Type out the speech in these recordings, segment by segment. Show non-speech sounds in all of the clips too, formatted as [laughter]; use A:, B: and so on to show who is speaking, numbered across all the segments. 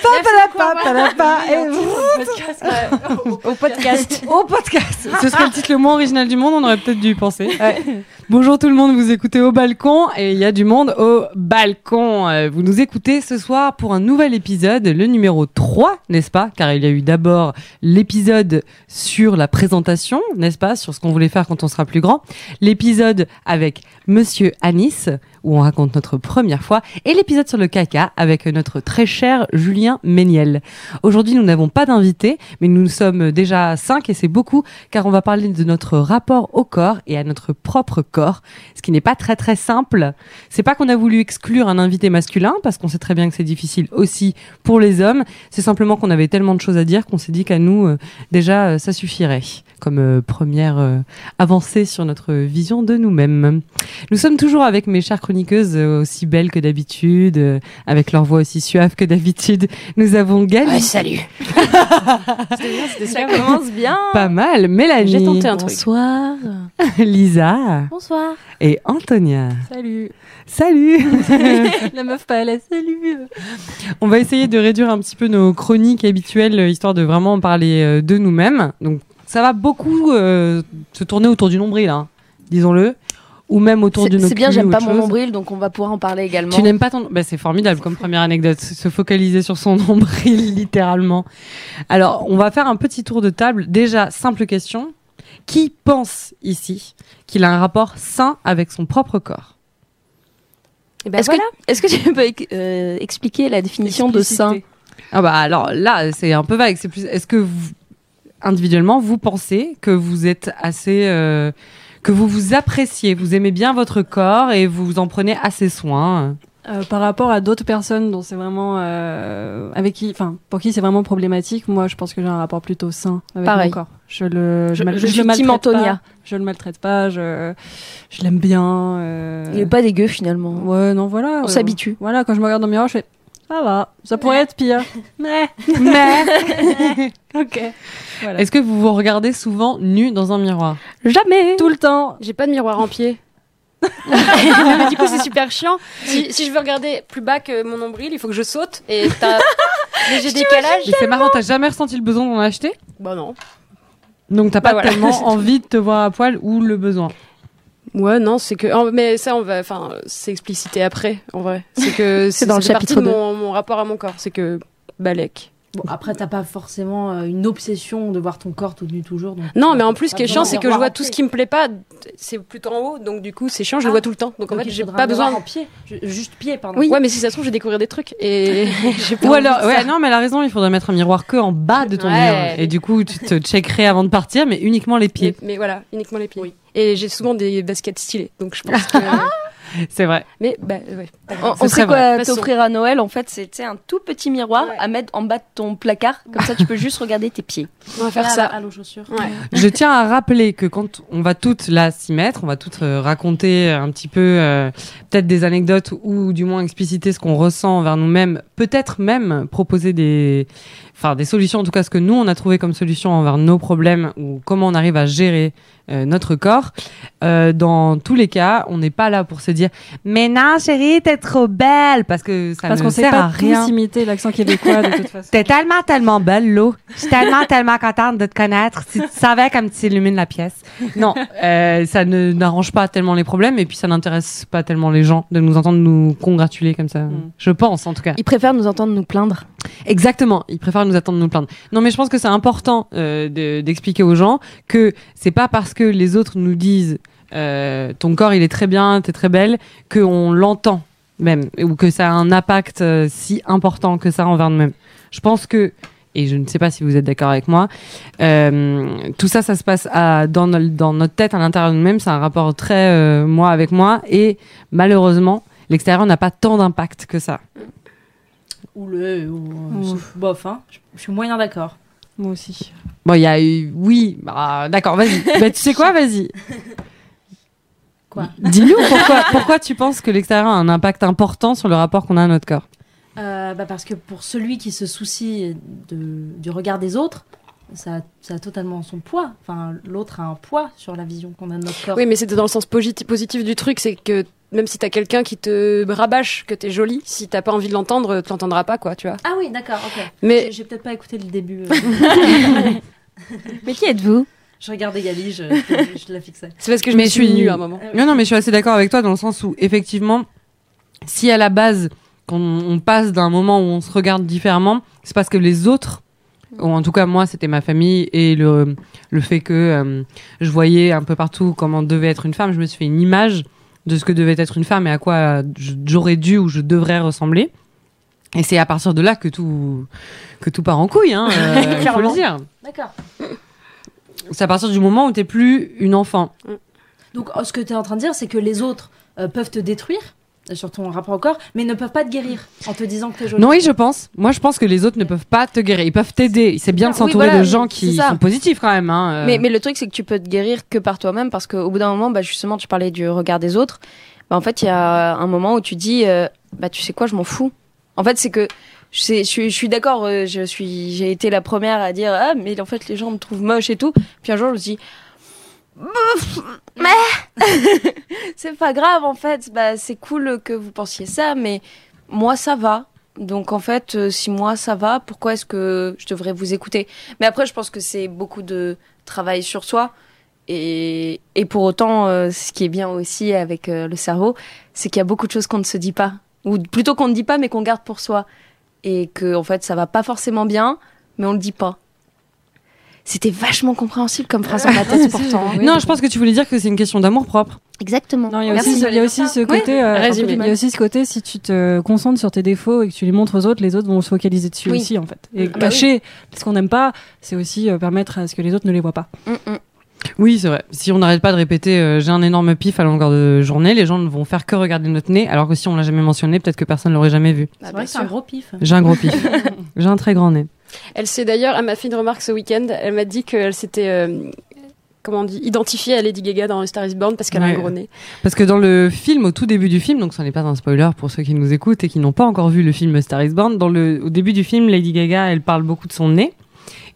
A: [laughs]
B: au podcast.
C: Au podcast
D: Ce serait le titre le moins original du monde, on aurait peut-être dû y penser. [laughs] Bonjour tout le monde, vous écoutez au balcon et il y a du monde au balcon. Euh, Vous nous écoutez ce soir pour un nouvel épisode, le numéro 3, n'est-ce pas Car il y a eu d'abord l'épisode sur la présentation, n'est-ce pas Sur ce qu'on voulait faire quand on sera plus grand. L'épisode avec Monsieur Anis, où on raconte notre première fois, et l'épisode sur le caca avec notre très cher Julien Méniel. Aujourd'hui, nous n'avons pas d'invité, mais nous sommes déjà cinq et c'est beaucoup, car on va parler de notre rapport au corps et à notre propre corps, ce qui n'est pas très très simple. C'est pas qu'on a voulu exclure un invité masculin, parce qu'on sait très bien que c'est difficile aussi pour les hommes, c'est simplement qu'on avait tellement de choses à dire qu'on s'est dit qu'à nous, euh, déjà, euh, ça suffirait comme euh, première euh, avancée sur notre vision de nous-mêmes. Nous sommes toujours avec mes chères chroniqueuses euh, aussi belles que d'habitude, euh, avec leur voix aussi suave que d'habitude. Nous avons Gaëlle,
C: salut
B: Ça commence bien.
D: pas mal, Mélanie,
B: J'ai tenté un truc.
C: Bonsoir
D: [laughs] Lisa
B: Bonsoir.
D: et Antonia.
B: Salut.
D: Salut
B: La meuf pas à l'aise. Salut.
D: On va essayer de réduire un petit peu nos chroniques habituelles, euh, histoire de vraiment parler euh, de nous-mêmes. Donc ça va beaucoup euh, se tourner autour du nombril, hein, disons-le, ou même autour de nos
C: C'est bien,
D: culs
C: j'aime
D: ou
C: pas
D: autre
C: mon
D: chose.
C: nombril, donc on va pouvoir en parler également.
D: Tu n'aimes pas ton. Bah, c'est formidable comme première anecdote, se focaliser sur son [laughs] nombril, littéralement. Alors, on va faire un petit tour de table. Déjà, simple question. Qui pense ici qu'il a un rapport sain avec son propre corps
B: Et
C: Est-ce que, est-ce que tu peux ex- euh, expliquer la définition de sain
D: Ah, bah alors là, c'est un peu vague. C'est plus. Est-ce que vous, individuellement, vous pensez que vous êtes assez. euh, que vous vous appréciez, vous aimez bien votre corps et vous en prenez assez soin
E: Euh, par rapport à d'autres personnes dont c'est vraiment euh, avec qui enfin pour qui c'est vraiment problématique moi je pense que j'ai un rapport plutôt sain avec
C: Pareil.
E: mon corps je le
C: Je-
E: mal-
C: je suis
E: le maltraite
C: team Antonia.
E: pas, je le maltraite pas je je l'aime bien euh,
C: Il est pas dégueu finalement.
E: ouais non voilà
C: On
E: euh,
C: s'habitue.
E: voilà quand je me regarde dans le miroir je fais ah va ça pourrait être
C: [laughs]
E: pire mais
D: Mais
E: ok voilà
D: Est-ce que vous vous regardez souvent nu dans un miroir
C: Jamais.
E: tout le temps
A: J'ai pas de miroir en pied. Non, mais [laughs] du coup, c'est super chiant. [laughs] Si, si je veux regarder plus bas que mon nombril, il faut que je saute et [laughs] t'as léger décalage.
D: Et c'est marrant, t'as jamais ressenti le besoin d'en acheter
A: Bah non.
D: Donc t'as
A: Bah
D: pas
A: voilà, c'est
D: tellement
A: tout. [laughs]
D: envie de te voir à poil ou le besoin.
A: Ouais, non, c'est que. oh, mais ça, on va. Enfin, c'est explicité après, en vrai. [laughs] C'est que.
C: dans le
A: ça fait partie
C: chapitre
A: de mon, mon rapport à mon corps. C'est que. Balek.
F: Bon, après, t'as pas forcément euh, une obsession de voir ton corps tout nu toujours. donc-
A: Non, mais en plus, ce qui est
F: Pas
A: chiant,
F: besoin
A: c'est
F: de
A: que je vois
F: miroir
A: tout
F: en
A: ce
F: pied.
A: qui me plaît pas. C'est plutôt en haut, donc du coup, c'est chiant, je le
F: Ah.
A: vois tout le temps. Donc en
F: Donc,
A: fait,
F: il
A: j'ai
F: faudra
A: pas
F: un miroir
A: besoin.
F: en pied, Ju- juste pied, pardon.
A: Oui, ouais, mais si ça se trouve, je vais découvrir des trucs. Et. [laughs] j'ai pas
D: Ou
A: envie
D: alors,
A: de
D: ouais,
A: ça.
D: non, mais elle a raison, il faudrait mettre un miroir que en bas de ton
A: Ouais.
D: miroir. Et du coup, tu te checkerais avant de partir, mais uniquement les
A: Mais,
D: pieds.
A: mais voilà, uniquement les pieds.
F: Oui.
A: Et j'ai souvent des baskets stylées, donc je pense [laughs] que.
D: C'est vrai.
A: mais, bah, ouais.
C: On,
D: C'est
C: on
D: très
C: sait quoi
A: vrai.
C: t'offrir à Noël en fait, c'est tu sais, un tout petit miroir
A: Ouais.
C: à mettre en bas de ton placard, comme ça tu peux juste regarder tes pieds.
A: On va faire
F: Ah,
A: ça.
F: À l'eau chaussure.
A: Ouais.
D: Je tiens à rappeler que quand on va toutes là s'y mettre, on va toutes euh, raconter un petit peu euh, peut-être des anecdotes ou du moins expliciter ce qu'on ressent envers nous-mêmes, peut-être même proposer des, enfin des solutions, en tout cas ce que nous on a trouvé comme solution envers nos problèmes ou comment on arrive à gérer euh, notre corps. Euh, dans tous les cas, on n'est pas là pour se dire mais non chérie t'es trop belle parce que ça
E: parce
D: ne
E: qu'on sait
D: sert à
E: pas
D: rien.
E: tous imiter l'accent québécois de
D: [laughs]
E: toute façon
D: T'es tellement, tellement belle, l'eau. Je suis
E: [laughs]
D: tellement, tellement contente de te connaître. Si tu savais comme tu illumines la pièce. Non, euh, ça ne n'arrange pas tellement les problèmes et puis ça n'intéresse pas tellement les gens de nous entendre nous congratuler comme ça.
E: Mm.
D: Je pense, en tout cas.
C: Ils préfèrent nous entendre nous plaindre.
D: Exactement. Ils préfèrent nous attendre nous plaindre. Non, mais je pense que c'est important euh, de- d'expliquer aux gens que c'est pas parce que les autres nous disent euh, ton corps il est très bien, t'es très belle, qu'on l'entend même ou que ça a un impact euh, si important que ça envers nous-mêmes. Je pense que et je ne sais pas si vous êtes d'accord avec moi. euh, tout ça, ça se passe à, dans, no- dans notre tête, à l'intérieur de nous-mêmes. C'est un rapport très euh, moi avec moi. Et malheureusement, l'extérieur n'a pas tant d'impact que ça.
F: Ou le. Ou,
E: Ou-
F: c'est- Bof, hein. Je je suis moyen d'accord.
E: moi aussi
D: Bon, il y a eu. Oui, bah, d'accord, vas-y. bah, tu sais quoi, vas-y.
F: Quoi
D: Dis-nous pourquoi, pourquoi tu penses que l'extérieur a un impact important sur le rapport qu'on a à notre corps.
F: Euh, bah, parce que pour celui qui se soucie de, du regard des autres, ça, ça a totalement son poids. Enfin, l'autre a un poids sur la vision qu'on a de notre corps.
A: Oui, mais c'était dans le sens posit- positif du truc, c'est que même si t'as quelqu'un qui te rabâche que t'es jolie, si t'as pas envie de l'entendre, tu l'entendras pas, quoi, tu vois.
F: Ah oui, d'accord, ok.
A: Mais
F: J'ai- J'ai peut-être pas écouté le début.
A: [laughs]
F: euh.
C: Mais qui êtes-vous
F: je regardais Gali, je, je, je la fixais.
A: c'est parce que je
D: Mais
A: me
D: je
A: suis
D: suis
A: nue
D: nue.
A: à un moment.
D: Non, non, mais je suis assez d'accord avec toi dans le sens où, effectivement, si à la base, qu'on on passe d'un moment où on se regarde différemment, c'est parce que les autres, ou en tout cas moi, c'était ma famille, et le, le fait que euh, je voyais un peu partout comment devait être une femme, je me suis fait une image de ce que devait être une femme et à quoi je- j'aurais dû ou je devrais ressembler. Et c'est à partir de là que tout, que tout part en couille, hein, euh, il faut le
F: Clairement.
D: dire.
F: D'accord.
D: C'est à partir du moment où t'es plus une enfant.
F: Donc, oh, ce que tu es en train de dire, c'est que les autres euh, peuvent te détruire euh, sur ton rapport au corps, mais ne peuvent pas te guérir en te disant que t'es jolie.
D: Non, oui, je pense. Moi, je pense que les autres ne peuvent pas te guérir. Ils peuvent t'aider. C'est bien de
C: Oui,
D: s'entourer
C: voilà,
D: de gens
C: c'est
D: qui
C: ça.
D: sont positifs quand même. hein, euh.
C: mais, mais le truc, c'est que tu peux te guérir que par toi-même parce qu'au bout d'un moment, bah, justement, tu parlais du regard des autres. Bah, en fait, il y a un moment où tu dis, euh, bah, tu sais quoi, je m'en fous. En fait, c'est que je, sais- je, suis- je suis d'accord, euh, je suis, j'ai été la première à dire, ah, mais en fait, les gens me trouvent moche et tout. Puis un jour, je me suis dit, Bouf, mais [laughs] c'est pas grave, en fait, bah, c'est cool que vous pensiez ça, mais moi, ça va. Donc, en fait, euh, si moi, ça va, pourquoi est-ce que je devrais vous écouter Mais après, je pense que c'est beaucoup de, travaille sur soi. Et, et pour autant, euh, ce qui est bien aussi avec euh, le cerveau, c'est qu'il y a beaucoup de choses qu'on ne se dit pas. Ou plutôt qu'on ne dit pas, mais qu'on garde pour soi. Et que, en fait, ça va pas forcément bien, mais on le dit pas. C'était vachement compréhensible comme phrase en [laughs] ma tête pourtant. hein.
D: Non, je pense que tu voulais dire que c'est une question d'amour propre.
C: Exactement.
E: Non, il y a
C: Merci.
E: aussi, il y a aussi ce côté. euh,
A: résumé.
E: il y a aussi ce côté si tu te concentres sur tes défauts et que tu les montres aux autres, les autres vont se focaliser dessus
C: Oui.
E: aussi en fait. Et
C: Ah bah
E: cacher ce qu'on n'aime pas, c'est aussi euh, permettre à ce que les autres ne les voient pas.
C: Mm, mm.
D: Oui, c'est vrai. Si on n'arrête pas de répéter euh, j'ai un énorme pif à longueur de journée, les gens ne vont faire que regarder notre nez, alors que si on l'a jamais mentionné, peut-être que personne l'aurait jamais vu.
F: C'est
C: Ah,
F: vrai
C: bien
F: que c'est un
C: sûr.
F: gros pif.
D: J'ai un gros [laughs] pif. j'ai un très grand nez.
A: Elle s'est d'ailleurs, elle m'a fait une remarque ce week-end. Elle m'a dit qu'elle s'était, euh, comment on dit, identifiée à Lady Gaga dans Star Is Born parce qu'elle a un
D: Ouais.
A: gros nez.
D: Parce que dans le film, au tout début du film, donc ce n'est pas un spoiler pour ceux qui nous écoutent et qui n'ont pas encore vu le film Star Is Born, dans le, au début du film, Lady Gaga, elle parle beaucoup de son nez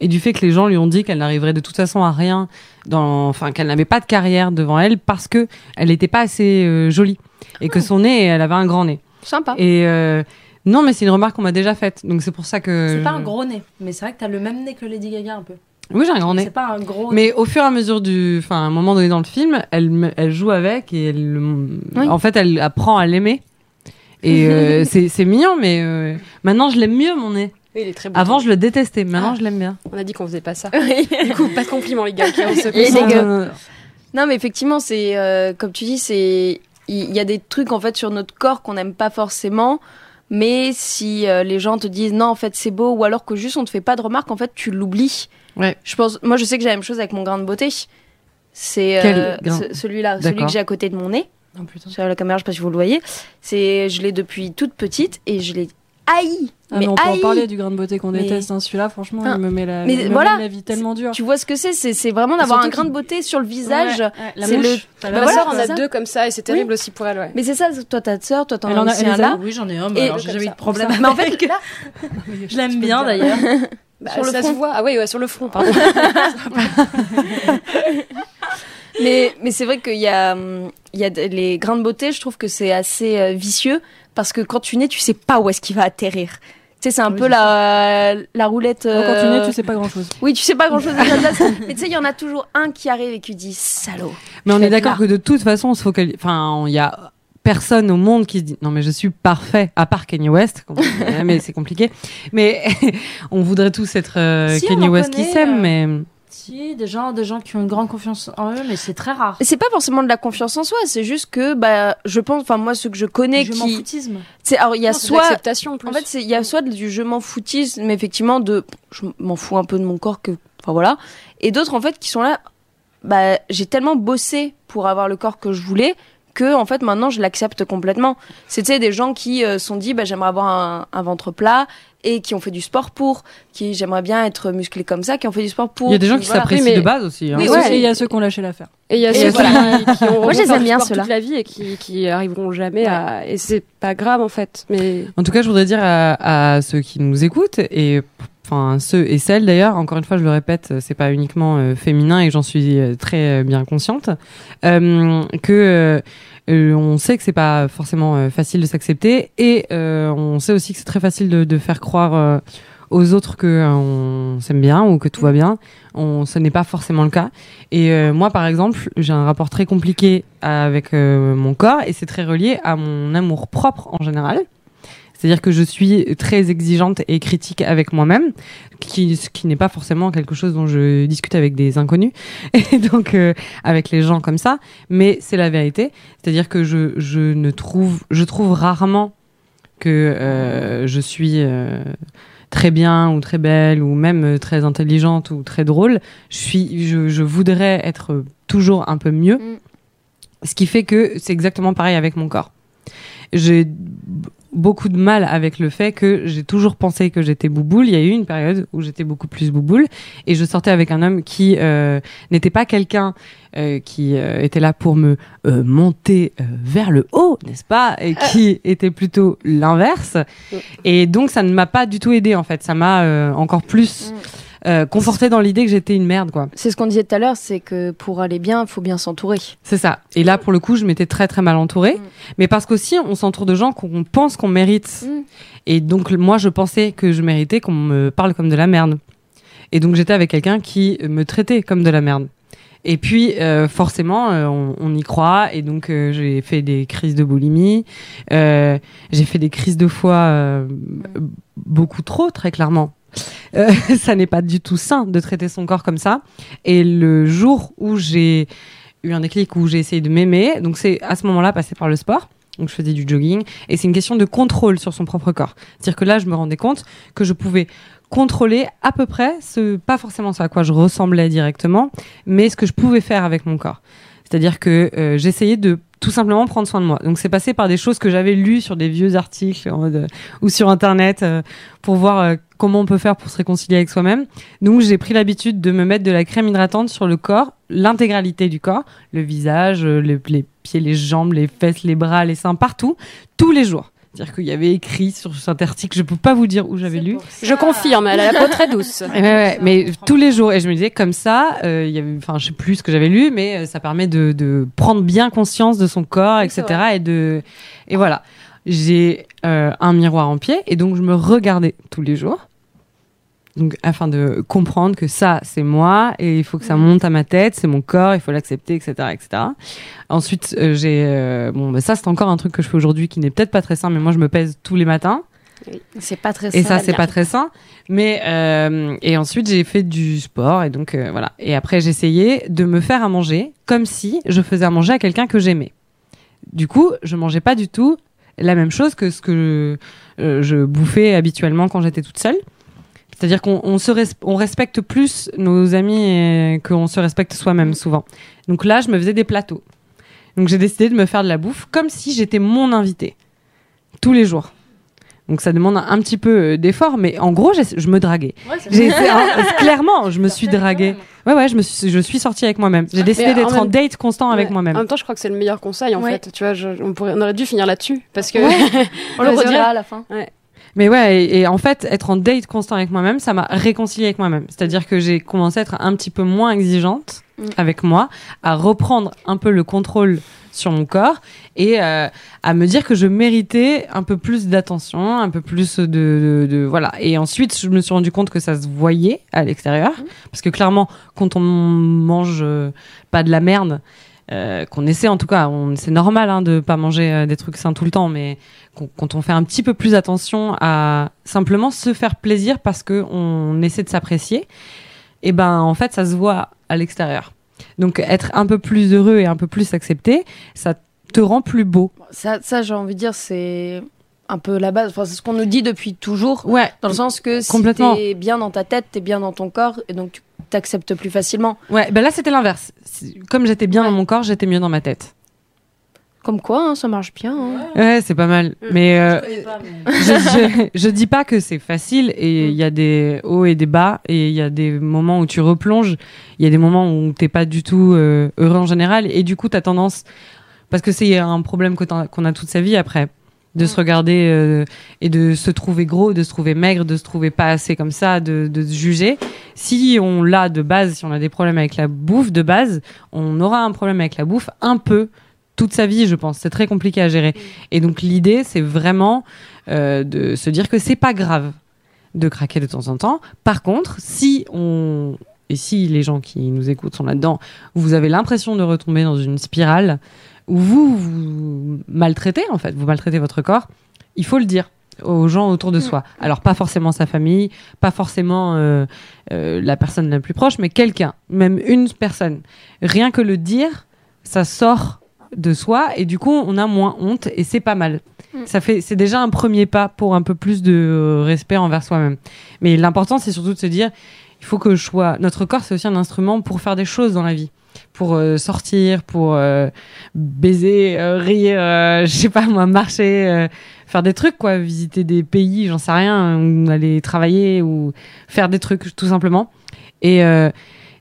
D: et du fait que les gens lui ont dit qu'elle n'arriverait de toute façon à rien, dans, enfin qu'elle n'avait pas de carrière devant elle parce que elle n'était pas assez euh, jolie et
F: Ah.
D: que son nez, elle avait un grand nez.
C: Sympa.
D: Et euh, non, mais c'est une remarque qu'on m'a déjà faite, donc c'est pour ça que.
F: C'est pas
D: je-
F: un gros nez, mais c'est vrai que t'as le même nez que Lady Gaga un peu.
D: Oui, j'ai un grand nez.
F: C'est pas un gros nez.
D: Mais au fur et à mesure du, enfin, à un moment donné dans le film, elle, me- elle joue avec et elle, le-
C: Oui.
D: en fait, elle apprend à l'aimer. Et euh, c'est c'est mignon, mais euh, maintenant je l'aime mieux mon nez.
A: Oui, il est très beau.
D: Avant je le détestais, maintenant je l'aime bien.
A: on a dit qu'on faisait pas ça.
C: [laughs]
A: du coup, pas de compliment les gars. ok, [laughs] on se
C: Et
A: concentre.
C: les gars.
E: euh, ah,
C: Non, mais effectivement, c'est euh, comme tu dis, c'est il il y, a des trucs en fait sur notre corps qu'on n'aime pas forcément. Mais si euh, les gens te disent non, en fait c'est beau, ou alors que juste on te fait pas de remarques, en fait tu l'oublies.
D: Ouais.
C: Je pense, moi je sais que j'ai la même chose avec mon grain de beauté. C'est euh,
D: Quel grain
C: ce- celui-là, celui
D: D'accord.
C: que j'ai à côté de mon nez. Sur la caméra, je sais pas si vous le voyez. C'est, je l'ai depuis toute petite et je l'ai haï.
E: Ah,
C: mais
E: mais on peut
C: haï.
E: en parler du grain de beauté qu'on
C: Mais-
E: déteste. hein. Celui-là, franchement,
C: Enfin,
E: il me met la,
C: mais
E: il me met
C: voilà.
E: la vie tellement [laughs] dure.
C: Tu vois ce que c'est C'est c'est vraiment d'avoir
E: Surtout
C: un grain de beauté sur le visage.
E: La
C: c'est
E: mouche, t'as la
A: Ma
C: Bah
E: mouche.
A: sœur en
C: voilà,
A: a
C: c'est ça.
A: deux comme ça et c'est terrible aussi pour elle. Ouais.
C: Mais c'est ça, toi ta sœur, toi t'en
E: Elle en
C: as
E: a-
C: aussi
E: elle
C: un
E: les a
C: là.
F: Oui, j'en ai un,
C: Et
F: mais alors
C: le-
F: j'ai
C: comme
F: jamais eu
C: ça.
F: de problème.
C: Mais en fait,
F: Je l'aime bien [laughs] d'ailleurs.
A: Bah,
C: sur le
A: ça se
C: front.
A: voit. Ah oui, ouais, sur le front. Pardon.
C: mais, mais c'est vrai qu'il y a, hum, il y a des- les grains de beauté, je trouve que c'est assez euh, vicieux parce que quand tu nais, tu sais pas où est-ce qu'il va atterrir. Tu sais, c'est un
F: Oui,
C: peu
F: c'est
C: la, la roulette.
E: Quand tu
C: euh,
E: nais, tu sais pas grand-chose.
C: Oui, tu sais pas grand-chose de ta [laughs] place. Mais tu sais, il y en a toujours un qui arrive et qui dit salaud.
D: Mais on
C: Faites-la.
D: est d'accord que de toute façon, on se focalise. Enfin, il y a personne au monde qui se dit non mais je suis parfait à part Kanye West. quand- Ouais, mais c'est compliqué. Mais [laughs] on voudrait tous être euh,
F: Si, on
D: Kanye
F: en
D: West qui
F: connaît,
D: s'aime,
F: euh,
D: mais
F: Si, des gens, des gens qui ont une grande confiance en eux, mais c'est très rare.
C: C'est pas forcément de la confiance en soi, c'est juste que bah, je pense, enfin, moi, ceux que je connais
F: Je m'en
C: qui.
F: foutisme.
C: C'est- Alors, il y
A: [laughs]
C: a
A: Non, c'est de
C: soit
A: l'acceptation, en plus.
C: En fait, c'est- il y a soit du je m'en foutisme, mais effectivement, de je m'en fous un peu de mon corps, que, enfin voilà. Et d'autres, en fait, qui sont là, bah, j'ai tellement bossé pour avoir le corps que je voulais que, en fait, maintenant, je l'accepte complètement. C'est, tu sais, des gens qui euh, sont dit, bah, j'aimerais avoir un, un ventre plat et qui ont fait du sport pour, qui j'aimerais bien être musclé comme ça, qui ont fait du sport pour.
D: il y a des gens qui
C: voilà.
D: s'apprécient
A: mais-
D: de base aussi. hein.
C: Oui,
E: Et
C: ouais.
E: ceux- et il y a ceux qui ont lâché l'affaire.
A: Et il y a
C: Et
A: ceux
C: voilà.
A: qui, qui ont
C: [laughs] Moi, je les
A: refait
C: aime bien,
A: du sport
C: ceux-là.
A: toute la vie et qui, qui arriveront jamais à. Et c'est pas grave en fait. Mais
D: En tout cas, je voudrais dire à, à ceux qui nous écoutent et enfin, enfin ceux et celles d'ailleurs, encore une fois je le répète, c'est pas uniquement euh, féminin et j'en suis euh, très euh, bien consciente, euh, que euh, euh, on sait que c'est pas forcément euh, facile de s'accepter et euh, on sait aussi que c'est très facile de, de faire croire euh, aux autres que euh, on s'aime bien ou que tout va bien. On, ce n'est pas forcément le cas. Et euh, moi, par exemple, j'ai un rapport très compliqué avec euh, mon corps et c'est très relié à mon amour propre en général. C'est-à-dire que je suis très exigeante et critique avec moi-même, qui, ce qui n'est pas forcément quelque chose dont je discute avec des inconnus, [laughs] et donc euh, avec les gens comme ça, mais c'est la vérité. C'est-à-dire que je, je ne trouve, je trouve rarement que euh, je suis euh, très bien ou très belle ou même euh, très intelligente ou très drôle. Je suis, je, je voudrais être toujours un peu mieux.
C: Mm.
D: Ce qui fait que c'est exactement pareil avec mon corps. J'ai b- beaucoup de mal avec le fait que j'ai toujours pensé que j'étais bouboule. Il y a eu une période où j'étais beaucoup plus bouboule et je sortais avec un homme qui euh, n'était pas quelqu'un euh, qui euh, était là pour me euh, monter euh, vers le haut, n'est-ce pas Et qui était plutôt l'inverse. Et donc ça ne m'a pas du tout aidé en fait. Ça m'a euh, encore plus euh, conforté dans l'idée que j'étais une merde quoi.
C: C'est ce qu'on disait tout à l'heure, c'est que pour aller bien, il faut bien s'entourer.
D: C'est ça. Et là, pour le coup, je m'étais très très mal entourée.
C: Mm.
D: Mais parce qu'aussi, on s'entoure de gens qu'on pense qu'on mérite.
C: Mm.
D: Et donc, le- moi, je pensais que je méritais qu'on me parle comme de la merde. Et donc, j'étais avec quelqu'un qui me traitait comme de la merde. Et puis, euh, forcément, euh, on, on y croit. Et donc, euh, j'ai fait des crises de boulimie. Euh, j'ai fait des crises de foie euh, beaucoup trop, très clairement. Euh, [laughs] ça n'est pas du tout sain de traiter son corps comme ça. Et le jour où j'ai eu un déclic où j'ai essayé de m'aimer. Donc c'est à ce moment-là passé par le sport. Donc je faisais du jogging et c'est une question de contrôle sur son propre corps. C'est-à-dire que là, je me rendais compte que je pouvais contrôler à peu près ce pas forcément ce à quoi je ressemblais directement, mais ce que je pouvais faire avec mon corps. C'est-à-dire que euh, j'essayais de tout simplement prendre soin de moi. Donc c'est passé par des choses que j'avais lues sur des vieux articles en mode, euh, ou sur internet euh, pour voir euh, comment on peut faire pour se réconcilier avec soi-même. Donc j'ai pris l'habitude de me mettre de la crème hydratante sur le corps, l'intégralité du corps le visage, euh, les, les pieds, les jambes, les fesses, les bras, les seins, partout, tous les jours. C'est-à-dire qu'il y avait écrit sur cet article, je peux pas vous dire où j'avais lu.
A: Je confirme, elle a la peau très
C: [laughs]
A: douce.
D: Eh Ouais, ouais, mais tous les jours. Et je me disais, comme ça, euh, il y avait, enfin, je sais plus ce que j'avais lu, mais euh, ça permet de, de prendre bien conscience de son corps,
A: Oui, c'est
D: etc. Et de, et voilà. J'ai euh, un miroir en pied et donc je me regardais tous les jours. Donc, afin de comprendre que ça, c'est moi et il faut que ça monte à ma tête, c'est mon corps, il faut l'accepter, etc., etc. Ensuite, euh, j'ai, euh, bon, bah, ça, c'est encore un truc que je fais aujourd'hui qui n'est peut-être pas très simple, mais moi, je me pèse tous les matins.
C: C'est pas très
D: Et ça, c'est pas très sain. Mais euh, et ensuite, j'ai fait du sport et donc euh, voilà. Et après, j'essayais de me faire à manger comme si je faisais à manger à quelqu'un que j'aimais. Du coup, je mangeais pas du tout la même chose que ce que euh, je bouffais habituellement quand j'étais toute seule. C'est-à-dire qu'on on se res- on respecte plus nos amis euh, qu'on se respecte soi-même souvent. Donc là, je me faisais des plateaux. Donc j'ai décidé de me faire de la bouffe comme si j'étais mon invité tous les jours. Donc ça demande un, un petit peu euh, d'effort, mais en gros, j'essa- je me draguais. J'ai essayé- hein,
A: [laughs]
D: clairement, je me suis draguée. Ouais, ouais, je me suis, je suis sortie avec moi-même. J'ai décidé
A: en
D: d'être
A: même-
D: en date constant avec
A: Ouais.
D: moi-même.
A: En même temps, je crois que c'est le meilleur conseil en
C: Ouais.
A: fait. Tu vois, je- on, pourrait, on aurait dû finir là-dessus parce que [laughs]
C: On
A: le
C: le
A: redira
C: redira à la fin.
D: Mais ouais, et, et en fait, être en date constant avec moi-même, ça m'a réconciliée avec moi-même. C'est-à-dire que j'ai commencé à être un petit peu moins exigeante
C: Mm.
D: avec moi, à reprendre un peu le contrôle sur mon corps et euh, à me dire que je méritais un peu plus d'attention, un peu plus de, de- de- voilà. Et ensuite, je me suis rendu compte que ça se voyait à l'extérieur, parce que clairement, quand on mange euh, pas de la merde. euh, qu'on essaie en tout cas, on, c'est normal hein, de pas manger euh, des trucs sains tout le temps, mais qu'on- quand on fait un petit peu plus attention à simplement se faire plaisir parce que on essaie de s'apprécier, et ben en fait ça se voit à l'extérieur. Donc être un peu plus heureux et un peu plus accepté, ça te rend plus beau.
C: Ça, ça j'ai envie de dire, c'est un peu la base. Enfin, c'est ce qu'on nous dit depuis toujours,
D: Ouais,
C: dans le sens que si
D: Complètement.
C: t'es bien dans ta tête, t'es bien dans ton corps, et donc tu t'acceptes plus facilement.
D: ouais. Ben là c'était l'inverse. C'est- Comme j'étais bien dans mon corps, j'étais mieux dans ma tête.
C: Comme quoi, hein, ça marche bien. hein.
D: Ouais, c'est pas mal. Mais euh,
F: Moi,
D: je, [laughs] je, je dis pas que c'est facile et il y a des hauts et des bas et il y a des moments où tu replonges, il y a des moments où t'es pas du tout euh, heureux en général et du coup t'as tendance parce que c'est un problème que t'en- qu'on a toute sa vie après. de se regarder euh, et de se trouver gros, de se trouver maigre, de se trouver pas assez comme ça, de, de se juger. Si on l'a de base, si on a des problèmes avec la bouffe de base, on aura un problème avec la bouffe un peu toute sa vie, je pense. C'est très compliqué à gérer. Et donc l'idée, c'est vraiment euh, de se dire que c'est pas grave de craquer de temps en temps. Par contre, si on et si les gens qui nous écoutent sont là-dedans, vous avez l'impression de retomber dans une spirale où vous vous maltraitez en fait, vous maltraitez votre corps, il faut le dire aux gens autour de soi. Alors pas forcément sa famille, pas forcément euh, euh, la personne la plus proche, mais quelqu'un, même une personne. Rien que le dire, ça sort de soi et du coup on a moins honte et c'est pas mal. Ça fait, c'est déjà un premier pas pour un peu plus de euh, respect envers soi-même. Mais l'important c'est surtout de se dire, il faut que je sois. Notre corps c'est aussi un instrument pour faire des choses dans la vie, pour euh, sortir, pour euh, baiser, euh, rire, euh, [laughs] je sais pas moi, marcher, euh, faire des trucs quoi, visiter des pays, j'en sais rien, ou aller travailler ou faire des trucs tout simplement. Et euh,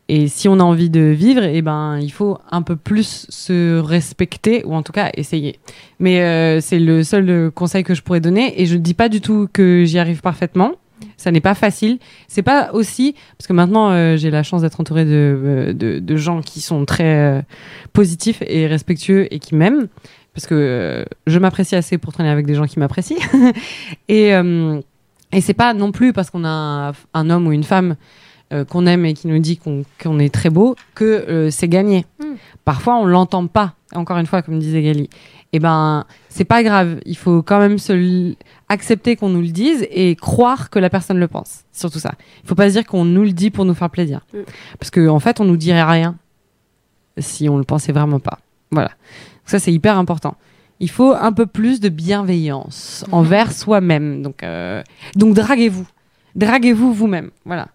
D: et si on a envie de vivre, eh ben, il faut un peu plus se respecter, ou en tout cas essayer. Mais euh, c'est le seul euh, conseil que je pourrais donner, et je ne dis pas du tout que j'y arrive parfaitement. Ça n'est pas facile. C'est pas aussi parce que maintenant euh, j'ai la chance d'être entourée de, euh, de, de gens qui sont très euh, positifs et respectueux et qui m'aiment parce que euh, je m'apprécie assez pour traîner avec des gens qui m'apprécient. [laughs] et euh, et c'est pas non plus parce qu'on a un, un homme ou une femme euh, qu'on aime et qui nous dit qu'on qu'on est très beau que euh, c'est gagné. Parfois, on l'entend pas. Encore une fois, comme disait Gali. Eh ben, c'est pas grave. Il faut quand même se l- accepter qu'on nous le dise et croire que la personne le pense. C'est Surtout ça. Il faut pas se dire qu'on nous le dit pour nous faire plaisir.
A: Mm.
D: Parce qu'en en fait, on nous dirait rien si on le pensait vraiment pas. Voilà. Donc ça, c'est hyper important. Il faut un peu plus de bienveillance envers soi-même. Donc, euh, donc draguez-vous. Draguez-vous vous-même. Voilà.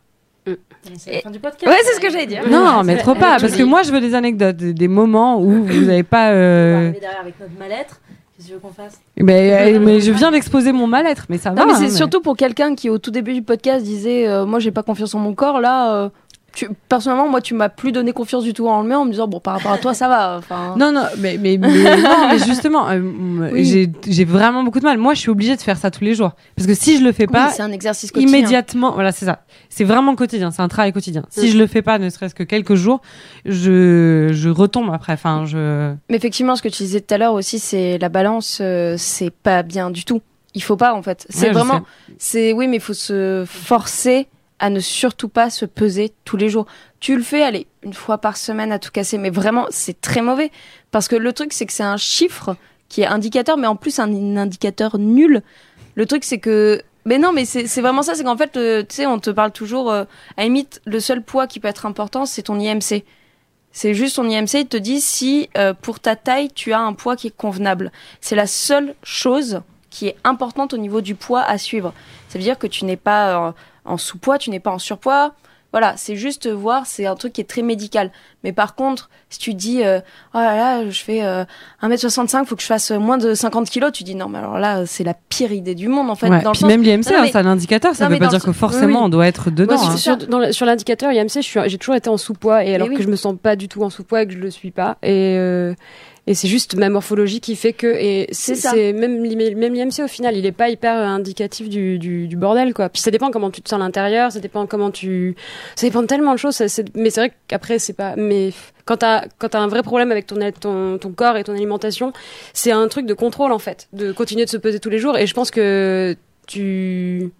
F: C'est la fin du podcast.
C: Ouais, c'est ce que j'allais dire.
D: Non, mais trop pas, parce que moi je veux des anecdotes, des des moments où vous n'avez pas.
F: On va
D: euh,
F: arriver derrière avec notre mallette. Qu'est-ce que tu veux qu'on fasse
D: Mais, euh, mais je viens d'exposer mon mal-être, mais ça va.
C: Non, mais
D: hein,
C: c'est surtout pour quelqu'un qui, au tout début du podcast, disait euh, Moi, j'ai pas confiance en mon corps. Là, euh, tu- personnellement, moi, tu m'as plus donné confiance du tout en le mien en me disant Bon, par rapport à toi, ça va. Enfin,
D: Non, non, mais, mais, mais- non, mais justement, euh, m-
C: Oui.
D: j'ai- j'ai vraiment beaucoup de mal. Moi, je suis obligée de faire ça tous les jours. Parce que si je le fais
C: oui,
D: pas,
C: c'est un exercice quotidien.
D: immédiatement, voilà, c'est ça. C'est vraiment quotidien, c'est un travail quotidien. Si je le fais pas, ne serait-ce que quelques jours, je, je retombe après. Enfin, je.
C: Mais effectivement, ce que tu disais tout à l'heure aussi, c'est la balance, euh, c'est pas bien du tout. Il faut pas, en fait. C'est
D: Ouais, je
C: vraiment.
D: sais.
C: C'est oui, mais il faut se forcer à ne surtout pas se peser tous les jours. Tu le fais, allez, une fois par semaine à tout casser, mais vraiment, c'est très mauvais parce que le truc, c'est que c'est un chiffre qui est indicateur, mais en plus un indicateur nul. Le truc, c'est que mais non, mais c'est c'est vraiment ça, c'est qu'en fait, euh, tu sais, on te parle toujours, euh, à la limite, le seul poids qui peut être important, c'est ton IMC. C'est juste ton IMC, il te dit si euh, pour ta taille, tu as un poids qui est convenable. C'est la seule chose qui est importante au niveau du poids à suivre. Ça veut dire que tu n'es pas euh, en sous-poids, tu n'es pas en surpoids. Voilà, c'est juste voir, c'est un truc qui est très médical. Mais par contre, si tu dis, euh, oh là là, je fais euh, 1m65, faut que je fasse moins de 50 kilos, tu dis non, mais alors là, c'est la pire idée du monde, en fait.
D: Ouais,
C: dans le
D: Puis
C: sens-
D: même l'IMC,
C: Non,
D: hein,
C: mais-
D: c'est un indicateur, ça
C: Non,
D: ne veut
C: mais
D: pas
C: dans
D: dire
C: le-
D: que forcément
C: Oui, oui.
D: on doit être dedans.
A: Moi, sur-
D: hein.
A: sur, dans le- sur l'indicateur IMC, je suis- j'ai toujours été en sous-poids, et alors
C: oui.
A: que je me sens pas du tout en sous-poids et que je le suis pas. Et, euh, et c'est juste ma morphologie qui fait que. Et
C: C'est
A: c'est
C: ça.
A: c'est Même, l'im- même l'IMC, au final, il est pas hyper euh, indicatif du, du, du bordel, quoi. Puis ça dépend comment tu te sens à l'intérieur, ça dépend comment tu. Ça dépend de tellement de choses. ça- c'est- mais c'est vrai qu'après, c'est pas. Mais quand t'as quand t'as un vrai problème avec ton, ton, ton corps et ton alimentation, c'est un truc de contrôle, en fait, de continuer de se peser tous les jours. Et je pense que tu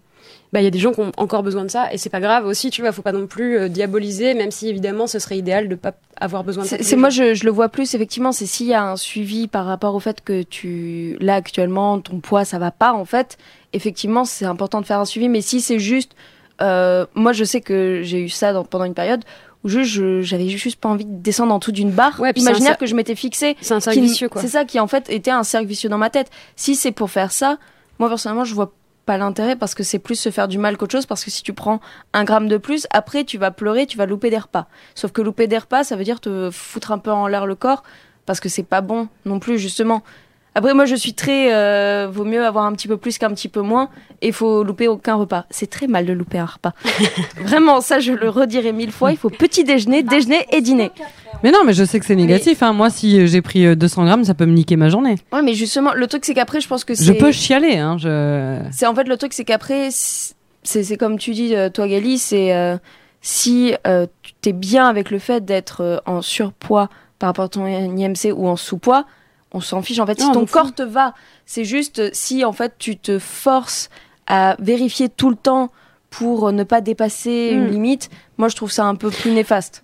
A: bah il y a des gens qui ont encore besoin de ça et c'est pas grave aussi tu vois faut pas non plus euh, diaboliser même si évidemment ce serait idéal de pas avoir besoin de ça tous
C: C'est
A: les
C: c'est- moi,
A: jours.
C: je, je le vois plus, effectivement, c'est s'il y a un suivi par rapport au fait que tu, là, actuellement, ton poids, ça va pas, en fait, effectivement, c'est important de faire un suivi, mais si c'est juste, euh, moi, je sais que j'ai eu ça dans- pendant une période où juste, je- j'avais juste pas envie de descendre en dessous d'une barre
A: Ouais, puis c'est un
C: imaginaire
A: cer-
C: que je m'étais fixée.
A: c'est un
C: qui
A: cercle
C: n-
A: vicieux quoi
C: C'est ça qui en fait était un cercle vicieux dans ma tête. Si c'est pour faire ça, moi personnellement je vois pas l'intérêt parce que c'est plus se faire du mal qu'autre chose parce que si tu prends un gramme de plus, après tu vas pleurer, tu vas louper des repas. Sauf que louper des repas, ça veut dire te foutre un peu en l'air le corps parce que c'est pas bon non plus justement. Après moi je suis très euh, vaut mieux avoir un petit peu plus qu'un petit peu moins et faut louper aucun repas. C'est très mal de [laughs] Bah, louper un repas. Vraiment ça je le redirai mille fois, il faut petit déjeuner, déjeuner et dîner.
D: Mais non, mais je sais que c'est négatif. hein. Moi, si euh, j'ai pris euh, 200 grammes, ça peut me niquer ma journée.
C: Ouais, mais justement, le truc, c'est qu'après, je pense que c'est.
D: Je peux chialer. Hein, je...
C: C'est en fait le truc, c'est qu'après, c'est c'est comme tu dis, euh, toi, Gali, c'est euh, si euh, tu t'es bien avec le fait d'être euh, en surpoids par rapport à ton IMC ou en sous-poids, on s'en fiche. En fait,
A: Non,
C: si
A: on
C: ton
A: s'en
C: corps te va, c'est juste euh, si en fait tu te forces à vérifier tout le temps pour euh, ne pas dépasser
A: Mm.
C: une limite, moi je trouve ça un peu plus néfaste.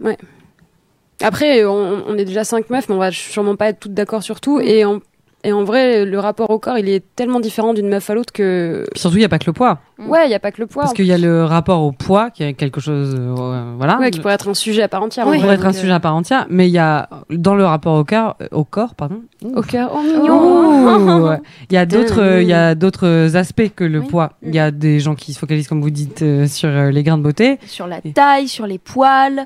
A: Après, euh, on, on est déjà cinq meufs, mais on va sûrement pas être toutes d'accord sur tout. Et en, et en vrai, le rapport au corps, il est tellement différent d'une meuf à l'autre que.
D: Puis surtout, il n'y a pas que le poids.
C: Mm.
A: Ouais, il y a pas que le poids.
D: Parce qu'il y a le rapport au poids qui est quelque chose. euh, voilà.
A: Ouais, qui pourrait être un sujet à part entière.
D: Ça
A: en
D: pourrait
A: vrai,
D: être un
A: donc, euh,
D: sujet à part entière, mais il y a dans le rapport au corps, euh, au corps, pardon.
A: Au cœur. Oh,
D: Ouh. Il
A: [laughs]
D: y a d'autres, euh, il y a d'autres aspects que le
C: Oui.
D: poids. Il y a des gens qui se focalisent, comme vous dites, euh, sur euh, les grains de beauté.
C: Sur la
D: Et-
C: taille, sur les poils,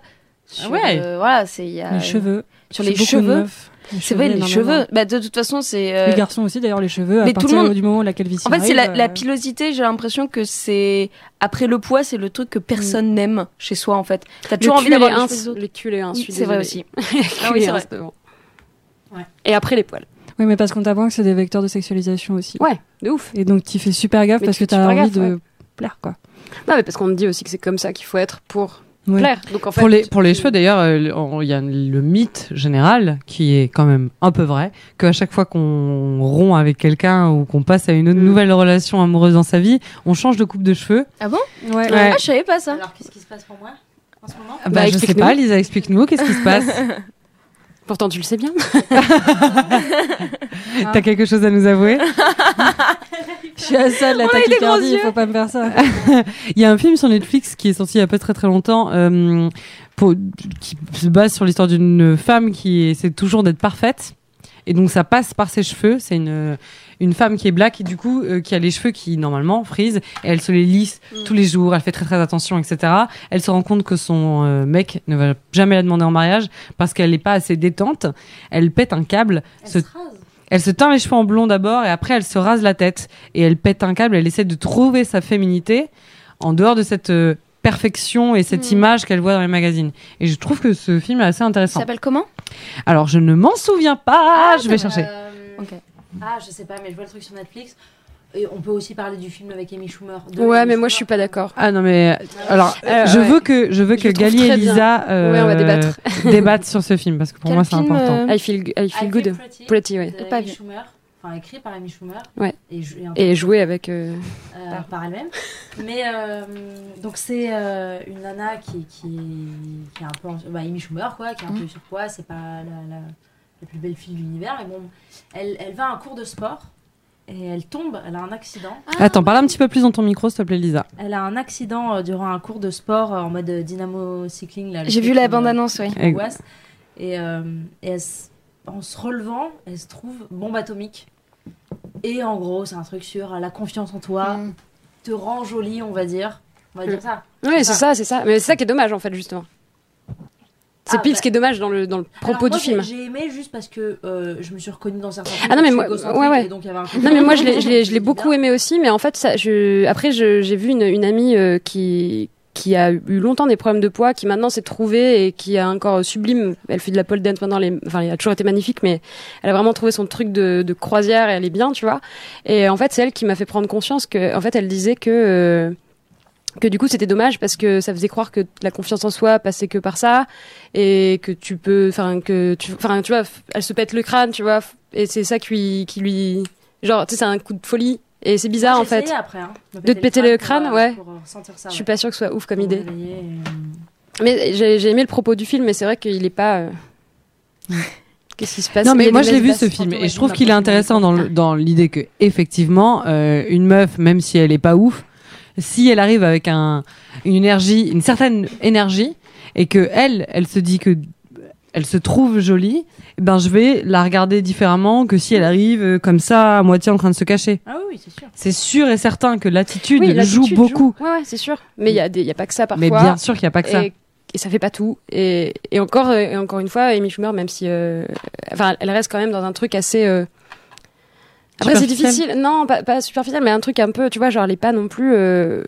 C: sur,
D: ouais.
C: euh, voilà, c'est il y a
E: Les cheveux.
C: sur
E: Chez
C: les
E: beaucoup de
C: cheveux.
E: meufs,
C: C'est vrai, les
E: énormément.
C: cheveux. Bah, de toute façon, c'est. euh,
E: Les garçons aussi, d'ailleurs, les cheveux,
C: Mais
E: à
C: tout le
E: partir
C: monde-
E: du moment où la calvitie
C: En fait, c'est la,
E: arrive,
C: la
E: euh,
C: pilosité, j'ai l'impression que c'est. Après le poids, c'est le truc que personne n'aime chez soi, en fait. T'as toujours
A: Mm. Le
C: envie
A: cul et
C: d'avoir
A: les
C: les cheveux des
A: ins.
C: autres.
A: Les culs et les ins, je
C: Oui,
A: suis
C: C'est vrai
A: désolée.
C: aussi. Ah oui,
A: Les
C: c'est
A: ins
C: vrai.
A: devant.
F: Ouais.
A: Et après les poils.
E: Oui, mais parce qu'on t'apprend que c'est des vecteurs de sexualisation aussi.
A: Ouais, de ouf.
E: Et donc, tu fais super gaffe
A: Mais
E: parce
A: tu
E: que
A: fais
E: t'as envie
A: super
E: de
A: gaffe,
E: plaire, quoi.
A: Non, mais parce qu'on te dit aussi que c'est comme ça qu'il faut être pour
E: Ouais.
A: plaire. Donc en fait,
D: pour les pour les cheveux, d'ailleurs, euh, le- on- il y a le mythe général qui est quand même un peu vrai, qu'à chaque fois qu'on rompt avec quelqu'un ou qu'on passe à une autre
A: Mm.
D: nouvelle relation amoureuse dans sa vie, on change de coupe de cheveux.
C: Ah bon
E: Ouais.
D: Ouais.
C: Ah, je savais pas ça.
F: Alors, qu'est-ce qui se passe pour moi en ce moment
D: Bah, je sais
A: Ah explique-nous.
D: pas, Lisa, explique-nous qu'est-ce qui
A: [laughs]
D: se passe.
A: Pourtant, tu le sais bien.
D: T'as quelque chose à nous avouer
E: Je suis à
A: [laughs]
E: ça de la tachycardie, il faut pas me faire ça.
D: Il y a un film sur Netflix qui est sorti il y a pas très très longtemps, euh, pour- qui se base sur l'histoire d'une femme qui essaie toujours d'être parfaite. Et donc ça passe par ses cheveux. C'est une, une femme qui est black et du coup euh, qui a les cheveux qui normalement frisent. Et elle se les lisse tous les jours. Elle fait très très attention, etc. Elle se rend compte que son euh, mec ne va jamais la demander en mariage parce qu'elle n'est pas assez détente. Elle pète un câble.
F: Elle
D: se
F: se rase.
D: elle se teint les cheveux en blond d'abord et après elle se rase la tête et elle pète un câble. Elle essaie de trouver sa féminité en dehors de cette euh, perfection et cette
C: Hmm.
D: image qu'elle voit dans les magazines. Et je trouve que ce film est assez
C: Ça
D: intéressant.
C: s'appelle comment
D: Alors je ne m'en souviens
A: Ah,
D: pas, je vais chercher.
F: Euh,
C: Ok.
F: Ah, je sais pas, mais je vois le truc sur Netflix. Et on peut aussi parler du film avec Amy Schumer. de
A: Ouais,
F: Amy
A: mais moi, je
F: Schumer.
A: suis pas d'accord.
D: Ah non mais alors
A: Euh,
D: je
A: ouais.
D: veux que je veux
A: Je
D: que
A: le trouve
D: Gali et
A: très bien.
D: Lisa euh,
A: Ouais, on va débattre. [laughs]
D: [laughs] débattent sur ce film parce que pour
C: Quel
D: moi c'est
C: film,
D: important.
C: euh,
A: I feel, gu- I
F: I
A: feel
F: Feel
A: good.
F: Pretty,
A: Pretty, ouais.
F: de
C: Pas
F: Amy
C: vu.
F: Schumer. Enfin, écrit par Amy Schumer.
A: Ouais.
F: Et, jou- un peu
A: Et jouer avec. euh,
F: euh, par elle-même. Mais euh, donc c'est euh, une nana qui, qui, qui est un peu, en- bah, Amy Schumer quoi, qui est un
A: Mm.
F: peu surpoids, c'est pas la, la, la plus belle fille de l'univers. Mais bon, elle, elle va à un cours de sport et elle tombe, elle a un accident.
D: Attends, parle un petit peu plus dans ton micro s'il te plaît Lisa.
F: Elle a un accident euh, durant un cours de sport euh, en mode euh, dynamo cycling. là, le
C: J'ai
F: truc
C: vu la
F: qui me-
C: bande-annonce, oui.
F: qui
D: Et-
F: m'angoisse. Et, euh, et elle se- en se relevant, elle se trouve bombe atomique. Et en gros, c'est un truc sur euh, la confiance en toi,
A: Hmm.
C: Mm.
F: te rend jolie, on va dire. On va dire ça.
A: Ouais, c'est ça, c'est ça. Mais c'est ça qui est dommage, en fait, justement. C'est
F: Ah,
A: pile
F: bah.
A: ce qui est dommage dans le, dans le propos
F: Alors, moi,
A: du film.
F: J'ai j'ai aimé juste parce que euh, je me suis reconnue dans certains trucs.
A: Ah non, mais
F: je suis
A: moi-
F: égocentrique
A: ouais, ouais.
F: et donc il y avait un côté-
A: Non mais
F: [laughs]
A: moi je l'ai- je l'ai je l'ai beaucoup aimé aussi mais en fait ça je après je- j'ai vu une, une amie euh, qui qui a eu longtemps des problèmes de poids qui maintenant s'est trouvée et qui a un corps sublime elle fait de la pole dance maintenant elle est- enfin elle a toujours été magnifique mais elle a vraiment trouvé son truc de, de croisière et elle est bien tu vois et en fait c'est elle qui m'a fait prendre conscience que en fait elle disait que euh, que du coup c'était dommage parce que ça faisait croire que la confiance en soi passait que par ça et que tu peux enfin que tu enfin tu vois f- elle se pète le crâne tu vois f- et c'est ça qui lui- qui lui genre tu sais c'est un coup de folie et c'est bizarre
F: J'ai
A: en fait
F: essayé après, hein,
A: De te péter le crâne,
F: pour, euh,
A: ouais.
F: Pour euh, ressentir ça.
A: je suis
F: ouais.
A: pas sûre que ce soit ouf comme
F: Pour
A: idée
F: réveiller, euh,
A: mais j'ai j'ai aimé le propos du film mais c'est vrai qu'il est pas
F: [laughs]
A: euh, qu'est-ce qui se passe
D: Non,
A: Il y
D: mais
A: a
D: moi
A: des
D: je l'ai vu
A: espaces
D: ce film
A: fantômes
D: et
A: à
D: je trouve
A: la
D: qu'il est
A: prochaine.
D: intéressant dans le- dans l'idée que effectivement euh, une meuf, même si elle est pas ouf, si elle arrive avec un, une énergie, une certaine énergie, et que elle, elle se dit que elle se trouve jolie, ben je vais la regarder différemment que si elle arrive euh, comme ça à moitié en train de se cacher.
F: Ah oui, oui, c'est sûr.
D: C'est sûr et certain que l'attitude
A: Oui,
D: joue
A: l'attitude
D: beaucoup,
A: ouais ouais c'est sûr mais il y a des il y a pas que ça parfois
D: mais bien sûr qu'il n'y a pas que ça.
A: Et, et ça fait pas tout. Et, et encore, euh, et encore une fois, Amy Schumer, même si, euh, enfin, elle reste quand même dans un truc assez. euh, Après, c'est
D: Superficiel.
A: difficile. Non, pas, pas superficiel, mais un truc un peu, tu vois, genre, elle est pas non plus euh,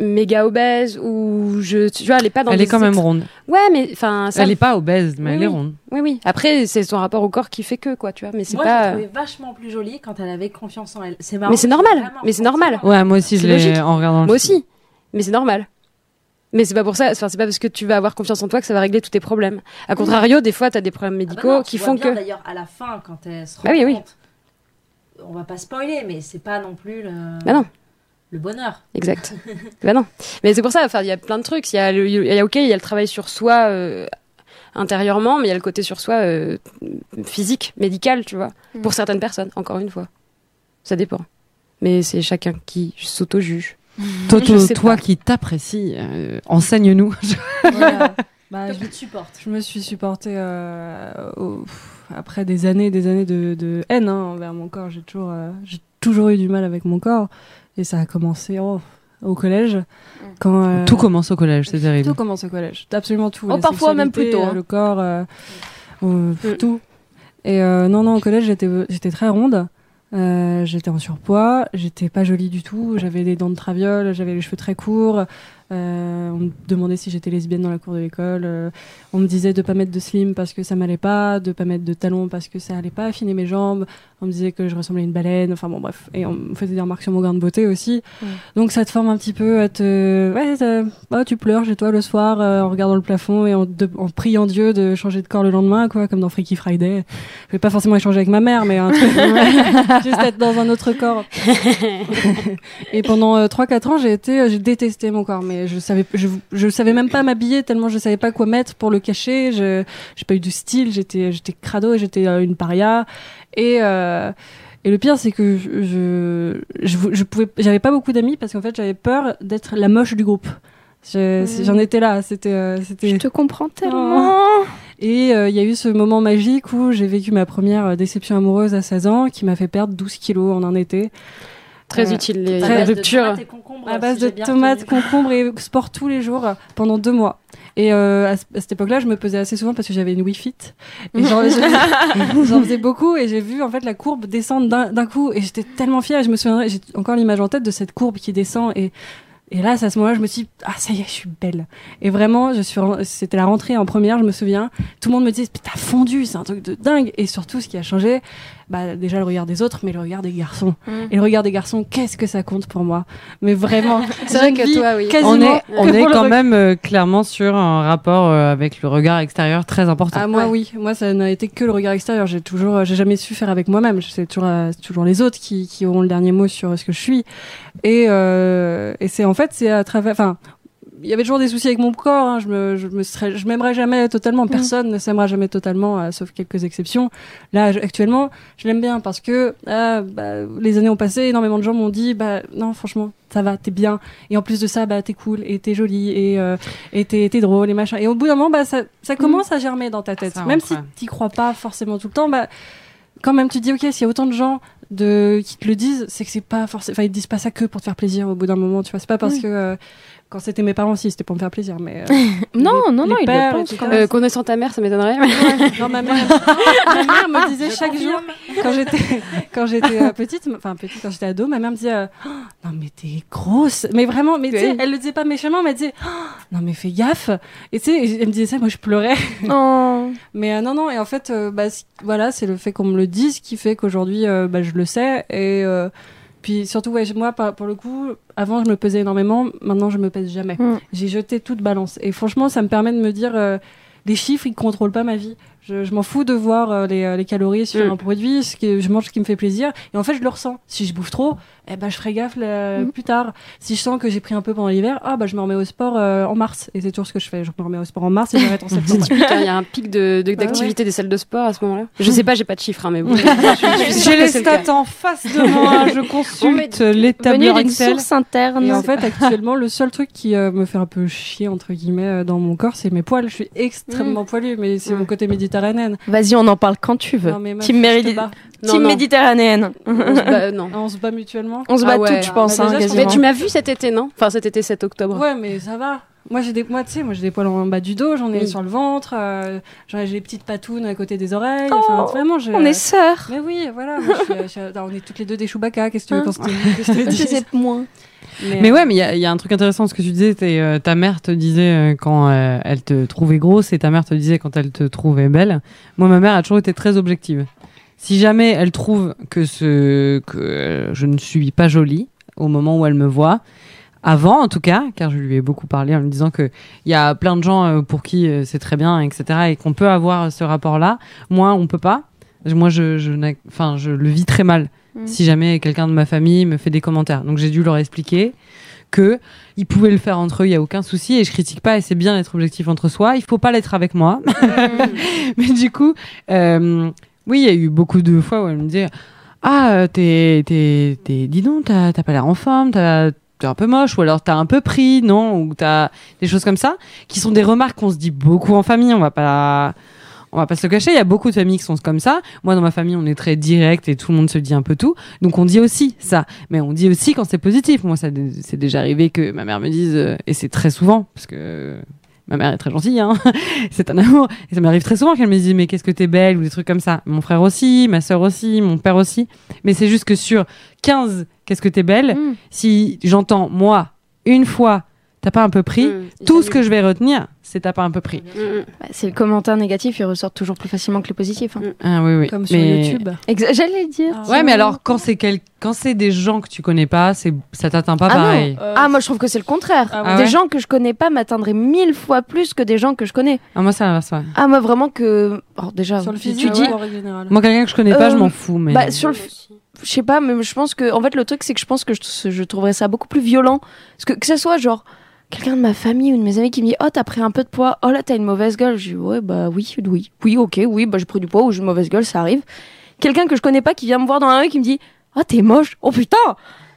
A: méga obèse ou je tu vois elle est pas dans
D: Elle
A: des
D: est quand même
A: ex-
D: ronde.
A: ouais mais enfin ça
D: Elle est pas obèse, mais
A: Oui,
D: elle est ronde.
A: oui oui après c'est son rapport au corps qui fait que quoi tu vois mais c'est
F: Moi, je
A: pas euh,
F: la trouvais vachement plus jolie quand elle avait confiance en elle. C'est marrant.
A: Mais c'est
F: parce que
A: normal,
F: vraiment, Ah bah
A: mais c'est
F: quand
A: normal.
F: tu vois-
D: Ouais, moi aussi, je
A: C'est
D: l'ai
A: logique.
D: en regardant le
A: moi
D: film.
A: aussi mais c'est normal mais c'est pas pour ça enfin c'est pas parce que tu vas avoir confiance en toi que ça va régler tous tes problèmes à contrario des fois t'as des problèmes
F: Ah bah
A: médicaux
F: non, tu
A: qui
F: vois
A: font
F: bien,
A: que
F: D'ailleurs, à la fin, quand elle se rend
A: Bah oui, oui.
F: compte, on va pas spoiler, mais c'est pas non plus le,
A: Bah non.
F: le bonheur.
A: Exact. [laughs] ben non. Mais c'est pour ça, enfin, il y a plein de trucs. Il y a, le- il y a, ok, il y a le travail sur soi euh, intérieurement, mais il y a le côté sur soi euh, physique, médical, tu vois.
C: Mm.
A: Pour certaines personnes, encore une fois. Ça dépend. Mais c'est chacun qui s'auto-juge.
D: Toto,
A: Je sais
D: toi
A: pas.
D: qui t'apprécies, euh, enseigne-nous.
E: Voilà. Bah, je-
F: Je te supporte.
E: Je me suis supportée euh, au- pff, après des années, des années de, de haine hein, envers mon corps. J'ai toujours, euh, j'ai toujours eu du mal avec mon corps, et ça a commencé oh, au collège, quand euh,
D: [laughs] Tout commence au collège, c'est terrible.
E: tout commence au collège, absolument tout.
C: Oh,
E: La
C: parfois même plus
E: sexualité,
C: tôt, hein.
E: euh, le corps, euh, euh,
A: Mm.
E: tout. Et euh, non, non, au collège, j'étais, j'étais très ronde. Euh, j'étais en surpoids, j'étais pas jolie du tout, j'avais des dents de traviole, j'avais les cheveux très courts. Euh, on me demandait si j'étais lesbienne dans la cour de l'école. euh, on me disait de pas mettre de slim parce que ça m'allait pas, de pas mettre de talons parce que ça allait pas affiner mes jambes. On me disait que je ressemblais à une baleine. Enfin bon, bref. Et on me faisait des remarques sur mon grain de beauté aussi.
C: Mm.
E: Donc ça te forme un petit peu à te. Ouais, ça- oh, tu pleures chez toi le soir euh, en regardant le plafond et en, de- en priant Dieu de changer de corps le lendemain, quoi, comme dans Freaky Friday. Je vais pas forcément échanger avec ma mère, mais
C: [laughs]
E: un truc. [laughs] juste être dans un autre corps. et pendant 3-4 ans, j'ai été, euh, j'ai détesté mon corps, mais je savais, je, je savais même pas m'habiller tellement je savais pas quoi mettre pour le cacher. Je, j'ai pas eu de style, j'étais, j'étais crado, j'étais euh, une paria. Et, euh, et le pire, c'est que je, je, je, je pouvais, j'avais pas beaucoup d'amis parce qu'en fait, j'avais peur d'être la moche du groupe. Je-
C: Mhm.
E: J'en étais là, c'était, euh, c'était.
C: Je te comprends tellement.
E: Et euh, il y a eu ce moment magique où j'ai vécu ma première euh, déception amoureuse à 16 ans qui m'a fait perdre 12 kilos en un été.
A: Très
E: Ouais.
A: utile, les
E: Très-
A: les ruptures.
F: De tomates et concombres,
E: à base
F: si
E: de
F: j'ai bien
E: tomates,
F: retenu.
E: concombres
F: [laughs]
E: et sport tous les jours euh, pendant deux mois. Et euh, à, c- à cette époque-là, je me pesais assez souvent parce que j'avais une Wii Fit. Et
F: [laughs]
E: j'en j'en faisais beaucoup et j'ai vu en fait la courbe descendre d'un d'un coup. Et j'étais tellement fière. Et je me souviendrai, j'ai encore l'image en tête de cette courbe qui descend. Et, et là, à ce moment-là, je me suis dit, ah ça y est, je suis belle. Et vraiment, je suis, ren- c'était la rentrée en première, je me souviens. Tout le monde me disait, t'as fondu, c'est un truc de dingue. Et surtout, ce qui a changé, bah déjà le regard des autres, mais le regard des garçons.
D: Mm.
E: Et le regard des garçons, qu'est-ce que ça compte pour moi
D: [laughs]
E: Mais vraiment,
A: C'est vrai
E: je
A: que
E: vis
A: toi, oui.
E: quasiment
D: On est,
E: que
D: on
E: pour
D: est
E: le [laughs]
D: quand
E: regard.
D: même euh, clairement sur un rapport euh, avec le regard extérieur très important.
E: Ah moi oui, moi ça n'a été que le regard extérieur. J'ai toujours, euh, j'ai jamais su faire avec moi-même. C'est toujours, euh, c'est toujours les autres qui, qui auront le dernier mot sur ce que je suis. Et, euh, et c'est en fait, c'est à travers, enfin, il y avait toujours des soucis avec mon corps. hein. Je me, je me serais, je m'aimerais jamais totalement. Personne ne s'aimera jamais totalement, euh, sauf quelques exceptions. Là, je- actuellement, je l'aime bien parce que ah, bah, les années ont passé. Énormément de gens m'ont dit, bah non, franchement, ça va, t'es bien. Et en plus de ça, bah t'es cool et t'es jolie et euh, et t'es t'es drôle et machin. Et au bout d'un moment, bah ça,
C: Mm.
E: ça commence à germer dans ta tête.
D: Ça
E: Même
D: rentre,
E: si
D: ouais.
E: t'y crois pas forcément tout le temps, bah quand même tu te dis, ok, s'il y a autant de gens de qui te le disent, c'est que c'est pas forcément. Enfin, ils te disent pas ça que pour te faire plaisir. Au bout d'un moment, tu vois, c'est pas parce que euh, quand c'était mes parents, si c'était pour me faire plaisir, mais. euh,
C: [laughs] Non, non, non,
E: les
C: il
E: pères,
C: le pense.
E: etc.
C: quand même.
A: Euh, Connaissant ta mère, ça m'étonnerait.
E: [laughs] Non, ma mère, ma mère me disait chaque jour, quand j'étais, quand j'étais euh, petite, m- enfin petite, quand j'étais ado, ma mère me disait, euh, Oh, non mais t'es grosse, mais vraiment, mais tu sais,
C: Oui.
E: elle le disait pas méchamment, mais elle disait, Oh, non mais fais gaffe, et tu sais, et elle me disait ça, moi je pleurais,
C: Oh.
E: mais euh, non non, et en fait, euh, bah c- voilà, c'est le fait qu'on me le dise qui fait qu'aujourd'hui, euh, bah je le sais, et euh, puis surtout, ouais, moi par- pour le coup, avant je me pesais énormément, maintenant je me pèse jamais.
C: Mm.
E: J'ai jeté toute balance. Et franchement, ça me permet de me dire, euh, les chiffres, ils contrôlent pas ma vie. Je, je m'en fous de voir euh, les, euh, les calories sur
A: Mm.
E: un produit, ce que je mange ce qui me fait plaisir. Et en fait, je le ressens. Si je bouffe trop, eh ben, je ferai gaffe là, plus tard. Si je sens que j'ai pris un peu pendant l'hiver, ah bah je me remets au sport euh, en mars. Et c'est toujours ce que je fais. Je me remets au sport en mars et j'arrête en septembre.
A: Putain, Il y a un pic de-
E: Bah
A: de- d'activité des salles de sport à ce moment-là.
E: Mm.
A: Je sais pas, j'ai pas de chiffres, hein,
E: [laughs]
A: mais bon.
F: [laughs] Ah
D: J'ai les stats en face de moi, je consulte les
C: Venu
D: tableurs
C: d'une
D: Excel.
C: source interne.
E: Et en fait, actuellement, le seul truc qui euh, me fait un peu chier, entre guillemets, euh, dans mon corps, c'est mes poils. Je suis extrêmement poilue, mais c'est mon côté méditerranéen.
C: Vas-y, on en parle quand tu veux.
E: Non, mais meuf,
C: Team,
E: je te
C: Méridi-
E: bats.
A: Non,
C: Team
A: non.
C: méditerranéenne.
A: Bah, non.
E: On se bat mutuellement.
C: On se
A: Ah
C: bat
A: ouais.
C: toutes, je pense,
E: Bah,
C: hein,
E: déjà, je
A: Mais
C: quasiment.
A: tu m'as vu cet été, non Enfin, cet été, 7 octobre.
E: Ouais, mais ça va. Moi, j'ai des, moi, tu sais, moi, j'ai des poils en bas du dos, j'en ai
C: Mm.
A: Oui.
E: sur le ventre, euh, j'en ai- j'ai des petites patounes à côté des oreilles. Enfin, vraiment, je.
C: Oh, On est sœurs.
E: [laughs] Mais oui, voilà. moi, je suis- je suis- attends, on est toutes les deux des Chewbacca. Qu'est-ce que tu veux
C: Hein
E: qu'on se- que je te
C: Je
E: dise
C: sais moins.
E: Mais, euh,
D: Mais ouais, mais il y a- il y, a un truc intéressant ce que tu disais. t'es, euh, ta mère te disait euh, quand euh, elle te trouvait grosse et ta mère te disait quand elle te trouvait belle. Moi, ma mère a toujours été très objective. Si jamais elle trouve que ce que euh, je ne suis pas jolie au moment où elle me voit, avant en tout cas, car je lui ai beaucoup parlé en lui disant que il y a plein de gens euh, pour qui euh, c'est très bien, etc. et qu'on peut avoir ce rapport-là. Moi, on peut pas. Moi, je, je, n'ai- enfin, je le vis très mal.
C: Mm.
D: Si jamais quelqu'un de ma famille me fait des commentaires, donc j'ai dû leur expliquer que ils pouvaient le faire entre eux, il y a aucun souci et je critique pas et c'est bien d'être objectif entre soi. Il faut pas l'être avec moi, [laughs] mais du coup, euh, oui, il y a eu beaucoup de fois où elle me disait ah euh, t'es t'es t'es dis donc t'as t'as pas l'air en forme, t'as t'es un peu moche ou alors t'as un peu pris non ou t'as des choses comme ça qui sont des remarques qu'on se dit beaucoup en famille. On va pas on va pas se le cacher, il y a beaucoup de familles qui sont comme ça. Moi, dans ma famille, on est très direct et tout le monde se dit un peu tout. Donc, on dit aussi ça. Mais on dit aussi quand c'est positif. Moi, ça, dé- c'est déjà arrivé que ma mère me dise, euh, et c'est très souvent, parce que euh, ma mère est très gentille, hein, [laughs] c'est un amour. Et ça m'arrive très souvent qu'elle me dise, mais qu'est-ce que t'es belle, ou des trucs comme ça. Mon frère aussi, ma soeur aussi, mon père aussi. Mais c'est juste que sur 15, qu'est-ce que t'es belle,
C: Mm.
D: si j'entends, moi, une fois, t'as pas un peu pris,
C: Euh,
D: tout ce que je vais retenir, c'est t'as pas un peu pris.
E: Mm,
C: Bah, c'est le commentaire négatif, il ressort toujours plus facilement que le positif. hein.
D: Ah oui, oui.
E: Comme sur
D: Mais-
E: YouTube.
C: Exa- J'allais dire.
B: Ah.
D: Ouais, mais alors quand c'est quel... quand c'est des gens que tu connais pas, c'est ça t'atteint pas
C: Ah non.
D: pareil.
C: Ah, moi je trouve que c'est le contraire.
D: Ah
C: des
D: ouais
C: gens que je connais pas m'atteindraient mille fois plus que des gens que je connais.
D: Ah, moi c'est l'inverse. Ouais.
C: Ah, moi vraiment que. Oh, déjà,
E: Sur le
C: si
E: physique,
C: tu dis.
E: ou en règle générale.
D: Moi quelqu'un que je connais pas,
C: Euh,
D: je m'en fous. Mais
C: bah, sur le. Je sais pas, mais je pense que. En fait, le truc, c'est que je pense que je, je trouverais ça beaucoup plus violent. Parce que que ce soit genre. Quelqu'un de ma famille ou de mes amis qui me dit Oh, t'as pris un peu de poids. Oh là, t'as une mauvaise gueule. Je dis Ouais, bah oui, oui. Oui, ok, oui, bah j'ai pris du poids ou j'ai une mauvaise gueule, ça arrive. Quelqu'un que je connais pas qui vient me voir dans la rue qui me dit Oh, t'es moche. Oh putain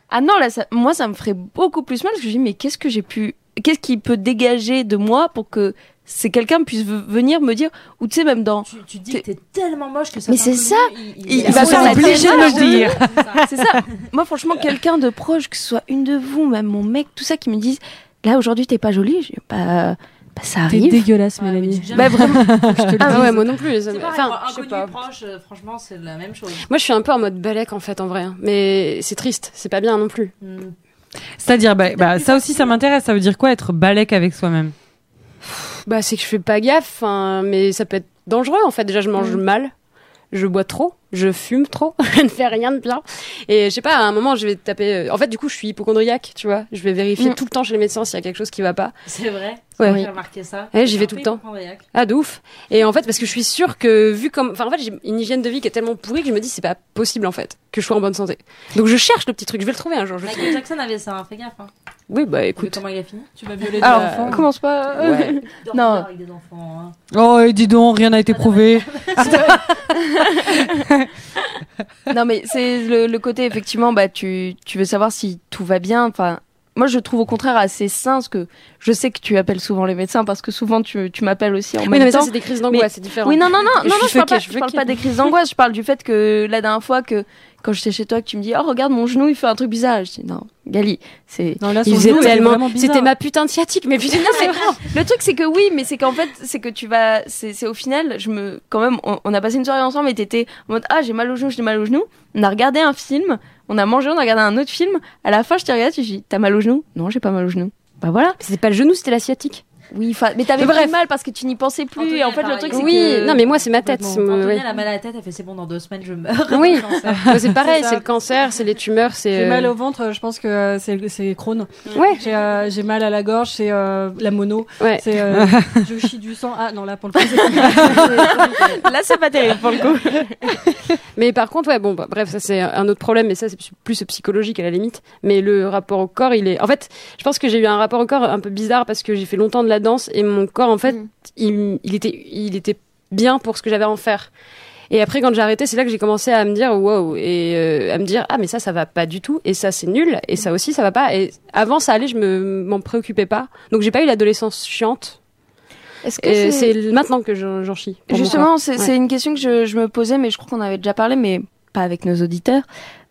C: Ah non, là, ça- moi, ça me ferait beaucoup plus mal parce que je dis Mais qu'est-ce que j'ai pu. Qu'est-ce qui peut dégager de moi pour que c'est quelqu'un puisse v- venir me dire Ou tu sais, même dans.
F: Tu, tu dis que t'es tellement moche que ça.
C: Mais
F: t'a
C: c'est
F: inconnu,
C: ça. Il- il
F: a
C: va
F: pas
C: faire la
F: obligé
C: tête.
F: C'est ça.
C: C'est ça. Moi, franchement, quelqu'un de proche, que ce soit une de vous, même mon mec, tout ça, qui me disent là aujourd'hui t'es pas jolie, je dis, bah, bah, ça
E: T'es
C: arrive.
E: dégueulasse,
F: Ouais, mais
E: Mélanie.
F: dis jamais
C: Bah
E: [laughs]
C: vraiment.
A: Ah ouais, moi non plus. Les...
F: C'est
A: amis. [laughs]
F: pareil,
A: Enfin,
F: quoi,
A: je sais
F: inconnu,
A: pas.
F: proche, euh, franchement, c'est la même chose.
A: Moi, je suis un peu en mode balèque en fait, en vrai. hein. Mais c'est triste, c'est pas bien non plus.
F: Mm.
D: c'est-à-dire bah, bah, ça aussi ça m'intéresse. Ça veut dire quoi être balèque avec soi-même
A: Bah, c'est que je fais pas gaffe, hein, mais ça peut être dangereux en fait. Déjà, je mange mal, je bois trop, je fume trop, [laughs] je ne fais rien de bien. Et je sais pas, à un moment, je vais taper. euh, En fait, du coup, je suis hypochondriaque, tu vois. Je vais vérifier
C: Mm.
A: tout le temps chez les médecins s'il y a quelque chose qui va pas.
F: C'est vrai.
A: Ouais.
F: J'ai remarqué ça.
A: Ouais, j'y
F: C'est
A: vais
F: un
A: tout le
F: peu
A: temps.
F: hypochondriaque.
A: Ah, de ouf. Et en fait, parce que je suis sûre que, vu comme. Enfin, en fait, j'ai une hygiène de vie qui est tellement pourrie que je me dis, c'est pas possible en fait, que je sois en bonne santé. Donc, je cherche le petit truc, je vais le trouver un jour. je le trouve.
F: Michael Jackson avait ça, hein, fais gaffe. Hein.
A: Oui, bah
F: Écoute.
A: écoute.
F: Comment il a fini
E: Tu vas violer
C: Alors, commence pas. euh,
A: [laughs]
F: Dormir
C: Non.
F: avec des enfants. hein.
D: Oh, et dis donc, rien n'a été prouvé.
C: [laughs] non mais c'est le, le côté effectivement, bah tu, tu veux savoir si tout va bien. Enfin, moi je trouve au contraire assez sain parce que je sais que tu appelles souvent les médecins parce que souvent tu, tu m'appelles aussi en
A: Oui,
C: même
A: non, mais ça,
C: temps.
A: c'est des crises d'angoisse, c'est différent.
C: Oui, non, non, non,
A: Je
C: non,
A: suis
C: non, je parle,
A: choquée,
C: pas,
A: je suis
C: je parle
A: choquée.
C: pas des crises d'angoisse, je parle du fait que la dernière fois que quand j'étais chez toi, que tu me dis, oh regarde mon genou, il fait un truc bizarre. Je dis, non, Gali, c'est.
E: Non, là,
A: Il
E: son
A: faisait
E: genou, il est
A: tellement.
E: vraiment bizarre.
A: C'était ma putain de sciatique, mais [laughs] putain, c'est vrai.
C: Le truc, c'est que oui, mais c'est qu'en fait, c'est que tu vas. C'est c'est au final, je me. Quand même, on, on a passé une soirée ensemble et t'étais en mode Ah, j'ai mal au genou, j'ai mal au genou. On a regardé un film, on a mangé, on a regardé un autre film. À la fin, je t'ai regardé, tu dis T'as mal au genou Non, j'ai pas mal au genou. Bah voilà.
A: C'était pas le genou, c'était la sciatique.
C: Oui, enfin, mais t'avais
A: Mais bref.
C: pris mal parce que tu n'y pensais plus.
F: Anthony
C: et en
F: a
C: fait, le
F: pareil.
C: truc, c'est
A: Oui,
C: que.
A: non, mais moi, c'est ma tête.
E: complètement.
A: c'est mon-
F: Anthony,
A: ouais.
F: elle a mal à la tête, elle fait c'est bon, dans deux semaines, je meurs.
A: Oui.
F: Dans ça.
A: Bah, c'est pareil,
E: C'est ça.
A: c'est le cancer, c'est les tumeurs,
E: J'ai
A: c'est.
E: mal
A: euh,
E: au ventre, je pense que euh, c'est c'est Crohn.
A: Ouais.
E: J'ai euh, j'ai mal à la gorge, c'est euh, la mono.
A: Ouais.
E: C'est euh, je chie du sang. Ah non là pour le coup. c'est-
C: [laughs] Là, c'est pas terrible pour le coup.
A: Mais par contre, ouais, bon, bah, bref, ça c'est un autre problème, mais ça c'est plus psychologique à la limite. Mais le rapport au corps, il est. En fait, je pense que j'ai eu un rapport au corps un peu bizarre parce que j'ai fait longtemps de la danse et mon corps, en fait,
C: Mm.
A: il, il était, il était bien pour ce que j'avais à en faire. Et après, quand j'ai arrêté, c'est là que j'ai commencé à me dire wow et euh, à me dire ah mais ça ça va pas du tout et ça c'est nul et ça aussi ça va pas. Et avant ça allait, je me m'en préoccupais pas. Donc j'ai pas eu l'adolescence chiante.
C: Est-ce que
A: Et c'est maintenant que j'en j'en chie. pour mon corps.
C: euh, Justement, c'est
A: Ouais.
C: c'est une question que je, je me posais, mais je crois qu'on avait déjà parlé, mais pas avec nos auditeurs,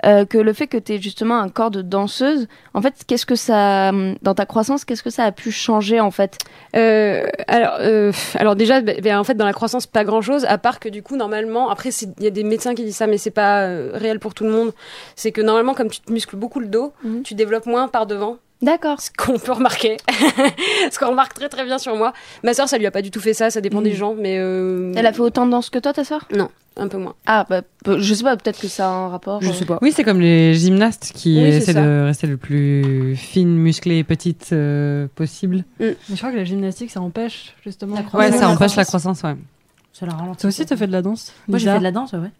C: euh, que le fait que tu aies justement un corps de danseuse, en fait, qu'est-ce que ça, dans ta croissance, qu'est-ce que ça a pu changer en fait
A: euh, alors, euh, alors déjà, bah, bah, en fait, dans la croissance, pas grand-chose, à part que du coup, normalement, après, c'est- il y a des médecins qui disent ça, mais c'est pas euh, réel pour tout le monde. C'est que normalement, comme tu te muscles beaucoup le dos,
C: Mhm.
A: tu développes moins par devant.
C: D'accord.
A: Ce qu'on peut remarquer, [laughs] ce qu'on remarque très très bien sur moi. Ma sœur, ça lui a pas du tout fait ça, ça dépend des gens, mais euh,
C: Elle a fait autant de danse que toi, ta soeur
A: un peu moins.
C: Ah, bah, peu- je sais pas, peut-être que ça a un rapport. euh,
A: pas.
D: Oui, c'est comme les gymnastes qui
A: Oui, c'est
D: essaient
A: ça.
D: de rester le plus fine, musclée et petite euh, possible.
C: Mm.
E: Mais je crois que la gymnastique, ça empêche justement.
F: La croissance.
D: Ouais,
F: Ouais,
D: ça
F: la
D: empêche la croissance, ouais.
F: Ça la ralentit.
E: Toi aussi,
F: quoi.
E: t'as fait de la danse
F: Moi, j'ai fait de la danse, ouais, ouais.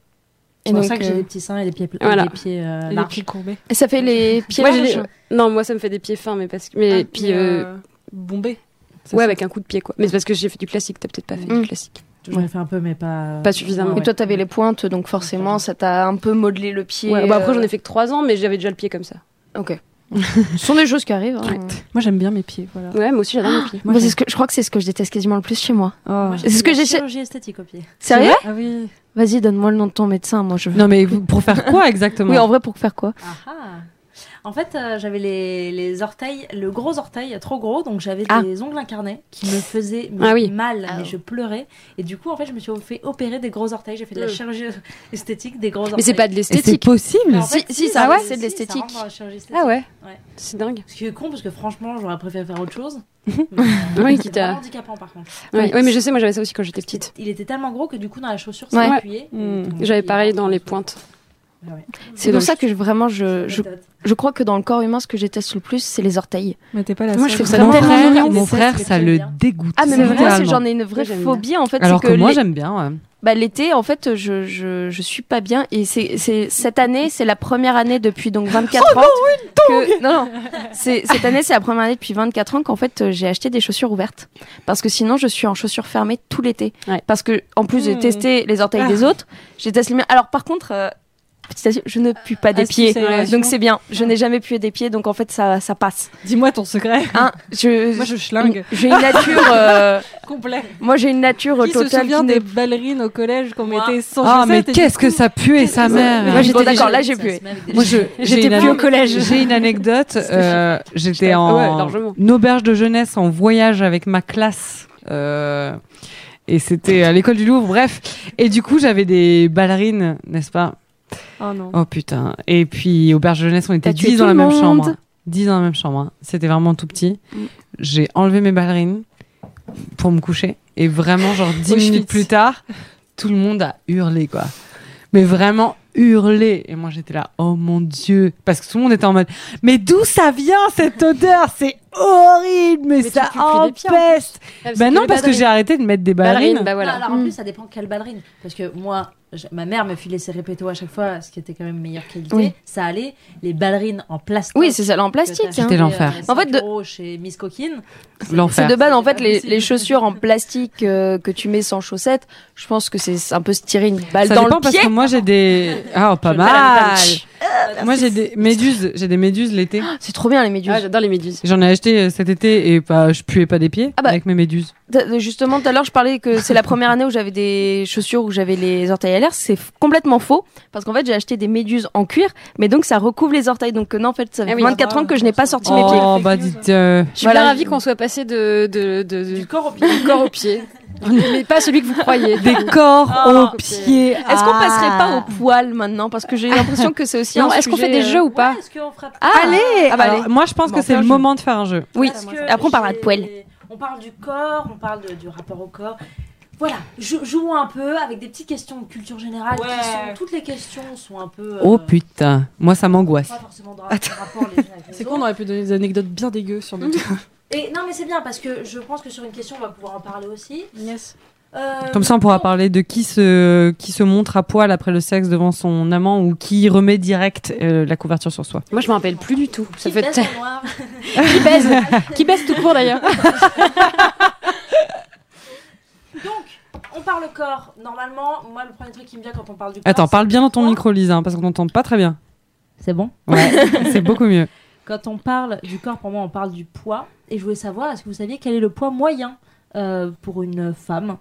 F: C'est
C: Et
F: pour
C: donc,
F: ça que j'ai
C: euh,
F: des petits seins et des pieds, pla-
A: Voilà.
F: et des pieds euh,
E: Et les
F: larges.
E: pieds courbés.
C: Et ça fait les pieds
A: Moi, j'ai
C: larges
A: les- Non, moi ça me fait des pieds fins, mais parce que. Mais puis. euh,
E: bombé. c'est
A: Ouais,
E: Ah, ça.
A: avec un coup de pied, quoi. Mais c'est parce que j'ai fait du classique, t'as peut-être pas fait
C: Mm.
A: du classique.
F: J'en ai fait un peu, mais pas.
A: Pas suffisamment.
F: Ouais,
C: Et toi,
F: ouais.
C: t'avais les pointes, donc forcément, ça t'a un peu modelé le pied.
A: Ouais, bah après, j'en
C: euh,
A: ai fait que 3 ans, mais j'avais déjà le pied comme ça.
C: Ok. Ce sont des choses qui arrivent. hein.
E: Moi, j'aime bien mes pieds, voilà.
A: Ouais, moi aussi, j'adore mes pieds.
C: Moi, c'est ce que, je crois que c'est ce que je déteste quasiment le plus chez moi.
E: Oh.
F: Moi,
C: C'est
F: j'ai
C: ce
F: fait
C: que
F: de la
C: j'ai-
F: Chirurgie esthétique au pied.
C: Sérieux
E: Ah oui.
C: Vas-y, donne-moi le nom de ton médecin, moi je veux.
D: Non, mais vous- pour faire quoi exactement
C: Oui, en vrai, pour faire quoi
F: Ah ah. En fait, euh, j'avais les, les orteils, le gros orteil trop gros, donc j'avais
C: Ah.
F: des ongles incarnés qui me faisaient mais
A: Ah oui.
F: mal,
C: Ah
F: mais
C: oui.
F: je pleurais. Et du coup, en fait, je me suis fait opérer des gros orteils. J'ai fait de la
A: Mm.
F: chirurgie [laughs] esthétique des gros orteils.
A: Mais c'est pas de
D: Et c'est
A: l'esthétique.
D: possible
F: Alors, en fait,
C: Si- si, ça,
F: ça-
C: ouais, c'est de
F: si, ça rentre
C: l'esthétique.
F: dans la chirurgie esthétique.
A: Ah ouais
F: Ouais.
A: C'est dingue.
F: Ce qui est con, parce que franchement, j'aurais préféré faire autre chose.
A: [laughs] Oui,
F: qui
A: quitte à-
F: t'a handicapant, par contre.
A: Ouais,
C: Oui.
A: ouais, mais je sais, moi j'avais ça aussi quand j'étais petite.
F: Il était tellement gros que du coup, dans la chaussure,
C: Ouais.
F: ça m'appuyait.
E: Mm.
A: J'avais pareil dans les pointes.
C: C'est pour ça que je- vraiment, je, je,
F: Je...
C: je crois que dans le corps humain, ce que je déteste le plus, c'est les orteils.
E: Mais t'es pas la
A: Moi, je
E: seule.
A: trouve ça
D: mon
A: tellement
D: frère,
A: mignon.
D: mon
F: C'est ça,
D: frère,
F: ce que
D: ça
F: tu
D: le
F: aimes bien.
D: dégoûte.
C: Ah, mais
D: C'est
C: moi,
D: littéralement.
C: c'est- j'en ai une vraie
A: Moi, j'aime
C: phobie en fait. c'est
D: Alors que moi,
C: l'é-
D: j'aime bien. ouais.
C: bah, l'été, en fait, je, je, je suis pas bien. Et c'est c'est- cette année, c'est la première année depuis donc 24
E: Oh,
C: ans. que- non, non. C'est- Cette année, c'est la première année depuis 24 ans qu'en fait, euh, j'ai acheté des chaussures ouvertes. Parce que sinon, je suis en chaussures fermées tout l'été.
A: Ouais.
C: Parce que, en plus, j'ai
E: Hmm.
C: testé les orteils des autres. J'ai testé les miens. Alors, par contre, euh, petit à petit, je ne pue
E: Ah,
C: pas des pieds.
E: Astuce,
C: Donc, c'est bien. Je n'ai jamais pué des pieds. Donc, en fait, ça, ça
E: [laughs]
C: passe.
E: euh, Dis-moi ton secret.
C: Hein, je,
E: Moi, je schlingue.
C: j'ai une nature, euh,
E: Complet.
C: moi, j'ai une nature
E: Qui se
C: totale
E: souvient
C: qui n'est
E: des ballerines au collège qu'on
F: Moi.
E: mettait sans
D: Ah, mais
E: chaussettes et du
D: qu'est-ce que
E: coup-
D: ça puait, sa mère
F: Ah,
C: Moi, j'étais d'accord, là, j'ai pué.
D: Moi, je- j'ai une
C: plus au
D: ane- J'ai une anecdote. euh, J'étais
A: Ouais,
D: en
A: largement.
D: une auberge de jeunesse en voyage avec ma classe. euh, et c'était à l'école du Louvre, bref. Et du coup, j'avais des ballerines, n'est-ce pas
E: Oh non.
D: Oh putain. Et puis, auberge de jeunesse, on était
C: T'as tué
D: 10 dans
C: tout
D: la
C: le
D: même
C: monde.
D: chambre. 10 dans la même chambre. hein. C'était vraiment tout petit. J'ai enlevé mes ballerines pour me coucher. Et vraiment, genre 10
E: Auschwitz.
D: minutes plus tard, tout le monde a hurlé, quoi. Mais vraiment hurlé. Et moi, j'étais là, oh mon Dieu. Parce que tout le monde était en mode, mais d'où ça vient cette odeur C'est horrible, mais,
A: tu
D: ça
A: pues plus des pieds, en
D: empeste.
A: Ah,
D: Ben non,
A: les
D: parce que
A: ballerines.
D: j'ai arrêté de mettre des ballerines.
A: Ballerines, bah voilà.
F: alors en
C: Mm.
F: plus, ça dépend quelle ballerine. Parce que moi, je- ma mère me filait ses répétos à chaque fois, ce qui était quand même meilleure qualité.
C: Oui.
F: Ça allait. Les ballerines en plastique.
C: Oui, c'est celle en
F: que
C: plastique.
F: t'as
C: hein.
D: C'était
F: acheté,
D: l'enfer.
F: euh,
C: En fait, de-
F: 5 euros chez Miss Coquine.
D: L'enfer.
C: C'est de base, en
F: C'était
C: fait,
F: pas
C: les,
F: possible.
C: les chaussures en plastique euh, que tu mets sans chaussettes, je pense que c'est un peu se tirer une balle
D: ça
C: dans
D: dépend
C: le
D: parce
C: pied.
D: que moi j'ai des ah oh, pas
F: Je
D: mal. Moi j'ai des méduses, j'ai des méduses
C: [gasps]
D: l'été.
C: C'est trop bien les méduses.
A: Ah, j'adore les méduses.
D: J'en ai acheté euh, cet été et pas je puais pas des pieds
C: Ah bah.
D: avec mes méduses.
C: T'as- Justement, tout à l'heure, je parlais que c'est la première année où j'avais des chaussures où j'avais les orteils à l'air. C'est f- complètement faux parce qu'en fait, j'ai acheté des méduses en cuir, mais donc ça recouvre les orteils. Donc euh, non, en fait, ça fait
A: Ah oui,
C: 24 ans que je n'ai pas sorti mes pieds.
D: Oh bah dites euh,
A: Je suis bien
C: Voilà.
A: ravie qu'on soit passé de, de, de-
F: Du
A: du
F: corps au pied.
A: corps au pied. [laughs] mais pas celui que vous croyez.
D: des
C: [laughs]
D: corps
A: Oh,
D: aux
A: ok.
D: pieds.
C: Est-ce qu'on passerait pas au poil maintenant Parce que j'ai l'impression que c'est aussi
A: Non,
C: un
A: est-ce qu'on
C: sujet,
A: fait des
C: euh,
A: jeux ou pas
F: Ouais, Est-ce qu'on fera
C: Ah, allez, ah bah,
D: Alors,
C: allez.
D: Moi je pense
C: Bon,
D: que c'est
C: faire un
D: le
C: jeu.
D: moment de faire un jeu.
C: Oui,
F: Parce que
C: après on parlera de
F: j'ai-
C: poil.
F: On parle du corps, on parle de- du rapport au corps. Voilà, jou- jouons un peu avec des petites questions de culture générale. qui sont- toutes les questions sont un peu. euh,
D: Oh putain, moi ça m'angoisse.
F: Pas forcément de ra- de rapport les
C: [laughs]
F: unes avec les
E: C'est
F: autres.
E: con, on aurait pu donner des Mm-hmm. anecdotes bien dégueu sur nous.
F: Et non, mais c'est bien parce que je pense que sur une question, on va pouvoir en parler aussi.
E: yes.
F: Euh,
D: Comme ça on pourra
F: bon,
D: parler de qui se qui se montre à poil après le sexe devant son amant ou qui remet direct euh, la couverture sur soi.
A: Moi, je me rappelle plus du tout. Ça
F: qui
A: fait
F: baisse le noir
A: qui baise, qui baise tout court d'ailleurs.
F: Donc, on parle corps. Normalement, moi, le premier truc qui me vient quand on parle du corps.
C: Ah,
D: Attends,
F: c'est
D: parle bien dans ton
F: quoi
D: micro Lisa hein, parce qu'on t'entend pas très bien.
F: C'est bon
C: [laughs]
D: Ouais, c'est beaucoup mieux.
F: Quand on parle du corps, pour moi, on parle du poids. Et je voulais savoir, est-ce que vous saviez quel est le poids moyen euh, pour une femme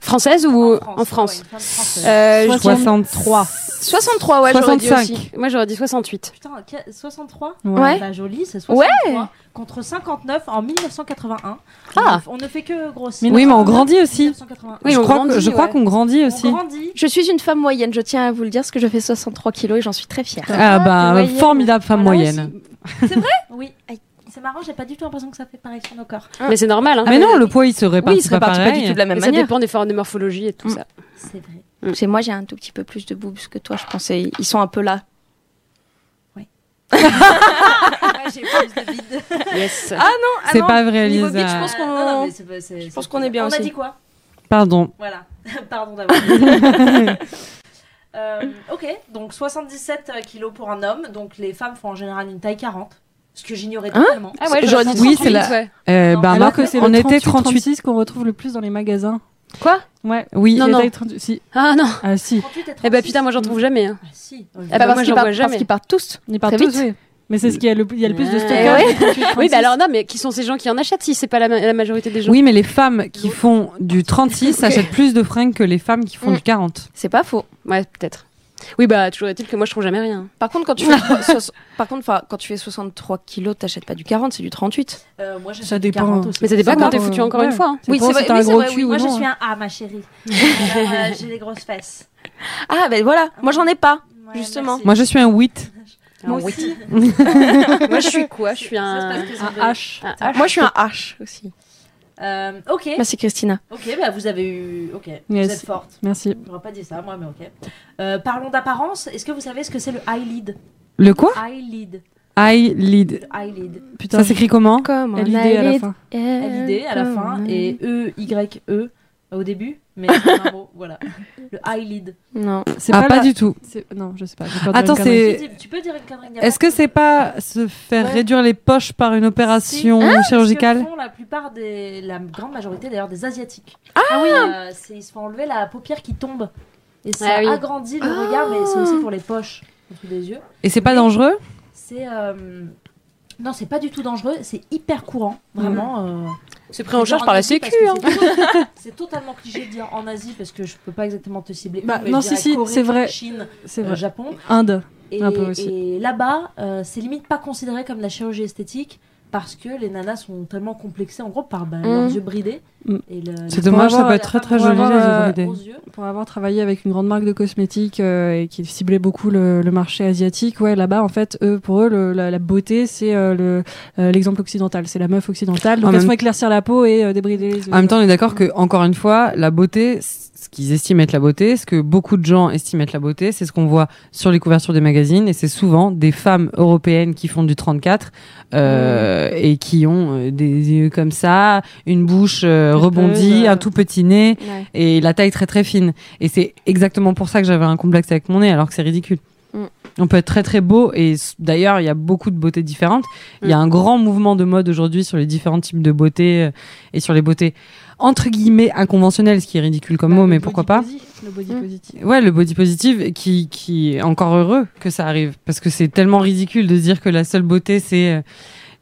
A: française ou en France,
F: ouais, une femme française.
A: Euh, je-
D: 63.
C: 63, Ah ouais, j'aurais dit
D: 65.
C: aussi.
A: Moi j'aurais dit 68.
F: Putain, que- 63
C: Ouais.
F: Bah, joli, c'est
C: Ouais.
F: 63. Contre 59 en 1981.
C: Ah.
F: On ne fait que grossir.
D: Oui, mais on grandit aussi.
F: 1981.
A: Oui,
D: je
A: on
D: crois, que-
A: grandit,
D: je crois
A: ouais.
D: qu'on grandit
F: On
D: aussi.
F: grandit.
C: Je suis une femme moyenne, je tiens à vous le dire, parce que je fais 63 kilos et j'en suis très fière.
D: Ah bah,
C: moyenne.
D: formidable femme
F: Voilà,
D: moyenne.
F: Oui. C'est marrant, j'ai pas du tout l'impression que ça fait pareil sur nos corts.
A: Mais c'est normal. Hein.
D: Ah, mais non, le poids il se répartit
C: oui, il se
D: pas
C: répartit pas
D: pareil.
C: du tout de la même
A: Mais ça
C: manière.
A: dépend des formes de morphologie et tout
C: Mm.
A: ça.
F: C'est vrai.
C: C'est moi, j'ai un tout petit peu plus de boobs que toi, je pensais. Ils sont un peu là.
F: Ouais, j'ai plus de bide.
D: Ah,
A: Yes.
D: C'est pas vrai,
C: Ah niveau
D: Lisa.
C: bite, je pense qu'on-
F: Non, non, mais c'est pas- c'est-
C: pense
F: c'est-
C: qu'on est bien
F: on
C: aussi.
F: a dit quoi
D: Pardon.
F: Voilà. [laughs] Pardon d'avoir. Euh, ok, donc 77 kilos pour un homme, donc les femmes font en général une taille 40, ce que j'ignorais
C: Hein
F: totalement.
A: Ah ouais,
D: Je-
A: j'aurais dit
D: oui,
A: 38,
D: c'est la-
A: ouais.
D: Euh,
F: Non.
D: bah,
F: Alors
D: Marc,
F: que c'est
D: on était 38.
E: 36 qu'on retrouve le plus dans les magasins.
A: Quoi
E: Ouais.
D: Oui,
A: Non,
E: Les
A: non.
E: tailles 38, si.
A: Ah non.
E: Ah si.
F: 38 et 36.
A: Eh bah putain, moi j'en trouve jamais. hein.
F: Ah, si.
A: Ah bah,
C: parce
A: moi, j'en
C: qu'ils partent-
A: vois
C: parce
A: jamais.
C: qu'ils partent tous.
E: Ils partent
C: Très
E: tous, oui. Mais c'est ce qui a le, il y a le plus de
A: Ouais.
E: stockage.
C: Eh
E: les 38,
A: Oui,
E: 36.
A: bah alors non, mais qui sont ces gens qui en achètent si c'est pas la, ma- la majorité des gens
D: oui, mais les femmes qui font du 36 achètent plus de fringues que les femmes qui font
C: Mm.
D: du 40.
C: C'est pas faux.
A: Ouais, peut-être. Oui, bah toujours est-il que moi je trouve jamais rien.
C: Par contre, quand tu fais, so- so- par contre, enfin, quand tu fais 63 kilos, t'achètes pas du 40, c'est du 38.
F: Euh, moi, je
E: Ça
F: suis
E: dépend.
F: 40 aussi.
A: Mais ça dépend
E: Ça
A: quand
E: dépend,
A: t'es foutu
E: euh,
A: encore
E: ouais.
A: une fois. hein.
C: Oui,
E: pour
C: c'est
E: si
C: vrai,
E: t'as
C: oui,
E: un
C: c'est
E: gros
C: vrai,
E: cul
C: oui,
E: ou
F: Moi, je
E: non,
F: suis
E: hein.
F: un A, ma chérie. Alors, euh, j'ai les grosses fesses.
C: Ah, ben voilà. Moi, j'en ai pas.
F: Ouais,
C: Justement.
F: merci.
D: Moi, je suis un 8.
F: Moi
A: Ah, oui.
F: aussi.
A: [laughs] Moi je suis quoi Je suis
F: Ça, c'est
A: un.
F: parce que
E: Un
F: c'est de-
E: H.
A: un H.
C: Moi, je suis un H aussi.
F: Euh, ok,
C: Bah, c'est Christina.
F: ok, bah vous avez eu. Ok,
E: Yes.
F: vous êtes forte.
E: [laughs] Merci.
F: J'aurais pas dit ça, moi, mais ok. Euh, parlons d'apparence. Est-ce que vous savez ce que c'est le eyelid
D: Le quoi
F: Eyelid.
D: I lead.
F: Le eyelid.
E: Putain.
D: Ça s'écrit comment
C: Comme
E: LID à la fin.
D: Euh,
F: L-I-D à la fin et E-Y-E au début,
D: [laughs]
F: mais c'est un mot, voilà. Le eyelid.
C: Non.
E: C'est
D: Ah, pas
E: la-
D: du tout.
E: c'est- Non, je sais pas. j'ai peur de
D: Attends,
E: dire une connerie.
D: c'est-
F: Tu dis- Tu peux dire une connerie il y a
D: Est-ce
F: pas
D: que
F: de-
D: c'est pas se faire
F: Ouais.
D: réduire les poches par une opération
F: Ce
D: chirurgicale
F: que font la plupart des, la grande majorité d'ailleurs des asiatiques.
C: Ah
F: oui. euh, ils se font enlever la paupière qui tombe et ça
A: Ah oui.
F: agrandit le regard, mais c'est aussi pour les poches en dessous des yeux.
D: Et c'est pas dangereux
F: C'est euh, non, c'est pas du tout dangereux, c'est hyper courant, vraiment.
D: Mhm.
F: euh,
A: C'est pris en
F: je veux dire
A: charge par la
F: Asie,
A: Sécu.
F: parce que
A: hein.
F: c'est to- C'est totalement cliché de dire en Asie parce que je peux pas exactement te cibler.
E: Bah,
F: mais
E: non,
F: je
E: si,
F: dirais
E: si,
F: Corée,
E: c'est vrai.
F: Chine,
E: C'est
F: euh,
E: vrai.
F: Japon.
E: Inde.
F: Et,
E: Un peu aussi.
F: et là-bas, euh, c'est limite pas considéré comme de la chirurgie esthétique parce que les nanas sont tellement complexées en gros par bah, leurs
C: Mm.
F: yeux bridés.
E: Mm.
F: Et le-
D: C'est dommage,
E: avoir
D: ça peut
E: la
D: être très très
E: pour
D: joli les
E: avoir, euh,
D: yeux
F: les
D: bridés.
F: gros yeux.
E: Pour avoir travaillé avec une grande marque de cosmétiques euh, et qui ciblait beaucoup le, le marché asiatique, ouais, là-bas, en fait, eux, pour eux, le- la, la beauté, c'est euh, le- euh, l'exemple occidental. C'est la meuf occidentale. Donc,
D: En
E: elles
D: même-
E: se font éclaircir la peau et euh, débrider les yeux.
D: En même temps, on est d'accord que, encore une fois, la beauté, c- ce qu'ils estiment être la beauté, ce que beaucoup de gens estiment être la beauté, c'est ce qu'on voit sur les couvertures des magazines, et c'est souvent des femmes européennes qui font du 34 euh, et qui ont euh, des yeux comme ça, une bouche euh,
E: Pulpeuse,
D: rebondie,
E: euh.
D: un tout petit nez, et la taille très très fine. Et c'est exactement pour ça que j'avais un complexe avec mon nez, alors que c'est ridicule.
C: Mm.
D: On peut être très très beau et s- d'ailleurs il y a beaucoup de beautés différentes. Il y
C: Mm.
D: a un grand mouvement de mode aujourd'hui sur les différents types de beauté euh, et sur les beautés entre guillemets inconventionnelles, ce qui est ridicule
C: Bah,
D: comme mot, mais pourquoi pas.
E: Le body
C: Mm.
E: positive.
D: Ouais, le body positive qui, qui est encore heureux que ça arrive parce que c'est tellement ridicule de se dire que la seule beauté c'est euh,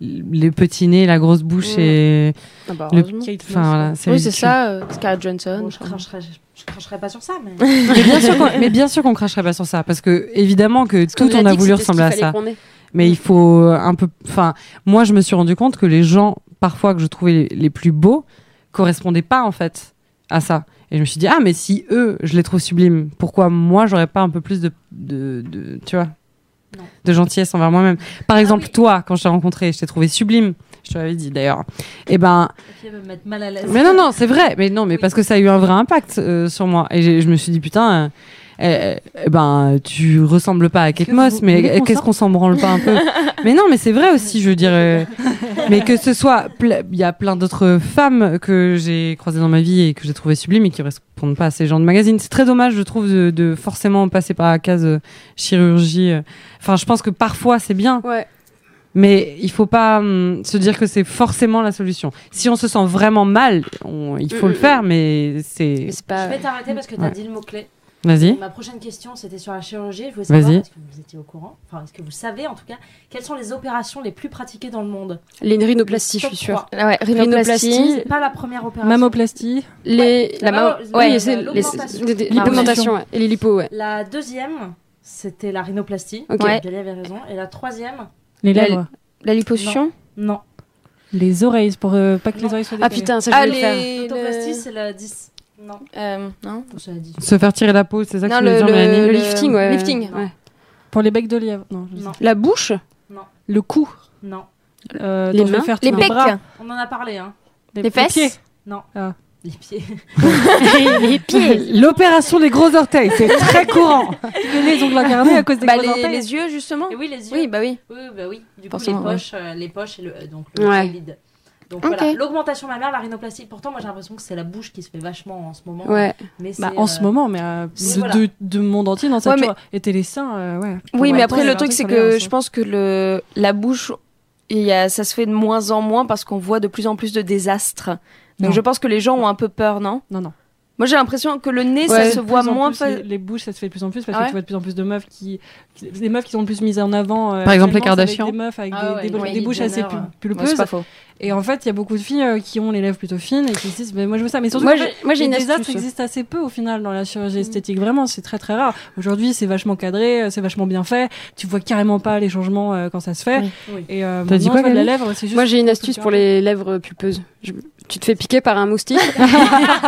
D: les petits nez, la grosse bouche
C: Mm.
D: et
C: Ah bah,
D: Le-
C: heureusement.
D: enfin voilà, c'est
C: Oui, c'est
D: ridicule.
C: ça, euh, Scarlett Johnson.
F: Bon, je
C: enfin.
F: cracherai, je, je cracherai pas sur ça, mais
D: Mais
A: [laughs]
D: bien sûr qu'on, mais bien sûr qu'on cracherait pas sur ça, parce que évidemment que
A: Parce qu'on
D: tout on
A: nous
D: a
A: dit que
D: voulu
A: c'était ce qu'il
D: ressembler à
A: fallait
D: ça.
A: qu'on Mm. ait.
D: Mais il faut un peu, enfin, moi je me suis rendu compte que les gens parfois que je trouvais les, les plus beaux correspondaient pas en fait à ça. Et je me suis dit ah mais si eux je les trouve sublimes, pourquoi moi j'aurais pas un peu plus de, de, de- tu vois,
F: Non.
D: de gentillesse envers moi-même.
A: Ah
D: Par exemple
F: oui.
D: toi quand je t'ai rencontré, je t'ai trouvé sublime. Je te l'avais dit d'ailleurs. Et ben
F: qui va me mettre mal à l'aise.
D: mais non, non, c'est vrai. Mais non, mais
F: Oui.
D: parce que ça a eu un vrai impact euh, sur moi. Et j'ai- je me suis dit, putain, euh, euh, eh ben, tu ressembles pas à Kate
E: que
D: Moss,
E: vous
D: mais
E: voulez
D: euh,
E: qu'on
D: qu'est-ce
E: sorte
D: qu'on s'en branle pas un
E: [laughs]
D: peu Mais non, mais c'est vrai aussi, je veux dire. euh, mais que ce soit, ple- il y a plein d'autres femmes que j'ai croisées dans ma vie et que j'ai trouvées sublimes et qui répondent pas à ces gens de magazine. C'est très dommage, je trouve, de, de forcément passer par la case euh, chirurgie. euh. Enfin, je pense que parfois c'est bien.
A: Ouais.
D: Mais il faut pas hum, se dire que c'est forcément la solution. Si on se sent vraiment mal, on- il faut
A: Mm,
D: le
A: mm,
C: Euh,
D: faire, mais c'est.
A: Mais c'est
F: Je
A: pas.
F: vais t'arrêter parce que t'as
D: Ouais.
F: dit le mot clé.
D: Vas-y.
F: Ma prochaine question, c'était sur la chirurgie. Je voulais savoir,
D: Vas-y.
F: est-ce que vous étiez au courant Enfin, est-ce que vous savez, en tout cas, quelles sont les opérations les plus pratiquées dans le monde
A: Les rhinoplasties, je
F: Top
A: suis sûre.
F: trois.
C: Ah ouais, rhinoplastie,
A: Rhinoplastie,
F: C'est pas la première
E: Ah,
F: opération.
E: Mammoplastie.
A: Les...
C: La
F: mao-
C: mao-
F: la-
C: ouais,
F: la-
A: c'est les-
F: l'augmentation.
A: les- les-
C: Ah,
A: L'augmentation, ouais. Et les lipos, ouais.
F: La deuxième, c'était la rhinoplastie.
A: Ok.
C: Ouais.
F: Galia avait raison. Et la troisième,
E: Les
C: La-
E: lèvres.
C: la liposuction.
F: non.
E: Les oreilles, pour euh, pas que les
F: Non.
E: oreilles soient
A: Ah
E: décalées.
A: putain, ça je
C: Ah,
A: voulais le faire.
C: les-
F: L'autoplastie,
C: le-
F: c'est la 10. Non,
C: euh, non.
F: c'est la 10.
D: Se faire tirer la peau, c'est ça que
C: Non,
D: tu veux
C: le-
D: dire,
C: le-
D: Mélanie
A: Le lifting, ouais.
C: lifting.
A: ouais.
E: Pour les becs de lièvre. Non, je sais.
F: Non,
A: La bouche
E: Le cou.
F: non.
E: Euh,
A: Les
E: attends, je vais
A: mains.
E: faire tous
C: Les
E: mes
C: pecs,
E: bras.
F: On en a parlé, hein.
C: les fesses,
F: Les pieds.
E: Les [laughs] pieds.
D: L'opération des gros orteils,
C: [laughs]
D: c'est très courant.
E: les ongles incarnés à cause des
C: bah,
E: gros
C: les,
E: orteils.
C: les yeux justement.
F: Et oui, les yeux.
C: Oui, bah oui.
F: Oui, bah oui. Du coup, les
C: Forcément, ouais.
F: poches, euh, les poches et le, euh, donc le
A: Ouais.
F: solide. Donc
C: Ok.
F: voilà, l'augmentation mammaire, la rhinoplastie. Pourtant, moi j'ai l'impression que c'est la bouche qui se fait vachement en ce moment.
A: Ouais.
F: Mais
E: Bah,
F: c'est,
E: en
F: euh,
E: ce moment, mais euh,
F: c'est-
E: de,
F: voilà.
E: de- de monde entier, dans ça,
C: Ouais,
E: tu
C: mais-
E: vois. Et t'es les seins, euh, ouais.
C: Oui,
E: Pour
C: mais
E: attendre,
C: après, le
E: un
C: truc, c'est
E: sur les
C: que
E: uns,
C: je
E: ça.
C: pense que le, la bouche, il y a, ça se fait de moins en moins parce qu'on voit de plus en plus de désastres. Donc,
E: Non.
C: je pense que les gens ont un peu peur, non
E: Non, non.
C: Moi, j'ai l'impression que le nez,
E: Ouais,
C: ça se
E: de
C: voit
E: plus en
C: moins.
E: plus,
C: fa-
E: les, les bouches, ça se fait de plus en plus parce
C: Ah
E: que
C: ouais
E: tu vois de plus en plus de meufs qui. qui- des meufs qui sont le plus mises en avant. euh,
D: Par exemple, les
E: actuellement, c'est avec
D: Kardashians.
E: Des meufs avec
F: Ah
E: des,
F: ouais,
E: des,
F: ouais,
E: des
F: les
E: bouches assez
F: Jenner,
E: pul-
F: ouais.
C: Ouais, c'est
E: pulpeuses.
C: pas faux.
E: Et en fait, il y a beaucoup de filles euh, qui ont les lèvres plutôt fines et qui se disent, mais moi je veux ça. Mais surtout,
A: Moi,
E: en fait,
A: j'ai- moi, j'ai
E: les
A: une
E: désastres
A: astuce. Mm.
E: existent assez peu au final dans la chirurgie esthétique. Vraiment, c'est très très rare. Aujourd'hui, c'est vachement cadré, euh, c'est vachement bien fait. Tu vois carrément pas les changements euh, quand ça se fait.
C: Oui.
F: Oui.
E: Et euh,
D: T'as dit
E: maintenant,
D: quoi,
E: je vois de la
D: Camille
E: lèvre, c'est juste
A: Moi, j'ai une
E: tout
A: astuce pour
E: carré.
A: les lèvres pulpeuses. Je- Tu te fais piquer par un moustique. [laughs]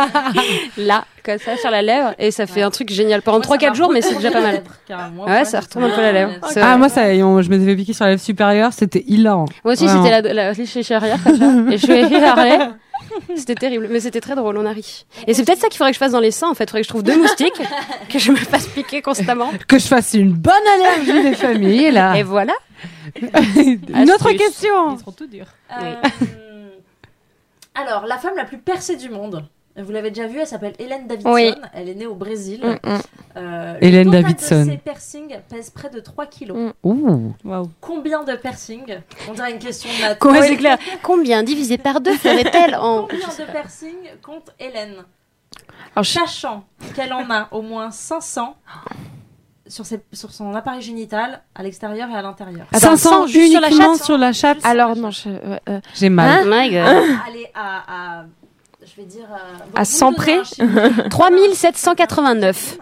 A: Là, comme ça, sur la lèvre. Et ça fait
F: Ouais.
A: un truc génial. Pendant
F: moi, ça
A: 3-4
F: m'a
A: jours, mais c'est
F: retourné
A: déjà pas
F: la
A: mal. Ah
F: lèvre, carrément.
A: Ouais, ça retourne un peu la lèvre.
C: euh,
A: C'est
D: Ah,
A: vrai.
D: moi, ça, et on- je m'étais fait piquer sur la lèvre supérieure, c'était hilarant.
A: [laughs] Moi aussi,
D: Vraiment.
A: c'était la, la, la chéchée arrière, comme [laughs] ça. Et je suis arrière. C'était terrible, mais c'était très drôle, on a ri. Et c'est peut-être ça qu'il faudrait que je fasse dans les seins, en fait. Il faudrait que je trouve deux [laughs] moustiques, que je me fasse piquer constamment.
D: Que je fasse une bonne allergie
C: [laughs]
D: des familles, là.
A: Et voilà.
D: une autre
A: astuce.
D: question.
A: [laughs]
F: Euh, Alors, la femme la plus percée du monde. Vous l'avez déjà vue, elle s'appelle Hélène Davidson.
C: Oui.
F: Elle est née au Brésil.
C: Mm, mm.
F: Euh,
D: Hélène
F: le total
D: Davidson.
F: De ses piercings pèse près de 3 kilos.
C: Mm.
D: Ouh.
E: Waouh.
F: Combien de piercings On dirait une question de maths.
A: Ouais, c'est clair. Combien divisé par deux ferait-elle en.
F: Combien de piercings compte Hélène
C: Alors, je-
F: Sachant qu'elle en a au moins 500 sur, ses- sur son appareil génital, à l'extérieur et à l'intérieur.
C: Attends,
D: 500
C: juste sur la
D: uniquement
C: chatte
D: sur la chatte. hein.
C: Alors, non, je- ouais, euh,
D: J'ai mal.
A: Oh My God.
F: Allez, à, à- je vais dire... euh, bon,
C: À
F: vous
C: 100
F: me donnez un chiffre.
A: 3789.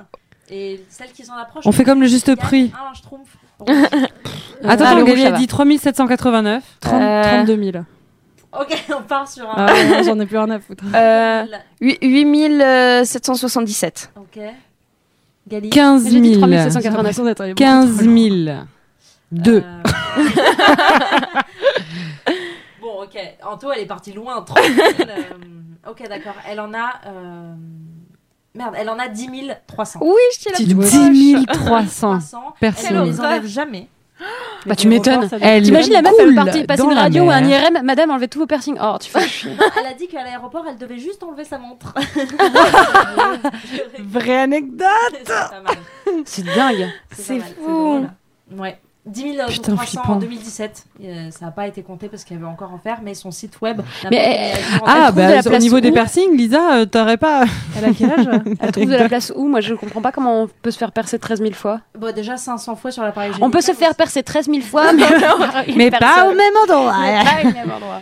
F: Et celle qui s'en approche...
D: On fait comme le juste
F: gagne
D: prix.
F: un Schtroumpf. [laughs] Rouge.
D: Attends,
C: Ah,
D: attends,
C: le
D: Gabi
C: rouge,
D: a
C: ça
D: dit 3789.
E: 30
C: Euh.
E: 32 000.
F: ok, on part sur un...
E: Ah, ouais, J'en ai plus rien à foutre.
C: euh,
F: Là,
C: huit- 8777.
F: Ok. Gali.
D: 15
A: J'ai dit
D: 000.
A: 3789.
E: J'ai l'impression d'être allée
D: 15 000.
A: Euh,
D: 2.
F: Euh, [laughs] bon, ok. Anto, elle est partie loin. trop facile, euh, Ok, d'accord. Elle en a. euh, Merde, elle en a 10 300.
C: Oui, je t'ai la
D: 10 300.
F: 300. Elle
D: personnes.
F: ne les enlève jamais.
A: Bah, tu m'étonnes.
D: Elle
A: T'imagines la meuf,
D: coule
A: elle partie passer
D: dans
A: une
D: la
A: radio ou un
D: mer.
A: IRM. Madame, enlevez tous vos piercings. Oh, tu fais chier.
F: Elle a dit qu'à l'aéroport, elle devait juste enlever sa montre.
D: Vraie anecdote.
F: C'est pas mal.
A: C'est dingue.
F: C'est pas mal,
C: fou.
F: drôle. Ouais. 10
D: Putain,
F: 300 en
D: flippant.
F: 2017. Euh, ça n'a pas été compté parce qu'il y avait encore en faire, mais son site web. n'a
A: Mais
F: pas
A: elle-
F: été mis à jour en
D: Ah,
A: trouve de
D: bah,
A: la
D: au
A: place
D: niveau des
A: où
D: piercings, Lisa, euh, t'aurais pas.
E: Elle a quel
D: [laughs]
E: âge
A: Elle trouve de la place où Moi, je comprends pas comment on peut se faire percer 13 000 fois.
F: Bon, déjà 500 fois sur l'appareil
A: On peut se
F: génital,
A: faire percer 13 000
D: [laughs]
A: fois, mais,
D: Mais pas au même endroit.
A: même endroit.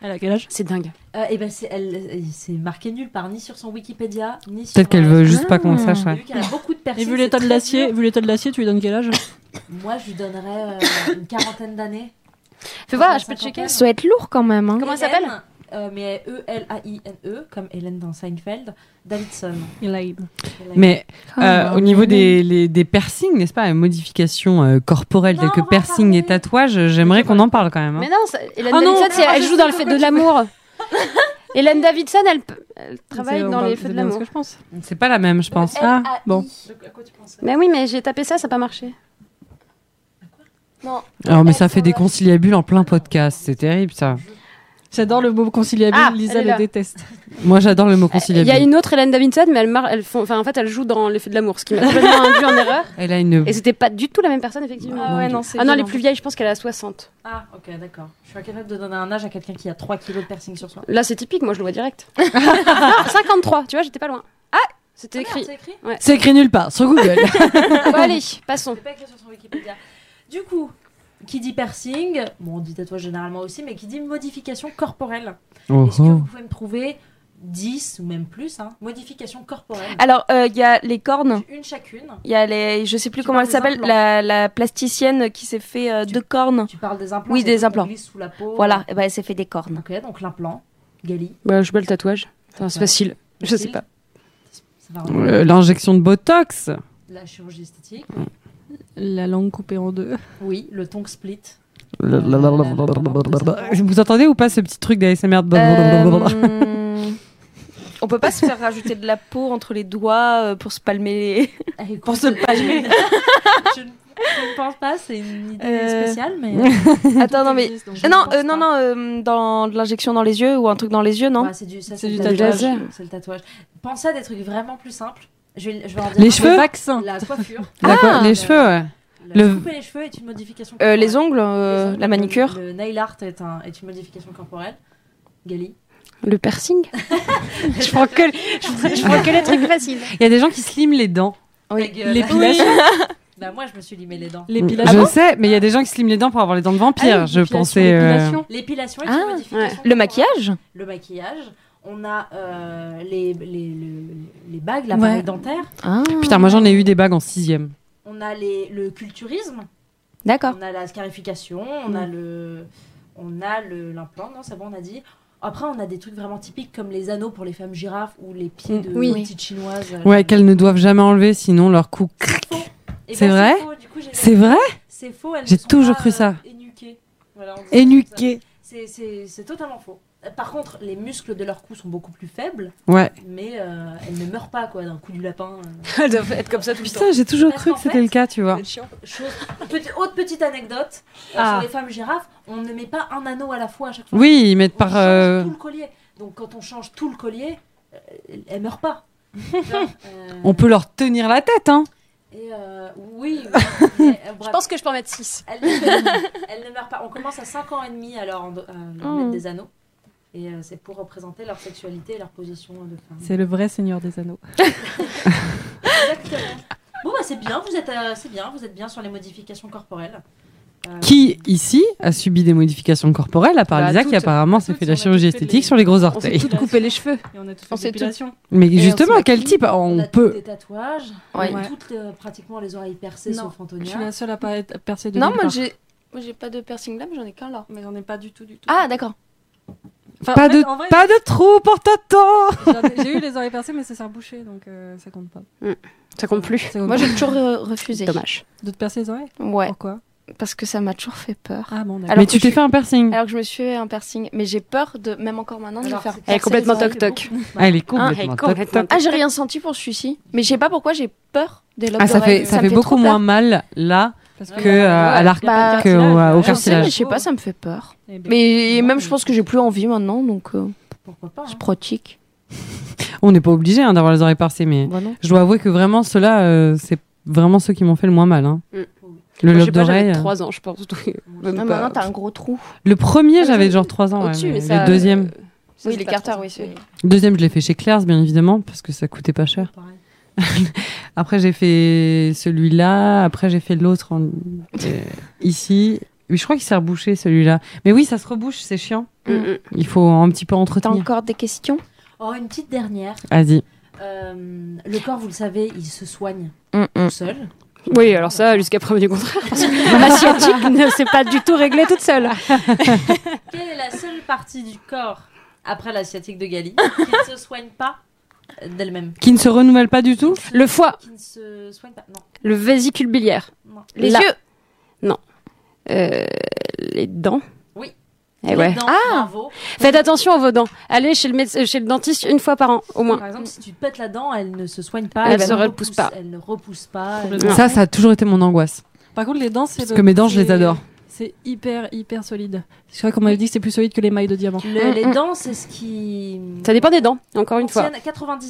E: Elle a quel âge
A: C'est dingue.
F: Euh, et ben c'est elle, euh, c'est marqué nulle part, ni sur son Wikipédia, ni sur.
D: Peut-être qu'elle
F: euh,
D: veut juste pas qu'on le
C: Ah.
D: sache. ouais.
F: Vu qu'elle a beaucoup de
A: Ah,
F: personnes.
E: Et vu l'état de l'acier, vu l'état de l'acier, tu lui donnes quel âge
F: Moi, je lui donnerais euh, une quarantaine d'années.
A: Fais voir, je peux te checker.
C: Ça doit être lourd quand même. hein.
A: Comment elle
F: Hélène,
A: s'appelle
F: euh, Mais E-L-A-I-N-E, E, comme Hélène dans Seinfeld, Davidson.
E: Elaine.
F: Hélène.
D: Mais
A: Ah,
D: euh,
A: bah,
D: au niveau des, les- des piercings, n'est-ce pas, modifications euh, corporelles
F: Non,
D: telles
F: on
D: que
F: va en
D: piercing
F: parler.
D: et tatouage, j'aimerais qu'on en parle quand même. hein.
A: Mais non, ça- Hélène
D: Ah non,
A: Davidson, c'est-
D: ah,
A: elle
D: je
A: joue
D: sais
A: dans le
D: de
A: fête
D: quoi
A: de
D: tu [laughs]
A: l'amour. Hélène Davidson, elle, p- elle travaille
E: euh,
A: dans les feux de l'amour.
E: je pense.
D: C'est pas la même,
A: Euh,
D: je pense.
E: Ah,
F: L-A-I.
E: bon.
F: De- À quoi tu pensais
A: Mais oui, mais j'ai tapé ça, ça n'a pas marché.
D: Alors, mais ça fait des conciliabules en plein podcast, c'est terrible ça.
E: J'adore le mot conciliable.
A: Ah, elle
E: Lisa
A: est
E: le
A: là.
E: déteste.
D: Moi, j'adore le mot
A: Euh, Il y
D: conciliabule.
A: a une autre Hélène Davidson, mais elle, mar- elle font- enfin, en fait, elle joue dans les feux de l'amour, ce qui m'a complètement induit en
D: [laughs]
A: erreur.
D: Elle a une.
A: Et c'était pas du tout la même personne, effectivement.
C: Ah ouais, non, c'est
A: Ah non, elle est
C: violent.
A: plus vieille, je pense qu'elle a 60.
F: Ah, ok, d'accord. Je suis incapable de donner un âge à quelqu'un qui a 3 kilos de piercing sur soi.
D: [laughs]
A: Ah, Là, c'est typique, moi je le vois direct. 53, tu vois, j'étais pas loin. Ah, C'était écrit.
F: C'est Ah, écrit
D: C'est écrit nulle part, sur
A: [laughs]
D: Google.
A: Bon, allez, passons.
F: C'est pas écrit sur son Wikipédia. Du coup, qui dit piercing, bon, on dit tatouage généralement aussi, mais qui dit modification corporelle.
D: Oh,
F: Est-ce que vous pouvez me trouver 10 ou même plus, hein, modifications corporelles
C: Alors, euh, il y a les cornes.
F: Une chacune.
C: Il y a les, je sais plus
F: Tu
C: comment elle
F: parles des
C: s'appelle,
F: implants.
C: la, la plasticienne qui s'est fait euh, deux cornes.
F: Tu parles des implants
C: Oui,
F: c'est
C: des
F: qu'on
C: implants.
F: glisse sous la peau.
C: Voilà, et ben, elle s'est fait des cornes.
F: Ok, donc l'implant, Gali.
A: Bah, je mets le tatouage. Enfin, c'est facile. Je sais pas.
F: Ça va rendre
D: Euh, L'injection de Botox.
F: La chirurgie esthétique.
E: La langue coupée en deux.
F: Oui, le
C: [laughs]
F: tongue split.
D: Vous entendez ou pas ce petit truc d'ASMR de-
C: Euh, on peut pas se faire rajouter de la peau entre les doigts euh, pour se palmer.
F: Pour se palmer. [laughs] je ne je ne pense pas, c'est une idée
C: Euh,
F: spéciale, mais.
C: les- Attends, non mais
F: Existe, donc je
C: Ah
F: ne
C: non,
F: pense
C: euh, non,
F: pas.
C: non, euh, dans de l'injection dans les yeux ou un truc dans les yeux, non
F: Ouais, c'est du, ça,
E: C'est
F: c'est
E: du
F: le
A: tatouage.
F: C'est le tatouage. Pensez à des trucs vraiment plus simples. Je vais, je vais en dire
D: Les
F: un.
D: cheveux
F: La coiffure.
D: La co-
C: Ah
D: Les cheveux, ouais.
F: Le...
D: Le-
F: Couper les cheveux est une modification
C: Euh,
F: corporelle.
C: Les ongles, euh,
F: Les ongles,
C: la manicure.
F: Le, le nail art est, un, est une modification corporelle. Gali.
A: Le piercing
D: Je prends que,
A: Je prends que les trucs faciles.
D: Il y a des gens qui sliment les dents.
C: [laughs] Oui. Ah
F: Ta gueule.
E: L'épilation.
F: Bah, moi, je me suis limé les dents.
D: Ah je
E: L'épilation.
D: sais, mais il y a des gens qui sliment les dents pour avoir les dents de
A: Ah
D: vampire. je pensais. euh,
F: L'épilation est
C: Ah,
F: une modification.
C: Le
F: corporelle.
C: maquillage
F: Le maquillage. On a euh, les, les, le- les bagues, l'appareil
E: Ouais.
F: dentaire.
D: Putain, moi j'en ai eu des bagues en sixième.
F: On a les, le culturisme.
C: D'accord.
F: On a la scarification, on a le, on a le l'implant, non, c'est bon, on a dit. Après, on a des trucs vraiment typiques comme les anneaux pour les femmes girafes ou les pieds de
C: Oui.
F: petites chinoises. euh.
D: Ouais, qu'elles ne doivent jamais enlever, sinon leur cou. cric.
F: Et
D: c'est
F: ben,
D: vrai
F: faux, du coup, j'ai-
D: C'est vrai
F: C'est faux. elles
D: J'ai
F: ne sont
D: toujours
F: pas,
D: cru ça.
F: euh, énuquées. Voilà, on dit ça comme ça.
D: Énuqué.
F: C'est- C'est c'est totalement faux. Euh, Par contre, les muscles de leur cou sont beaucoup plus faibles,
D: Ouais.
F: mais euh, elles ne meurent pas quoi d'un coup du lapin. euh.
A: Elle doit être comme [laughs] ça tout le temps.
D: Putain, j'ai toujours
F: Parce
D: cru que
F: qu'en
D: c'était le
F: fait-
D: cas, tu vois.
F: Chose- Petit- autre petite anecdote euh,
D: Ah.
F: sur les femmes girafes, on ne met pas un anneau à la fois à chaque fois.
D: Oui, ils mettent
F: on
D: par.
F: change
D: euh,
F: tout le collier. Donc quand on change tout le collier, euh, elle
A: [laughs]
F: meurt pas. Tu vois, euh,
D: On peut leur tenir la tête, hein.
F: et, euh, oui. oui, mais, euh, bref,
A: Je pense que je peux en mettre 6.
F: elle, ne- elle ne meurt pas. On commence à 5 ans et demi alors en, euh, à leur
D: Oh.
F: mettre des anneaux. Et euh, c'est pour représenter leur sexualité et leur position de femme.
E: C'est le vrai Seigneur des Anneaux.
F: Exactement. Bon bah c'est bien, vous êtes euh, c'est bien, vous êtes bien sur les modifications corporelles. Euh,
D: Qui, ici, a subi des modifications corporelles, à part
A: Bah,
D: Lisa qui
A: toutes,
D: apparemment s'est
E: toutes,
D: fait de la
E: on a
D: chirurgie
E: toutes fait
D: esthétique
E: les-
D: sur les gros
E: On s'est
D: [laughs] orteils.
E: [laughs] toutes coupé les cheveux. Et on a toutes
C: On s'est
E: fait l'épilation.
D: Mais
C: on
D: justement,
C: se
D: quel
C: maquille.
D: type
F: on
D: On
F: a tous
D: peut.
F: des tatouages,
C: Ouais.
F: on a toutes euh, pratiquement les oreilles percées
E: Non,
F: sauf Antonia.
E: Je suis la seule à pas être percée de
C: Non,
E: nulle
C: moi
E: part.
C: j'ai. Moi j'ai pas de piercing là, mais j'en ai qu'un là.
E: Mais j'en ai pas du tout, du tout.
C: Ah, d'accord.
E: Enfin,
D: Pas
E: en fait,
D: de,
E: en vrai,
D: pas de trou pour Toto
E: j'en ai- J'ai eu les oreilles percées, mais ça sert bouché, donc euh, ça compte pas.
A: Ça compte plus.
E: Ça compte
C: Moi
E: pas.
C: j'ai toujours euh, refusé.
A: Dommage.
E: De te percer les oreilles
C: Ouais,
E: Pourquoi
C: parce que ça m'a toujours fait peur.
E: Ah bon,
C: Alors
E: d'accord.
D: Mais tu
C: que
D: t'es
C: je- Ah,
D: fait un piercing.
C: Alors que je me suis fait un piercing, mais j'ai peur de, même encore maintenant, de
F: Alors,
C: me faire.
F: c'est-
A: Elle est complètement
F: percer les oreilles,
A: toc-toc.
F: beaucoup.
D: Ah,
A: Ah,
D: elle est
A: elle
D: complètement.
A: est complètement
D: toc, toc.
C: Ah, j'ai rien senti pour celui-ci, mais je sais pas pourquoi j'ai peur des lobes
D: Ah, ça
C: d'oreilles.
D: fait, ça fait beaucoup
C: trop peur.
D: moins mal là
E: Parce
D: que euh, à l'arc
C: Bah,
D: que au, euh, au
C: Je sais, mais
D: cartilage.
C: je sais pas, ça me fait peur.
E: Eh ben,
C: Mais et même, je pense que j'ai plus envie maintenant, donc euh,
F: Pourquoi pas hein.
C: c'est pratique.
D: On n'est pas obligé hein, d'avoir les oreilles percées, mais
C: Bah, non.
D: je dois avouer que vraiment ceux-là, euh, c'est vraiment ceux qui m'ont fait le moins mal. hein.
A: Mm.
D: Le
A: Moi, je
D: lobe
A: sais pas, j'avais
D: d'oreille. euh,
A: 3 ans, je pense. [laughs] Même
C: Ouais,
A: pas.
C: maintenant, t'as un gros trou.
D: Le premier, j'avais
A: Au-dessus,
D: genre 3 ans. ouais,
A: Ah, Au-dessus,
D: mais
A: mais
D: le
A: ça.
D: deuxième,
A: euh, ça, c'est
C: Oui, les
A: pas
C: carters,
A: trop-
C: oui. c'est-
D: le deuxième, je l'ai fait chez Claire's, bien évidemment, parce que ça coûtait pas cher.
F: Pareil.
D: Après, j'ai fait celui-là. Après, j'ai fait l'autre en- euh, ici. Mais je crois qu'il s'est rebouché celui-là. Mais oui, ça se rebouche, c'est chiant.
A: Mm, mm.
D: Il faut un petit peu
C: T'as
D: entretenir.
C: encore des questions
F: Oh, une petite dernière.
D: Vas-y.
F: Euh, le corps, vous le savez, il se soigne
C: Mm, mm.
F: tout seul.
A: Oui, alors ça, jusqu'à preuve du [laughs] contraire. parce que L'asiatique ne s'est pas du tout réglée toute seule.
F: Quelle est la seule partie du corps, après l'asiatique
A: [laughs]
F: de Gali, qui ne se soigne pas d'elle-même
D: Qui ne se renouvelle pas du tout
A: Le foie,
F: Qui ne se soigne pas Non,
A: le vésicule biliaire,
F: non.
C: Les
A: Là.
C: yeux
A: euh, les dents.
F: Oui.
A: Eh
F: Les
A: ouais.
F: dents, bravo.
A: Faites attention à vos dents. Allez chez le, médecin, chez le dentiste une fois par an, au moins.
F: Par exemple, si tu te pètes la dent, elle ne se soigne pas.
A: Elle
F: ne
A: se repousse pas.
F: Elle ne repousse pas.
E: Complètement.
A: Non.
D: Ça, ça a toujours été mon angoisse.
E: Par contre, les dents, c'est
D: Parce
E: le-
D: que mes dents, je
E: c'est-
D: les adore.
E: C'est hyper, hyper solide. C'est vrai qu'on m'avait dit que c'est plus solide que les mailles de diamant.
F: Le- les dents, c'est ce qui.
A: Mm, Ça dépend des dents, encore une fois.
F: contiennent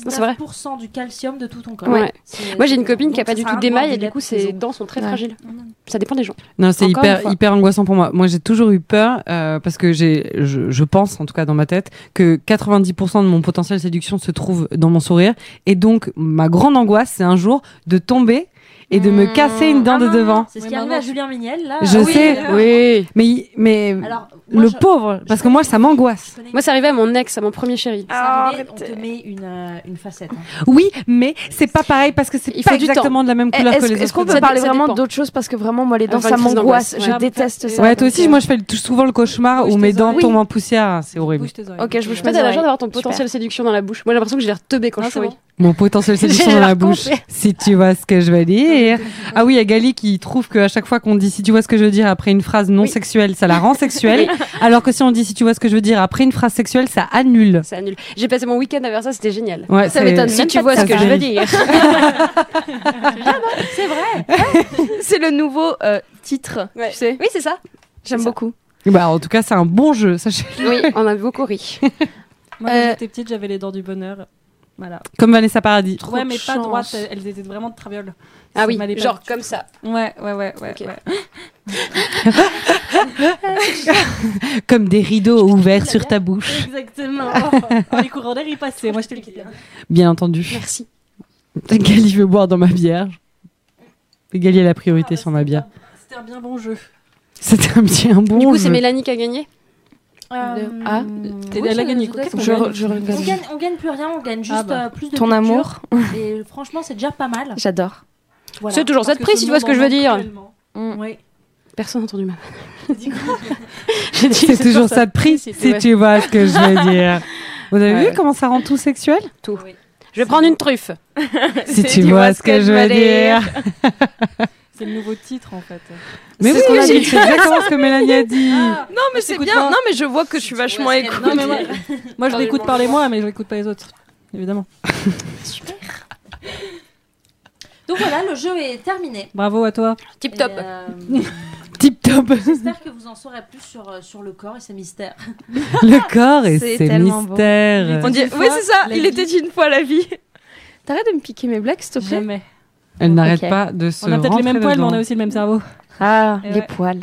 A: C'est vrai.
F: 99% du calcium de tout ton corps.
A: Ouais.
F: C'est-
A: Moi, j'ai une copine
F: donc
A: qui a pas
F: ça
A: du
F: sert
A: tout
F: à
A: d'émail
F: rien
A: et du coup,
F: de les
A: ses
F: mettre,
A: dents sont très
C: Ouais.
A: fragiles.
F: les autres.
A: Ça dépend des gens.
D: Non, c'est
A: Encore une
D: hyper,
A: fois.
D: hyper angoissant pour moi. Moi, j'ai toujours eu peur euh, parce que j'ai, je, je pense, en tout cas dans ma tête, que 90% de mon potentiel séduction se trouve dans mon sourire. Et donc, ma grande angoisse, c'est un jour de tomber et de me
C: Mmh.
D: casser une dent
F: Ah
D: de
F: non,
D: devant.
F: non, C'est ce
C: Oui,
F: qui
C: bah
F: arrive
C: non.
F: à Julien Mignel, là.
D: Je
F: Ah
D: sais,
F: alors-
A: Oui.
D: Mais, mais
F: Alors, moi,
D: le
F: je-
D: pauvre, parce que moi, ça
F: je
D: m'angoisse.
F: connais-
A: Moi, c'est arrivé à mon ex, à mon premier chéri.
F: c'est arrivé, on te met une, euh, une facette.
D: [laughs]
F: hein.
D: Oui, mais c'est pas pareil parce que c'est
A: Il
D: pas
A: faut du temps.
D: exactement de la même couleur que
C: Est-ce
D: les autres.
C: est-ce qu'on
A: Ça
C: peut
A: dé-
C: parler
A: ça
C: vraiment
A: dépend.
C: d'autres choses parce que vraiment moi les dents
A: Enfin,
C: ça
A: une crise
C: m'angoisse,
A: d'angoisse,
C: je
E: ouais.
C: déteste ça.
D: Ouais, toi aussi,
C: Donc,
D: moi, je fais tout- souvent le cauchemar
E: Bouge
D: où mes
E: tes
D: dents
E: oreilles.
D: tombent en poussière. C'est horrible.
E: Bouge tes oreilles.
C: Ok, je bouge
A: Toi, t'as
C: mes
A: la chance
C: oreilles.
A: d'avoir ton potentiel séduction dans la bouche. Moi, j'ai l'impression que j'ai l'air teubée quand
E: Non,
A: je
E: c'est
A: souris.
E: bon.
D: Mon potentiel séduction
C: J'ai
D: dans la
C: l'air
D: bouche. Si tu vois ce que je veux dire. Ah oui, il y a Gali qui trouve qu'à chaque fois qu'on dit si tu vois ce que je veux dire après une phrase non sexuelle, ça la rend sexuelle. Alors que si on dit si tu vois ce que je veux dire après une phrase sexuelle, ça annule.
A: Ça annule. J'ai passé mon week-end à faire ça, c'était génial.
D: Ouais,
C: Ça
D: c'est-
C: m'étonne
D: c'est-
C: même
A: tu
C: pas
A: vois
C: de
D: ce que je veux
C: dire.
F: C'est vrai.
C: C'est le nouveau euh, titre,
A: Ouais.
C: tu sais.
A: Oui, c'est ça.
C: J'aime
A: ça.
C: beaucoup.
D: Bah, en tout cas, c'est un bon jeu. sachez-
A: Oui, on a beaucoup ri.
E: Moi, quand
C: Euh,
E: j'étais petite, j'avais les dents du bonheur. Voilà.
D: Comme Vanessa Paradis.
E: ouais,
C: de
E: mais pas
C: chance.
E: droites, elles étaient vraiment de traviole.
A: Ah oui,
E: m'allait pas
A: genre
E: du
A: comme ça.
E: Ouais, ouais, ouais, ouais.
A: Ok.
E: ouais.
D: Comme des rideaux ouverts sur ta bouche.
F: [laughs]
E: Exactement. Oh, les courants d'air, ils passaient. Moi, j'étais le kid.
F: hein.
D: Bien entendu.
A: Merci.
D: Gali veut boire dans ma bière. Gali a la priorité sur ma bière.
E: C'était un bien bon jeu.
D: C'était un petit un bon
A: Du coup, c'est
D: jeu.
A: Mélanie qui a gagné.
F: Euh,
C: Ah,
E: t'es-
F: oui,
E: elle a
F: je-
E: gagné
F: je
E: quoi
F: dois-
E: Qu'est-ce qu'on
C: Je,
E: gagne
C: je
F: on
C: regarde.
F: gagne, on gagne plus rien, on gagne juste
E: Ah bah.
F: euh, plus de
C: Ton
F: culture.
C: amour, Ah,
F: Et franchement, c'est déjà pas mal.
C: j'adore.
F: Voilà.
A: C'est toujours cette prise, tu vois ce que je veux dire.
F: [laughs] Oui.
A: Personne n'a [laughs] entendu ma
D: C'est toujours ça de prix, si
A: ouais.
D: tu vois ce que je veux dire. Vous avez
A: Ouais.
D: vu comment ça rend tout sexuel
A: tout. Je vais prendre une truffe.
D: Si tu vois ce que je veux dire.
E: C'est le nouveau titre
A: [laughs]
E: en fait.
D: Mais
C: C'est
D: oui,
C: ce qu'on a
D: c'est
C: dit.
D: exactement ce que Mélanie a dit. [laughs]
C: Non mais c'est bien. Non mais je vois que je suis vachement
F: Ouais, c'est-
C: écoutée.
F: non, mais moi-
E: Moi je
A: Parlez-moi.
E: l'écoute parler moi, mais je l'écoute pas les autres. Évidemment.
F: Donc voilà, le jeu est terminé.
E: Bravo à toi.
A: Tip
F: Et, euh,
D: Tip top.
F: J'espère que vous en saurez plus sur, euh, sur le corps et ses mystères.
D: Le corps et
C: C'est
D: ses
C: tellement beau.
D: mystères.
C: On dit.
E: Une
C: Oui
E: fois,
C: c'est ça.
E: la
C: Il
E: vie.
C: était une fois la vie. [laughs] T'arrêtes de me piquer mes blagues, s'il te plaît.
E: Jamais.
D: Elle n'arrête
C: Ok.
D: pas de se
E: On a peut-être les
D: rentrer
E: mêmes poils, mais
D: dedans.
E: on a aussi le même cerveau.
C: Ah,
E: Et
C: les
E: ouais.
C: poils.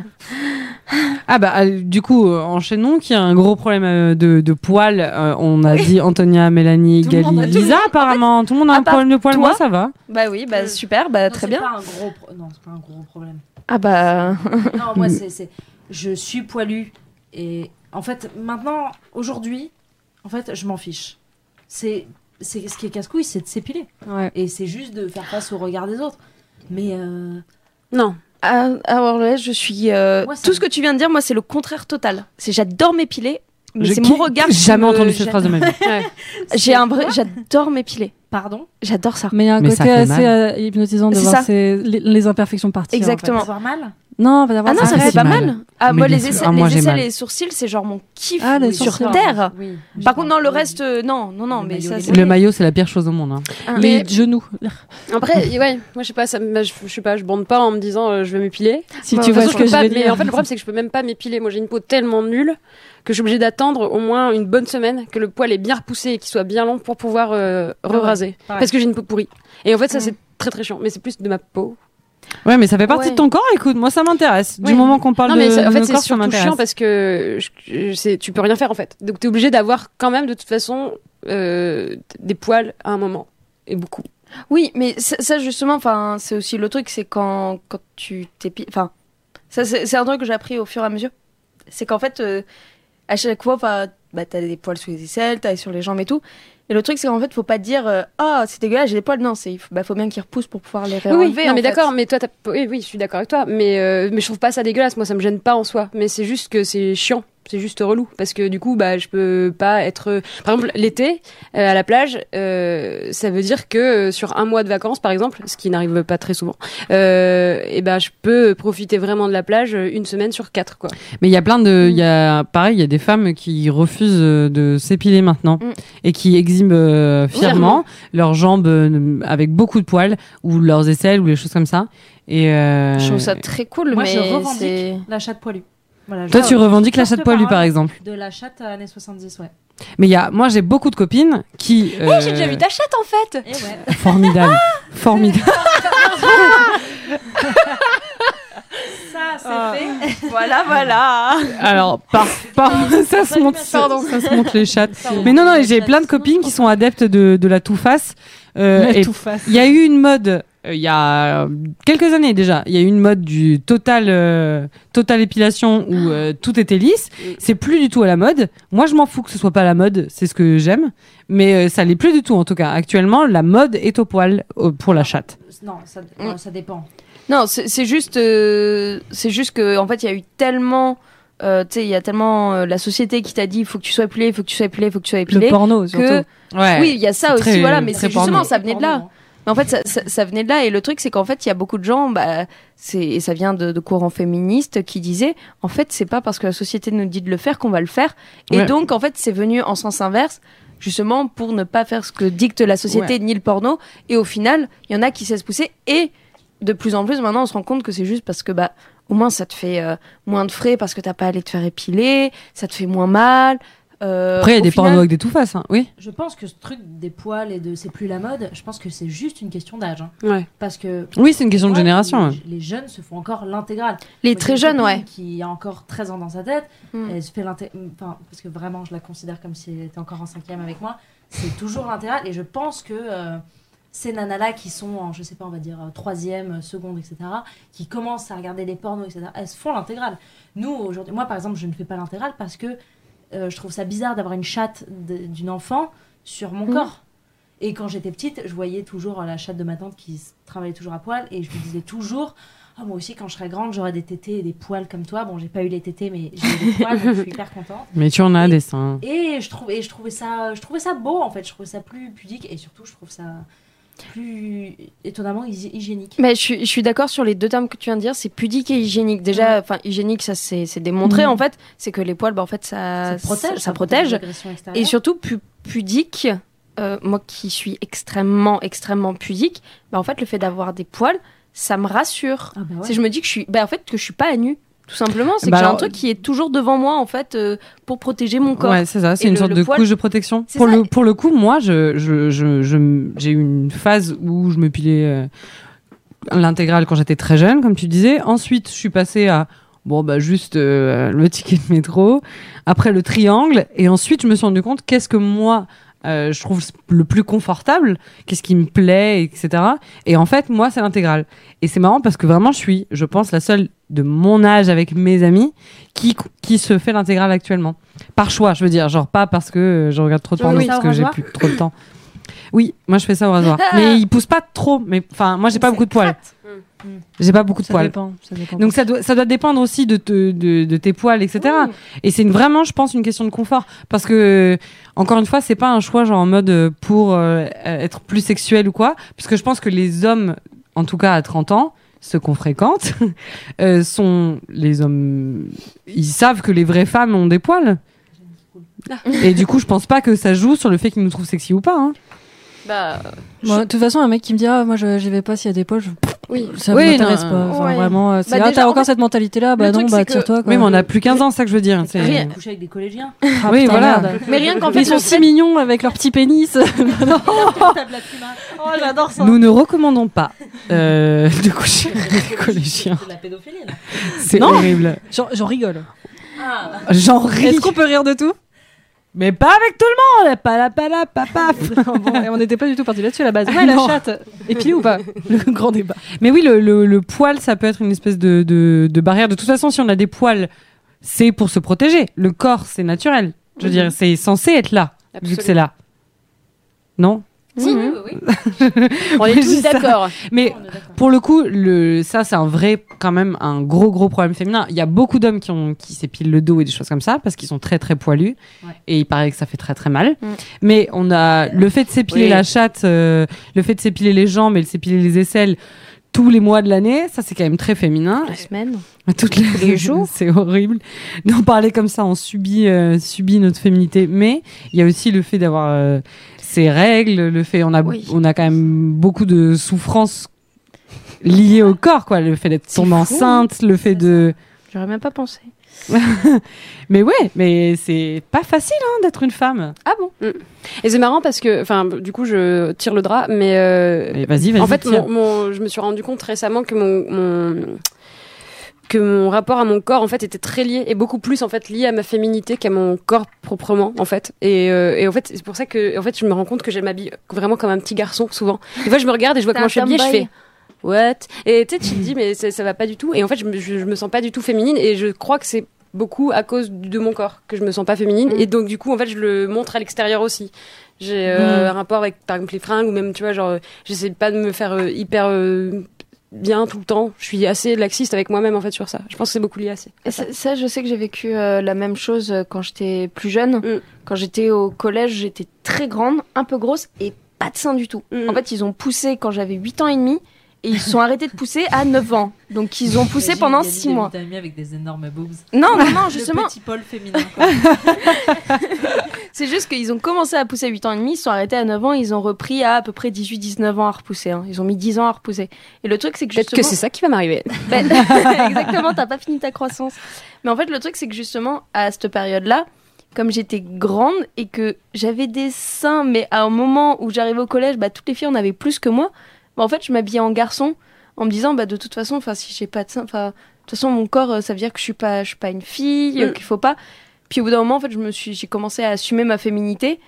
D: Ah bah euh, du coup, euh, enchaînons, qui a un gros problème euh, de, de poils. Euh, on a dit Antonia, Mélanie,
C: Tout le monde
D: Gali,
C: a- tout le
D: Lisa apparemment. Tout le monde a
C: à
D: un
C: part
D: problème de poils,
C: toi.
D: moi ça va.
C: Bah oui, bah
F: Euh,
C: super, bah
F: Non,
C: très
F: c'est
C: bien.
F: Pas un gros pro- Non, c'est pas un gros problème.
C: Ah bah
F: Non, moi, c'est, c'est- Je suis poilu. Et en fait, maintenant, aujourd'hui, en fait, je m'en fiche. C'est... c'est Ce qui est casse-couille, c'est de s'épiler.
E: Ouais.
F: Et c'est juste de faire face au regard des autres. Mais euh,
A: Non.
C: Ah, alors là, je suis. euh,
F: Moi, ça
C: tout
F: me-
C: ce que tu viens de dire, moi, c'est le contraire total. C'est j'adore m'épiler, mais
D: Je-
C: c'est
D: qui-
C: mon regard. qui
D: Jamais
C: me-
D: entendu cette
C: j'a-
D: phrase de ma
A: [laughs]
D: vie.
C: J'ai un vrai. J'adore m'épiler.
F: pardon,
C: J'adore ça.
E: Mais il y a un
D: Mais ça
E: côté
D: fait
E: assez euh, hypnotisant de
C: C'est
E: voir
C: ça.
E: ces- les, les imperfections partir. en fait.
C: Exactement.
F: avoir mal
E: Non, pas d'avoir
C: Ah non, ça
D: Arrête.
C: fait pas mal. Ah
D: Mais
C: moi,
D: bien
C: les
D: sûr.
C: aisselles,
D: Ah, moi,
C: les,
D: j'ai
C: aisselles
D: mal.
C: et les sourcils, c'est genre mon kiff
E: Ah, les
C: oui, sur
E: sourcils.
C: terre.
F: Oui.
C: Par contre, non, le reste, euh, non, non, non,
F: Le
C: mais
F: maillot
C: ça.
F: des
C: c'est-
D: Le maillot, c'est la pire chose au monde. hein.
C: Ah,
E: Les
C: mais-
E: genoux.
A: Après, [laughs] ouais, moi je sais pas, ça, me- je, je sais pas, je bande pas en me disant euh, je vais m'épiler.
E: Si
C: Bah,
E: tu
C: de
E: vois
A: Parce
E: ce
A: que
E: que
A: je
E: je
A: peux pas-
E: veux
A: mais
E: dire.
A: en fait, le problème c'est que je peux même pas m'épiler. Moi j'ai une peau tellement nulle que je suis obligée d'attendre au moins une bonne semaine que le poil est bien repoussé et qu'il soit bien long pour pouvoir euh, re-raser.
E: pareil.
A: Parce que j'ai une peau pourrie. Et en fait, ça
C: Mm.
A: c'est très très chiant. Mais c'est plus de ma peau.
D: Ouais, mais ça fait partie
C: Ouais.
D: de ton corps. Écoute, moi ça m'intéresse. Du
A: Oui.
D: moment qu'on parle
A: Non mais
D: de,
A: c'est-
D: de
A: en fait
D: nos
A: c'est
D: corps, ça
A: surtout
D: m'intéresse.
A: chiant parce que je, je- c'est- tu peux rien faire en fait. Donc t'es obligé d'avoir quand même de toute façon euh, des poils à un moment et beaucoup.
C: Oui, mais ça, ça, justement, enfin, c'est aussi le truc, c'est quand quand tu t'épiles. Enfin, ça c'est c'est un truc que j'ai appris au fur et à mesure. C'est qu'en fait, euh, à chaque fois, enfin, bah, t'as des poils sous les aisselles, t'as sur les jambes et tout. Et le truc, c'est qu'en fait, faut pas dire, euh, ah, c'est dégueulasse, j'ai des poils. Non, c'est, il faut- bah, faut bien qu'ils repoussent pour pouvoir les
A: Oui,
C: réenlever.
A: oui. Non,
C: en
A: mais
C: fait.
A: d'accord, mais toi, t'as- oui, oui, je suis d'accord avec toi, mais euh, mais je trouve pas ça dégueulasse. Moi, ça me gêne pas en soi, mais c'est juste que c'est chiant c'est juste relou parce que du coup bah je peux pas être par exemple l'été euh, à la plage euh, ça veut dire que euh, sur un mois de vacances par exemple ce qui n'arrive pas très souvent et ben je peux profiter vraiment de la plage une semaine sur quatre quoi
D: Mais il y a plein de, il y a pareil, il y a des femmes qui refusent euh, de s'épiler maintenant
C: Mm.
D: et qui exhibent euh, fièrement leurs jambes euh, avec beaucoup de poils ou leurs aisselles ou les choses comme ça. Et euh,
C: Je trouve ça très cool,
F: Moi,
C: mais
F: je revendique.
C: c'est-
F: La chatte poilue. Voilà,
D: toi,
F: je-
D: tu revendiques la
F: porte
D: chatte poilue,
F: parole
D: par exemple.
F: De la chatte à années 70, ouais.
D: Mais il y a, moi, j'ai beaucoup de copines qui. euh,
C: Eh, J'ai déjà vu ta chatte en fait.
F: Et ouais.
D: Formidable, formidable.
F: Ça, c'est fait.
C: Voilà, voilà.
D: Alors, par, par- ça se monte, ça,
C: Pardon.
D: se monte les chattes.
F: Pardon.
D: Mais non, non,
F: Les
D: j'ai
F: chattes.
D: plein de copines qui sont adeptes de, de la tout face. et Il y a eu une mode euh, il y a euh, quelques années déjà. Il y a eu une mode du total euh, total épilation où euh, tout était lisse. C'est plus du tout à la mode. Moi, je m'en fous que ce soit pas à la mode. C'est ce que j'aime, mais euh, ça l'est plus du tout en tout cas. Actuellement, la mode est au poil euh, pour la chatte.
F: Non, ça,
C: Mm.
F: non, ça dépend.
C: Non, c'est c'est juste, euh, c'est juste que en fait, il y a eu tellement, euh, tu sais, il y a tellement euh, la société qui t'a dit, il faut que tu sois épilé, il faut que tu sois épilé, il faut que tu sois
E: Le
C: épilé.
E: porno, surtout.
C: que oui, il y a ça
D: C'est
C: aussi,
D: très-
C: voilà, mais
D: très
C: c'est
D: porno.
C: justement, ça venait de là.
F: Pardon, hein.
C: Mais en fait, ça, ça, ça venait de là. Et le truc, c'est qu'en fait, il y a beaucoup de gens, bah, c'est, et ça vient de, de courants féministes qui disaient, en fait, c'est pas parce que la société nous dit de le faire qu'on va le faire. Et
D: Ouais.
C: donc, en fait, c'est venu en sens inverse, justement, pour ne pas faire ce que dicte la société ni le porno. Et au final, il y en a qui cessent de pousser. Et de plus en plus, maintenant, on se rend compte que c'est juste parce que, bah, au moins, ça te fait euh, moins de frais parce que t'as pas allé te faire épiler, ça te fait moins mal. Euh,
D: Après, il y a
C: au
D: des
C: final-
D: pornos avec des tout faces. Hein. Oui.
F: Je pense que ce truc des poils et de c'est plus la mode, je pense que c'est juste une question d'âge. hein.
A: ouais
F: Parce que.
D: Oui, c'est une question de
F: Ouais,
D: génération. hein.
F: Les, les jeunes se font encore l'intégrale.
C: Les
F: Moi,
C: très
F: j'ai une
C: jeunes,
F: copine
C: ouais.
F: Qui a encore 13 ans dans sa tête.
C: Hmm.
F: Elle se fait l'intégrale. Enfin, parce que vraiment, je la considère comme si elle était encore en cinquième avec moi. C'est toujours l'intégrale. Et je pense que euh, ces nanas-là qui sont en, je sais pas, on va dire, euh, troisième, euh, seconde, etc., qui commencent à regarder les pornos, etc., elles se font l'intégrale. Nous, aujourd'hui, moi, par exemple, je ne fais pas l'intégrale parce que euh, je trouve ça bizarre d'avoir une chatte de- d'une enfant sur mon
C: Mhm.
F: corps. Et quand j'étais petite, je voyais toujours euh, la chatte de ma tante qui s- travaillait toujours à poil et je me disais toujours Ah, moi aussi, quand je serai grande, j'aurai des tétés et des poils comme toi. Bon, j'ai pas eu les tétés, mais j'ai eu
C: [laughs]
F: des poils, donc je suis hyper contente.
D: Mais tu en as des seins.
F: Et je trouvais, je trouvais ça, je trouvais ça beau en fait. Je trouvais ça plus pudique et surtout, je trouve ça plus étonnamment hygi- hygiénique.
C: Mais je, suis- je suis d'accord sur les deux termes que tu viens de dire, c'est pudique et hygiénique. Déjà, enfin hygiénique, ça c'est c'est démontré
E: Mhm.
C: en fait, c'est que les poils, bah, en fait ça
F: ça protège,
C: ça, ça protège.
F: l'agression extérieure.
C: Et surtout pu- pudique, euh, moi qui suis extrêmement extrêmement pudique, bah en fait le fait d'avoir des poils, ça me rassure.
F: Ah bah ouais.
C: C'est je me dis que je suis, bah en fait que je suis pas à nu, tout simplement. C'est
D: Bah
C: que j'ai un
D: alors-
C: truc qui est toujours devant moi en fait euh, pour protéger mon corps.
D: Ouais, c'est ça, c'est
C: Et
D: une
C: le-
D: sorte
C: le
D: de
C: poil-
D: couche de protection.
C: C'est
D: Pour
C: ça.
D: le, pour le coup, moi, je, je, je, je- j'ai eu une phase où je me pilais euh, l'intégrale quand j'étais très jeune, comme tu disais. Ensuite, je suis passée à bon, bah, juste euh, le ticket de métro, après le triangle, et ensuite, je me suis rendu compte qu'est-ce que moi. euh, je trouve le plus confortable, qu'est-ce qui me plaît, etc. Et en fait, moi, c'est l'intégrale. Et c'est marrant parce que vraiment, je suis, je pense, la seule de mon âge avec mes amis qui, qui se fait l'intégrale actuellement. Par choix, je veux dire, genre pas parce que euh, je regarde trop de
F: Tu fais
D: porno,
F: ça
D: parce
F: au
D: que j'ai
F: rasoir
D: plus trop le temps. Oui, moi je fais ça au
F: [laughs]
D: rasoir. mais ils poussent pas trop, mais enfin, moi j'ai pas beaucoup de poils. J'ai pas beaucoup de
E: ça
D: poils.
E: dépend. Ça dépend.
D: Donc ça doit, ça doit dépendre aussi de, te- de, de tes poils, etc. Et c'est une- vraiment, je pense, une question de confort. Parce que, encore une fois, c'est pas un choix genre en mode euh, pour euh, être plus sexuel ou quoi. Puisque je pense que les hommes, en tout cas à 30 ans, ceux qu'on fréquente, [laughs] euh, sont les hommes. Ils savent que les vraies femmes ont des poils.
E: Ah.
D: Et du coup, je pense pas que ça joue sur le fait qu'ils nous trouvent sexy ou pas. hein.
C: Bah,
E: Moi, de toute façon, un mec qui me dit ah moi je- j'y vais pas s'il y a des poches,
C: oui.
E: ça
D: Oui,
E: m'intéresse
D: non,
E: pas. Enfin,
C: ouais.
E: Vraiment, euh,
C: Bah,
E: c'est, ah,
C: déjà,
E: t'as
C: en
E: encore
C: fait,
E: cette mentalité là, bah
C: le
E: non,
C: truc,
E: bah
C: c'est que-
E: tire-toi. quoi.
D: Oui, mais on a plus 15 ans, c'est ça que je veux dire. C'est-
C: Rien.
F: Coucher avec
C: [laughs]
F: des collégiens.
E: Ah,
D: Oui,
E: putain,
D: voilà.
E: merde.
C: Mais
E: [laughs]
C: rien qu'en fait,
E: Ils sont
C: le
E: si
C: fait-
E: mignons avec leur petit pénis.
F: Table à Puma. Oh, [laughs] j'adore ça.
D: Nous ne recommandons pas euh, [laughs] de coucher avec des collégiens.
F: C'est de la pédophilie, là.
D: C'est
E: Non.
D: horrible.
E: J'en, j'en rigole.
F: Ah,
D: J'en ris.
E: Est-ce qu'on peut rire de tout
D: Mais pas avec tout le monde. Pas la, pas la, papa.
E: Bon, et On n'était pas du tout parti là-dessus à la base. Ouais, la
D: Non.
E: chatte. Et puis ou pas Le grand débat.
D: Mais oui, le, le, le poil, ça peut être une espèce de, de, de barrière. De toute façon, si on a des poils, c'est pour se protéger. Le Mhm. corps, c'est naturel. Je veux dire, c'est censé être là, vu que c'est là. Non
F: Si, oui, oui, oui.
A: On est
D: Oui,
A: tous
D: [laughs] c'est ça.
A: d'accord.
D: Mais
F: On est d'accord.
D: pour le coup, le, ça, c'est un vrai, quand même, un gros, gros problème féminin. Il y a beaucoup d'hommes qui, ont, qui s'épilent le dos et des choses comme ça parce qu'ils sont très, très poilus.
F: Ouais.
D: Et il paraît que ça fait très, très mal.
C: Mm.
D: Mais on a le fait de s'épiler
C: Oui.
D: la chatte, euh, le fait de s'épiler les jambes et de s'épiler les aisselles tous les mois de l'année, ça, c'est quand même très féminin.
C: La semaine.
D: Toutes les,
C: les jours.
D: [laughs] C'est horrible d'en parler comme ça. On subit, euh, subit notre féminité. Mais il y a aussi le fait d'avoir euh, ces règles, le fait on a,
C: Oui.
D: on a quand même beaucoup de souffrances liées au corps, quoi. Le fait d'être tombée
C: fou.
D: enceinte, le fait de.
C: J'aurais même pas pensé.
D: Mais ouais, mais c'est pas facile hein, d'être une femme.
C: Ah bon
A: Et c'est marrant parce que, enfin, du coup, je tire le drap, mais euh,
D: Mais Vas-y, vas-y.
A: en fait,
D: tire.
A: mon, mon- je me suis rendu compte récemment que mon, mon- que mon rapport à mon corps en fait était très lié et beaucoup plus en fait lié à ma féminité qu'à mon corps proprement en fait. Et, euh, et en fait, c'est pour ça que en fait, je me rends compte que je m'habille vraiment comme un petit garçon souvent. Des fois, je me regarde et je vois
C: T'es
A: comment
C: un
A: je suis habillée, je
C: tomboy.
A: fais. What Et tu sais, tu te dis, mais ça, ça va pas du tout. Et en fait, je me, je, je me sens pas du tout féminine et je crois que c'est beaucoup à cause de mon corps que je me sens pas féminine.
C: Mm.
A: Et donc, du coup, en fait, je le montre à l'extérieur aussi. J'ai
C: Mm.
A: euh, un rapport avec, par exemple, les fringues ou même, tu vois, genre, euh, j'essaie de pas de me faire euh, hyper euh, bien tout le temps. Je suis assez laxiste avec moi-même, en fait, sur ça. Je pense que c'est beaucoup lié à ça.
C: Et Ça, ça, je sais que j'ai vécu euh, la même chose euh, quand j'étais plus jeune.
A: Mm.
C: Quand j'étais au collège, j'étais très grande, un peu grosse et pas de seins du tout.
A: Mm.
C: En fait, ils ont poussé quand j'avais 8 ans et demi et ils se sont arrêtés de pousser à 9 ans. Donc, ils ont poussé
F: Imagine,
C: pendant
F: il y a
C: 6
F: des
C: mois.
F: amis avec des énormes boobs.
C: Non,
F: [laughs]
C: non, non,
F: Le
C: justement,
F: petit pôle féminin. quoi.
C: c'est juste qu'ils ont commencé à pousser à 8 ans et demi, ils se sont arrêtés à 9 ans, ils ont repris à à peu près 18-19 ans à repousser. hein. Ils ont mis 10 ans à repousser. Et le truc, c'est que
A: Peut-être
C: justement...
A: que c'est ça qui va m'arriver.
C: Ben, [laughs] exactement, t'as pas fini ta croissance. Mais en fait, le truc, c'est que justement, à cette période-là, comme j'étais grande et que j'avais des seins, mais à un moment où j'arrivais au collège, bah, toutes les filles en avaient plus que moi, bah, en fait, je m'habillais en garçon en me disant, bah, de toute façon, enfin, si j'ai pas de seins, enfin, de toute façon, mon corps, euh, ça veut dire que je suis pas, je suis pas une fille, euh,
A: Mm.
C: qu'il faut pas. Puis au bout d'un moment, en fait, je me suis, j'ai commencé à assumer ma féminité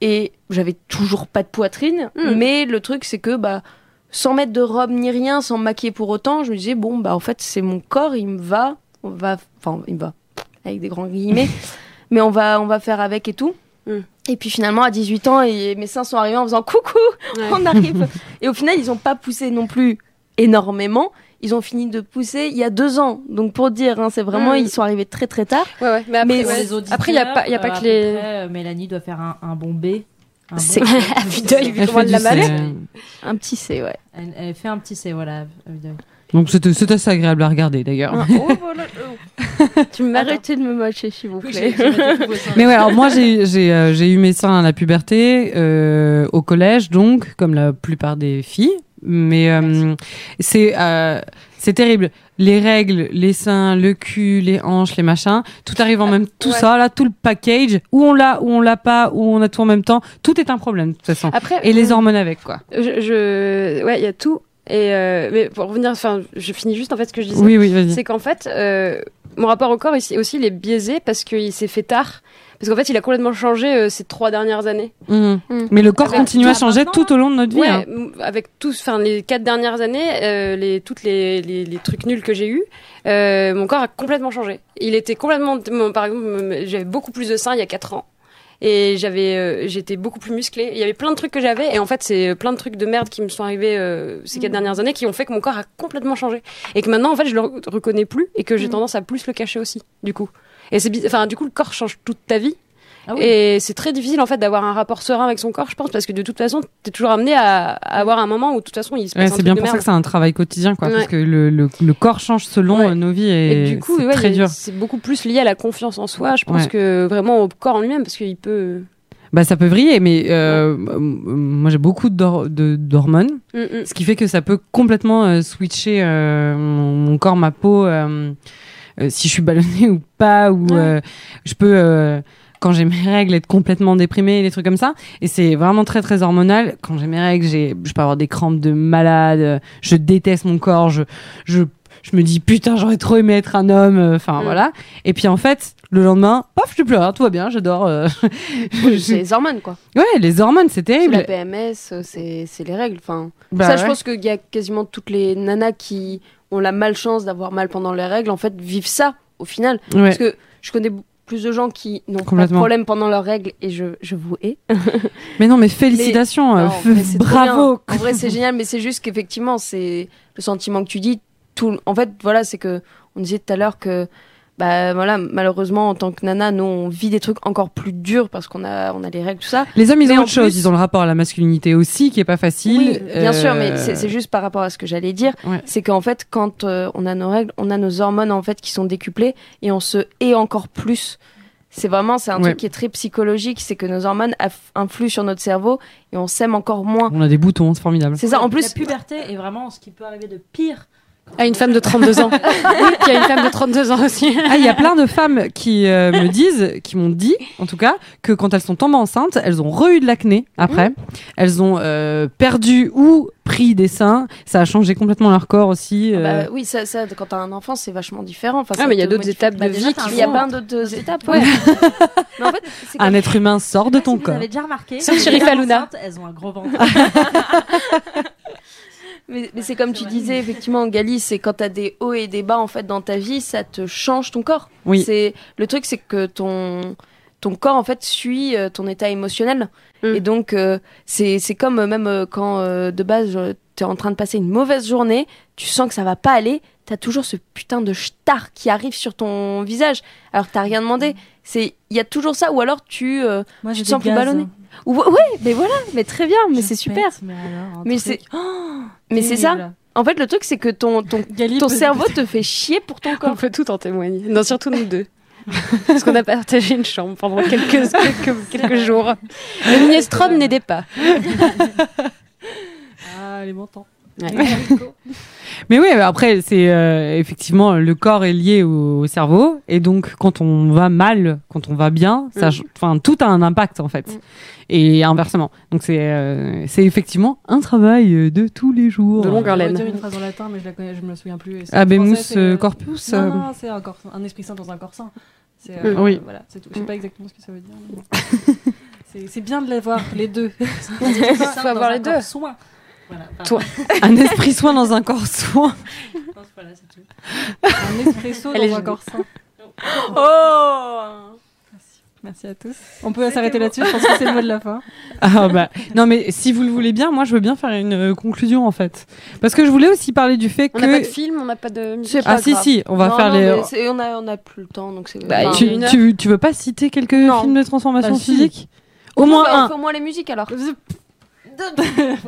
C: et j'avais toujours pas de poitrine.
A: Mm.
C: Mais le truc, c'est que, bah, sans mettre de robe ni rien, sans me maquiller pour autant, je me disais bon bah en fait c'est mon corps, il me va, on va, enfin il me va avec des grands guillemets, mais on va on va faire avec et tout.
A: Mm.
C: Et puis finalement à 18 ans, et mes seins sont arrivés en faisant coucou,
A: Ouais.
C: on arrive. et au final ils ont pas poussé non plus énormément. Ils ont fini de pousser il y a deux ans. Donc pour dire, hein, c'est vraiment
A: Mm.
C: ils sont arrivés très très tard.
A: Ouais, ouais. Mais
C: Mais
A: après,
F: Pour
A: ouais.
F: les auditeurs,
A: après, il y a pas, il y a
F: euh,
A: pas
F: à
A: que
F: peu
A: les.
F: près, euh, Mélanie doit faire un, un bon B. Un
C: C'est-
F: bon
A: Ah, putain, il
D: Elle
A: comment
D: fait
A: elle
D: du
A: l'a mal.
D: C.
C: Un petit C ouais.
F: Elle, elle fait un petit C, voilà. à vue d'œil.
D: Donc c'était- c'est assez agréable à regarder d'ailleurs.
C: Hein, oh, voilà, [laughs] oh. tu m'arrêtes de me mocher s'il vous
F: Oui,
C: plaît.
F: j'ai- j'ai noté tous vos seins.
D: Mais ouais, alors moi j'ai j'ai euh, j'ai eu mes seins à la puberté euh, au collège donc comme la plupart des filles mais euh, c'est euh, c'est terrible les règles les seins le cul les hanches les machins tout arrive en même tout
A: ouais.
D: ça là tout le package où on l'a où on l'a pas où on a tout en même temps tout est un problème de toute façon
A: Après, euh,
D: et les hormones avec quoi
A: Je, je- ouais, il y a tout. Et euh, mais pour revenir, enfin, je finis juste en fait ce que je disais.
D: oui oui vas-y
A: C'est qu'en fait, euh, mon rapport au corps il- aussi, il est biaisé parce qu'il s'est fait tard. Parce qu'en fait, il a complètement changé euh, ces trois dernières années.
D: Mhm.
C: Mm.
D: mais le corps
A: Avec-
D: continue à
F: Ah,
D: changer
F: maintenant,
D: tout au long de notre vie
A: Bah, Ouais,
D: hein.
A: m- avec tous, enfin les quatre dernières années, euh, les toutes les, les, les trucs nuls que j'ai eu, euh, mon corps a complètement changé. Il était complètement, mon- par exemple, m- j'avais beaucoup plus de seins il y a quatre ans. Et j'avais, euh, j'étais beaucoup plus musclée. Il y avait plein de trucs que j'avais, et en fait, c'est euh, plein de trucs de merde qui me sont arrivés euh, ces
D: Mm.
A: quatre dernières années, qui ont fait que mon corps a complètement changé, et que maintenant, en fait, je le re- reconnais plus, et que j'ai
C: Mm.
A: tendance à plus le cacher aussi, du coup. Et c'est, biz- enfin, du coup, le corps change toute ta vie,
F: Ah oui.
A: et c'est très difficile en fait d'avoir un rapport serein avec son corps, je pense, parce que de toute façon, t'es toujours amené à, à avoir un moment où de toute façon il se
D: Ouais,
A: passe un
D: c'est
A: truc
D: bien
A: de
D: pour ça
A: merde.
D: que c'est un travail quotidien, quoi,
A: Ouais.
D: parce que le, le, le corps change selon
A: Ouais.
D: euh, nos vies
A: Et,
D: et,
A: du coup,
D: c'est
A: ouais, il
D: très
A: y a-
D: dur.
A: c'est beaucoup plus lié à la confiance en soi, je pense
D: Ouais.
A: que vraiment au corps en lui-même, parce qu'il peut.
D: Bah, ça peut vriller, mais euh, m- m- moi j'ai beaucoup d'hor- de- d'hormones,
A: Mm, mm.
D: ce qui fait que ça peut complètement euh, switcher euh, mon, mon corps, ma peau, euh, euh, si je suis ballonnée [laughs] ou pas, ou euh, je peux, euh, quand j'ai mes règles, être complètement déprimée, des trucs comme ça. Et c'est vraiment très très hormonal. Quand j'ai mes règles, j'ai, je peux avoir des crampes de malade, euh, je déteste mon corps, je, je, je me dis putain, j'aurais trop aimé être un homme, euh, enfin
A: Mm.
D: voilà. Et puis en fait, le lendemain, pof, je pleure, tout va bien, j'adore. euh, je-
C: C'est les hormones quoi.
D: Ouais, les hormones, c'est
C: Sous la
D: terrible.
C: PMS, euh, c'est c'est les règles. Enfin,
D: Bah
C: ça,
D: ouais.
C: je pense qu'il y a quasiment toutes les nanas qui ont la malchance d'avoir mal pendant les règles, en fait, vivent ça au final.
D: Ouais.
C: Parce que je connais plus de gens qui n'ont pas de
D: Complètement.
C: problème pendant leurs règles et je, je vous hais.
D: Mais non, mais félicitations,
C: Mais-
D: euh,
C: non, en vrai, c'est trop
D: bravo.
C: bien. En vrai, c'est génial, mais c'est juste qu'effectivement, c'est le sentiment que tu dis. Tout, en fait, voilà, c'est que on disait tout à l'heure que, bah voilà, malheureusement, en tant que nana, nous on vit des trucs encore plus durs parce qu'on a, on a les règles, tout ça.
D: Les hommes, ils
C: Mais
D: ont
C: en
D: autre chose.
C: plus-
D: Ils ont le rapport à la masculinité aussi, qui est pas facile.
C: Oui, bien
D: Euh,
C: sûr, mais c'est c'est juste par rapport à ce que j'allais dire,
D: Ouais.
C: c'est qu'en fait, quand euh, on a nos règles, on a nos hormones en fait qui sont décuplées et on se hait encore plus. C'est vraiment, c'est un
D: Ouais.
C: truc qui est très psychologique, c'est que nos hormones aff- influent sur notre cerveau et on s'aime encore moins.
D: On a des boutons, c'est formidable.
C: C'est ça. En
F: La
C: plus,
F: puberté est vraiment ce qui peut arriver de pire.
A: À une femme de 32 [laughs] ans. Il y a une femme de 32 ans aussi.
D: Ah, il y a plein de femmes qui euh, me disent, qui m'ont dit, en tout cas, que quand elles sont tombées enceintes, elles ont re-eu de l'acné
C: Mm.
D: après. Elles ont euh, perdu ou pris des seins. Ça a changé complètement leur corps aussi.
C: Ah
D: euh.
C: bah oui, ça, ça, quand t'as un enfant, c'est vachement différent. Enfin,
A: Ah,
C: ça
A: mais il y a
C: te
A: d'autres
C: modifie-
A: étapes de
C: Bah, déjà,
A: vie
C: t'as
A: qui
C: un- Il y a
A: font-
C: plein d'autres étapes,
A: [laughs]
C: ouais. mais en fait, c'est
D: un
C: comme-
D: être humain sort de
F: Je sais pas
D: ton
F: si Vous
D: corps.
F: avez déjà remarqué
A: Sauf
F: les
A: Shirley
F: femmes
A: Falouna.
F: enceintes, Elles ont un gros ventre.
C: mais- mais c'est comme tu
F: vrai.
C: disais, effectivement, Gali, c'est quand t'as des hauts et des bas, en fait, dans ta vie, ça te change ton corps.
D: Oui.
C: C'est, le truc, c'est que ton, ton corps, en fait, suit euh, ton état émotionnel.
A: Mm.
C: Et donc, euh, c'est, c'est comme euh, même euh, quand, euh, de base, euh, t'es en train de passer une mauvaise journée, tu sens que ça va pas aller, t'as toujours ce putain de star qui arrive sur ton visage, alors que t'as rien demandé. C'est, il y a toujours ça, ou alors tu, euh,
F: Moi,
C: Tu te sens plus ballonné. Ou- Ouais, mais voilà, mais très bien, mais c'est super.
F: Mais, alors, un
C: Mais
F: truc
C: c'est,
E: Oh,
C: mais c'est ça.
F: terrible.
C: En fait, le truc, c'est que ton, ton,
F: Gali
C: ton
F: peut-
C: cerveau te fait chier pour ton
A: On
C: corps.
A: peut tout en témoigner. Non, surtout nous deux. Parce qu'on a partagé une chambre pendant quelques, [laughs] quelques, quelques jours. Le minestrone n'aidait pas.
E: Ah, les mentants.
C: [laughs]
D: Mais oui, après, c'est euh, effectivement le corps est lié au, au cerveau, et donc quand on va mal, quand on va bien, ça, ch- enfin, tout a un impact en fait, et inversement. Donc c'est, euh, c'est effectivement un travail euh, de tous les jours. Ah,
A: De longue
E: Je vais
A: haleine.
E: dire une phrase en latin, mais je la connais, je me la souviens plus. et
C: Ah,
E: c'est en français,
D: Abemus
E: c'est, euh,
D: corpus.
E: Non,
D: euh,
E: non, c'est un, corps- un esprit saint dans un corps saint. C'est, euh,
D: Oui.
E: Voilà, c'est tout. Je sais
C: Mm.
E: pas exactement ce que ça veut dire. mais [laughs] bon. c'est, c'est bien de les voir,
C: [laughs]
E: les deux. [laughs]
F: Faut
A: Faut avoir les deux.
F: Soin. Voilà, pardon.
A: Toi.
D: [laughs] un esprit soin dans un corps soin.
F: Je pense, voilà, c'est tout.
E: Un espresso
A: Elle est
E: dans un
A: jolie.
E: corps saint.
C: Oh
E: Merci à tous. On peut s'arrêter là-dessus, je pense que c'est le
C: [laughs]
E: mot de la fin.
D: Ah bah, non mais si vous le voulez bien, moi je veux bien faire une euh, conclusion en fait, parce que je voulais aussi parler du fait
A: On n'a pas
D: que
A: de film, on n'a pas de musique.
C: C'est
D: ah
C: pas
D: si
C: grave.
D: si, on va
C: Non,
D: faire
C: non,
D: les.
C: mais c'est- on, a, on a plus le temps, donc c'est.
A: Bah,
C: enfin,
D: Tu,
A: Une heure.
D: tu, tu veux pas citer quelques
C: Non.
D: films de transformation
E: Bah, si.
D: physique Au moins
C: on fait-
D: un.
C: on fait au moins les musiques alors.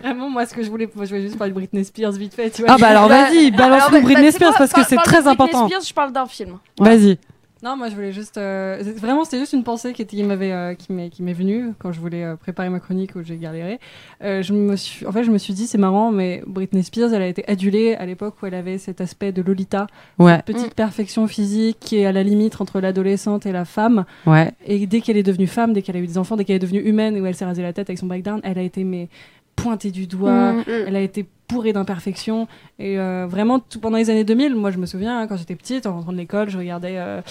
E: Vraiment, moi, ce que je voulais, moi, je voulais juste parler de Britney Spears vite fait, tu vois.
D: Ah bah alors
C: Bah,
D: vas-y, balance
C: Alors,
D: nous
C: bah,
D: Britney
C: bah,
D: Spears
C: pas-
D: parce que
C: par-
D: c'est
C: parle
D: très
C: de Britney
D: important.
C: Spears, je parle d'un film.
D: Vas-y.
E: Non, moi, je voulais juste. euh, c'est- vraiment, c'était juste une pensée qui, était- qui m'avait, euh, qui m'est, qui m'est venue quand je voulais euh, préparer ma chronique où j'ai galéré. Euh, je me suis, en fait, je me suis dit, c'est marrant, mais Britney Spears, elle a été adulée à l'époque où elle avait cet aspect de Lolita,
D: Ouais,
E: petite perfection physique qui est à la limite entre l'adolescente et la femme.
D: ouais.
E: Et dès qu'elle est devenue femme, dès qu'elle a eu des enfants, dès qu'elle est devenue humaine, où elle s'est rasée la tête avec son breakdown, elle a été mais pointée du
C: Mm,
E: doigt.
F: Mm.
E: Elle a été bourrée d'imperfections. Et euh, vraiment, tout, pendant les années 2000, moi je me souviens, hein, quand j'étais petite, en rentrant de l'école, je regardais euh,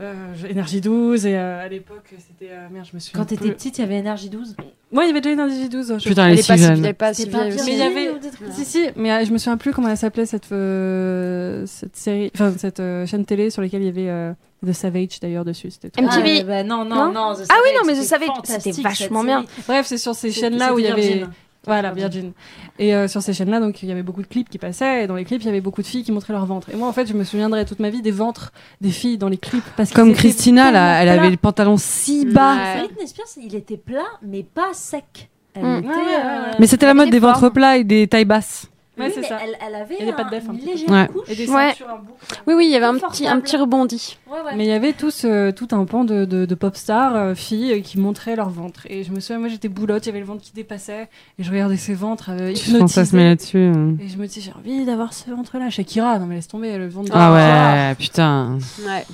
E: euh, Énergie 12. Et euh, à l'époque, c'était. euh, merde, je me souviens.
F: Quand t'étais
E: plus.
F: petite, il y avait Énergie 12.
E: Moi, il y avait déjà Énergie 12. je-
D: Putain, elle
A: Elle
D: est
A: est pas
D: si
A: si vieille,
D: jeune.
A: pas si
F: C'était pas
A: vieille
F: bien.
E: Mais il
A: aussi.
E: y
F: Virginie
E: avait.
F: ou des trucs comme
E: Si, si, mais euh, je me souviens plus comment elle s'appelait cette, euh, cette série. Enfin, cette euh, chaîne télé sur laquelle il y avait euh, The Savage d'ailleurs dessus. C'était trop-
C: MTV.
F: Ah, ouais, bah, non, non,
C: Non
F: non.
C: Ah oui, non, mais je savais que
F: fantastique,
C: c'était vachement
F: cette
C: bien.
F: série.
E: Bref, c'est sur ces
F: C'est-
E: chaînes-là où il y
F: c'est
E: avait.
F: Virgin.
E: Voilà, Virgin. Et euh, sur ces chaînes-là, donc il y avait beaucoup de clips qui passaient, et dans les clips, il y avait beaucoup de filles qui montraient leur ventre. Et moi, en fait, je me souviendrai toute ma vie des ventres des filles dans les clips. Parce qu'ils
D: Comme
E: étaient
D: Christina, là, elle
E: tellement
D: avait
E: plats.
D: le pantalon si bas.
A: Ouais.
F: Britney Spears, il était plat, mais pas sec. Elle
C: Euh, Mm.
F: était,
E: Ouais, ouais,
F: euh,
E: ouais.
D: Mais c'était la mode des ventres
C: forme.
D: plats et des tailles basses.
E: Ouais,
F: oui,
E: c'est
F: mais
E: ça.
F: Elle, elle avait
E: Il y a des
F: un-
E: pattes d'œuf, un
F: une
E: petit peu.
F: légère
D: Ouais.
F: couche.
E: Et des
C: Ouais.
E: ceintures
F: un bout.
A: Oui, oui, il y avait un petit, un petit rebondi.
F: Ouais, ouais.
E: Mais il y avait tout, ce, tout un pan de, de, de pop stars, euh, filles, euh, qui montraient leur ventre. Et je me souviens, moi, j'étais boulotte, il y avait le ventre qui dépassait, et je regardais ces ventres euh,
D: Je pense que ça se met
E: hypnotisés.
D: là-dessus. euh.
E: Et je me dis, j'ai envie d'avoir ce ventre-là. Shakira, non mais laisse tomber, le ventre de
D: Ah
E: Shakira.
D: ouais, putain.
A: Ouais.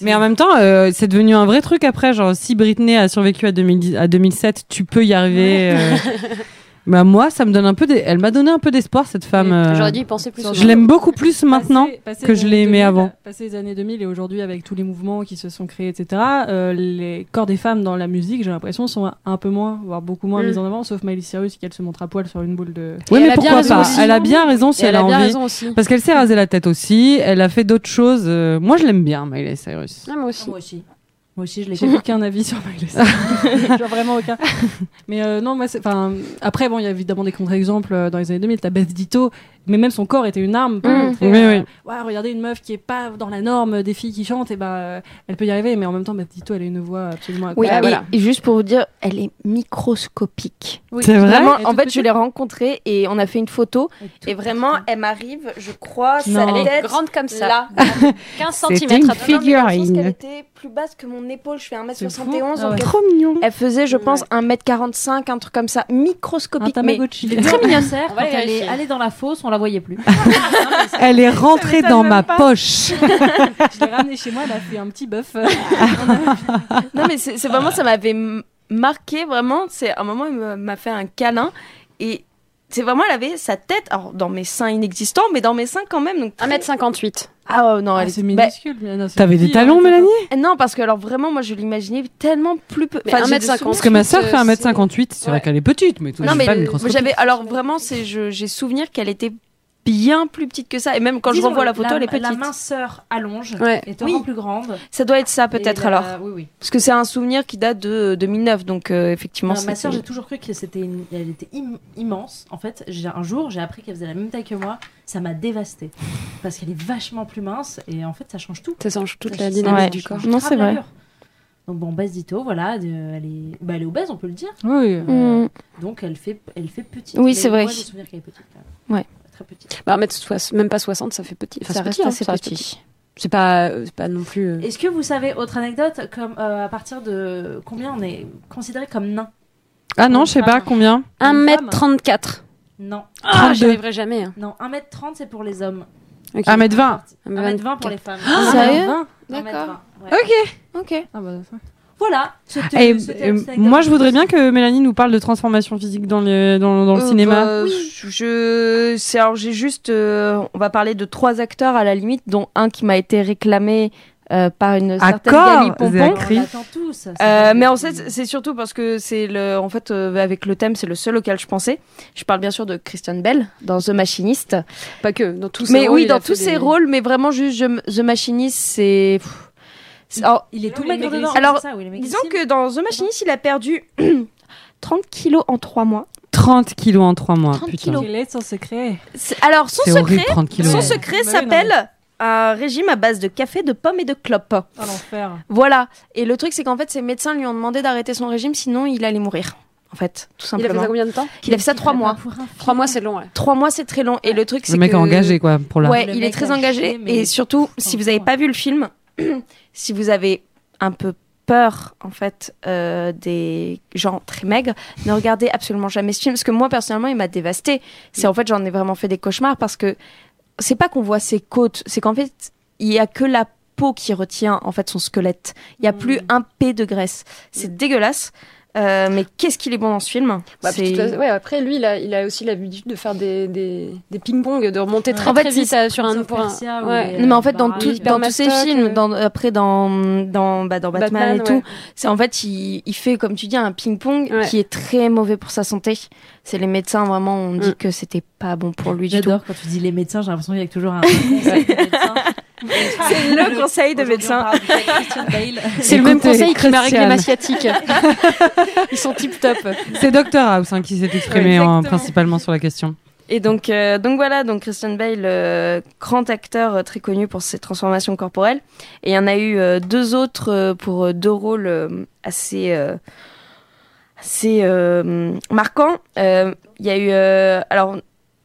D: Mais en même temps, euh, c'est devenu un vrai truc après. Genre, si Britney a survécu à, 2010 à 2007, tu peux y arriver. euh. bah moi, ça me donne un peu. des- Elle m'a donné un peu d'espoir cette femme. euh.
A: J'aurais dû y penser plus.
E: Sur-
A: souvent.
D: Je l'aime beaucoup plus [laughs]
E: Passé-
D: maintenant.
E: passé
D: que
E: les
D: je l'ai
E: années
D: aimé
E: 2000,
D: avant.
E: Passé les années 2000 et aujourd'hui avec tous les mouvements qui se sont créés, etc., euh, les corps des femmes dans la musique, j'ai l'impression, sont un- un peu moins, voire beaucoup moins
A: Mm.
E: mis en avant, sauf Miley Cyrus qui elle se montre à poil sur une boule de...
A: Et
D: Oui,
A: elle
D: mais
A: a bien
D: pourquoi
A: raison
D: pas
A: aussi.
D: Elle a bien raison si
A: Et
D: elle, a,
A: bien
D: envie.
A: raison aussi.
D: Parce qu'elle s'est rasée la tête aussi, elle a fait d'autres choses. euh, moi, je l'aime bien, Miley Cyrus.
A: Ah, moi aussi.
F: Moi aussi. Moi aussi, je l'ai
E: J'ai
F: fait.
E: aucun avis sur Miley
F: [laughs]
E: Genre vraiment aucun. Mais euh, non, moi, c'est. Enfin, après, bon, il y a évidemment des contre-exemples euh, dans les années 2000. T'as Beth Ditto, mais même son corps était une arme pour
C: Mm.
E: montrer,
D: Oui,
E: euh,
D: oui.
E: Ouais, regardez une meuf qui est pas dans la norme des filles qui chantent, et ben, euh, elle peut y arriver. Mais en même temps, Beth Ditto, elle a une voix absolument
C: Oui,
A: Ah,
C: et,
E: incroyable.
A: voilà.
C: Bah, et juste pour vous dire, elle est microscopique.
D: C'est vrai
C: Vraiment,
E: Elle est
C: en
E: toute
C: fait, je
E: petite
C: l'ai rencontrée et on a fait une photo. Et vraiment, elle m'arrive, je crois, sa
D: Non.
A: Elle est
C: tête
A: grande comme ça. [laughs]
C: là.
A: 15
D: C'était
A: cm
D: une
A: à peu
D: fille.
A: près.
C: Non, mais dans le sens
D: Figurine.
C: qu'elle était plus basse que mon épaule. Je fais 1m71.
E: C'est fou.
C: donc
E: Ah ouais.
C: elle-
D: Trop mignon.
C: Elle faisait, je pense, 1m45, un truc comme ça,
D: Ah,
E: Un
C: microscopique. Mais
E: Tamagotchi.
F: Très mignonnaire,
A: On
F: quand
A: va
F: elle
A: vérifier.
F: est allée dans la fosse, on la voyait plus.
D: Elle est rentrée
B: m'étonne
D: dans
B: même
D: ma
B: pas.
D: poche.
E: Je l'ai ramenée chez moi, elle a fait un petit bœuf. euh,
C: non, mais c'est c'est vraiment, ça m'avait m- marqué vraiment. C'est un moment, elle me- m'a fait un câlin et c'est vraiment, elle avait sa tête, alors dans mes seins inexistants, mais dans mes seins quand même. Donc, très-
A: 1m58.
C: Ah oh, non, elle
E: c'est
C: était- bah,
E: minuscule. mais non, c'est
D: T'avais des
E: petit, hein,
D: talons,
E: c'est-
D: Mélanie
C: non, parce que alors vraiment, moi, je l'imaginais tellement plus. pe-
A: Mais
C: enfin, j'ai
A: 1m50.
C: des
D: Parce que ma sœur fait
A: euh,
D: 1m58, c'est vrai
A: ouais.
D: qu'elle est petite, mais tout
C: Non,
D: n'est
C: mais
D: pas
C: le-
D: microscopique.
C: j'avais alors vraiment, c'est je- j'ai souvenir qu'elle était bien plus petite que ça, et même quand je
F: Disons,
C: revois la photo, elle est
F: La
C: petite.
F: minceur allonge
A: Ouais.
F: est
C: Oui.
F: encore plus grande.
C: Ça doit être ça peut-être
F: Et la-
C: alors,
F: Oui, oui.
C: parce que c'est un souvenir qui date de 2009, donc euh, effectivement.
F: Non, ma
C: c'était-
F: soeur, j'ai toujours cru que c'était une- elle était im- immense. En fait, j'ai un jour, j'ai appris qu'elle faisait la même taille que moi. Ça m'a dévastée parce qu'elle est vachement plus mince et en fait, ça change tout.
A: Ça change toute
F: Ça
A: la
F: change-
A: dynamique
C: Ouais.
A: du corps.
F: change
C: Non,
F: grave
C: c'est vrai.
F: l'allure. Donc bon, Bess Ditto, voilà, de- elle est, bah, elle est obèse, on peut le dire.
E: Oui.
F: Euh,
C: Mm.
F: Donc elle fait, elle fait petite.
C: Oui,
F: Mais
C: c'est vrai.
F: Moi, j'ai souvenir qu'elle est petite. quand même.
C: Ouais.
F: Très petite.
A: Bah, 1m60, même pas 60, ça fait petit. Enfin,
C: ça
A: c'est
C: reste
A: petit, hein,
C: assez
A: ça reste
C: petit.
A: C'est pas, euh, c'est pas non plus. euh,
F: Est-ce que vous savez autre anecdote comme euh, à partir de combien on est considéré comme nain
D: Ah non, je sais pas combien.
A: 1m34.
F: Non,
A: Ah,
D: 32.
A: j'y arriverai jamais. hein.
F: non, 1m30 c'est pour les hommes.
A: Ok.
D: 1m20.
F: 1m20 pour les femmes.
C: Ah, Sérieux
F: D'accord.
C: Ok.
E: bah,
C: Eh,
E: Ah bah, ça.
F: Voilà.
D: Et, et
C: euh,
D: moi, je voudrais bien que Mélanie nous parle de transformation physique dans le, dans, dans le
C: Euh, bah,
D: cinéma.
C: Je, c'est alors j'ai juste, euh, on va parler de trois acteurs à la limite, dont un qui m'a été réclamé euh, par une certaine
D: Accord,
C: Gali Pompon.
D: Zach. Cri.
F: On attend tous. ça,
C: Euh,
F: c'est-
C: mais en fait, c'est surtout parce que c'est le, en fait, euh, avec le thème, c'est le seul auquel je pensais. Je parle bien sûr de Christian Bell dans The Machinist.
A: Pas que, dans tous ses
C: Mais
A: rôles,
C: oui,
A: il a
C: dans
A: fait
C: tous
A: des-
C: ses rôles, mais vraiment juste je- The Machinist, c'est. pff, c'est- alors,
F: il est tout
A: Il est
F: maigre dedans.
C: maigrissime. Alors,
F: c'est ça, oui, il est
C: disons
F: maigrissime.
C: que dans The Machinist, il a perdu [clears throat] 30 kilos en 3 mois.
D: 30 kilos en 3 mois.
C: 30
D: putain.
C: kilos.
E: Quel est son secret
C: C'est- Alors, son
D: C'est
C: secret,
D: horrible, 30 kilos.
C: son
F: Ouais.
C: secret
E: Bah oui,
C: s'appelle un régime à base de café, de pommes et de clopes.
E: Oh l'enfer.
C: Voilà. Et le truc, c'est qu'en fait, ses médecins lui ont demandé d'arrêter son régime, sinon il allait mourir. En fait, tout
A: Il a fait
C: simplement.
A: ça combien de temps
C: Il a fait ça 3
F: Pas
C: mois.
F: pour un
A: Trois
F: film.
A: mois, c'est long. ouais.
C: Trois mois, c'est très long. Et le truc, c'est
D: Le mec
C: que-
D: est engagé, quoi, pour la.
C: Ouais,
F: Le
C: il est
F: mec
C: très
F: a
C: engagé.
F: chié, mais
C: Et surtout,
F: sans
C: si vous n'avez
F: foi.
C: pas vu le film, [clears throat] si vous avez un peu peur, en fait, euh, des gens très maigres, ne regardez absolument jamais ce film. Parce que moi, personnellement, il m'a dévastée. C'est en fait, j'en ai vraiment fait des cauchemars parce que c'est pas qu'on voit ses côtes, c'est qu'en fait, il y a que la peau qui retient, en fait, son squelette. Il n'y a plus un P de graisse. C'est dégueulasse. Euh, mais qu'est-ce qu'il est bon dans ce film
A: Bah, puis, de
C: C'est-
A: toute façon, ouais, après, lui, il a, il a aussi l'habitude de faire des, des, des ping-pong, de remonter très,
C: En fait,
A: très vite
C: c'est-
A: à- sur un
F: Sauf
A: pour un-
F: Persia, où
A: ouais.
F: il est-
C: Non, mais en fait, dans,
F: Bah,
C: tout-
F: oui,
C: dans tous ces
A: Batman
C: films,
A: Stock,
C: dans, après dans, dans, bah, dans Batman,
A: Batman,
C: et tout,
A: ouais.
C: c'est en fait, il, il fait, comme tu dis, un ping-pong
A: Ouais.
C: qui est très mauvais pour sa santé. C'est les médecins, vraiment, on dit
A: Mm.
C: que c'était pas bon pour lui du tout.
F: J'adore quand tu dis les médecins, j'ai l'impression qu'il y
C: [laughs]
F: a toujours un. C'est
C: C'est le conseil de médecin. [laughs]
A: C'est le même
D: Écoutez,
A: conseil qui m'a réglé
D: Christiane.
A: ma
D: [laughs]
A: sciatique. Ils sont tip-top.
D: C'est Dr House hein, qui s'est exprimé
C: Ouais,
D: hein,
C: exactement.
D: principalement sur la question.
C: Et donc, euh, donc voilà, donc Christian Bale, euh, grand acteur euh, très connu pour ses transformations corporelles. Et il y en a eu euh, deux autres euh, pour euh, deux rôles euh, assez, euh, assez euh, marquants. Euh, Il y a eu. euh, alors,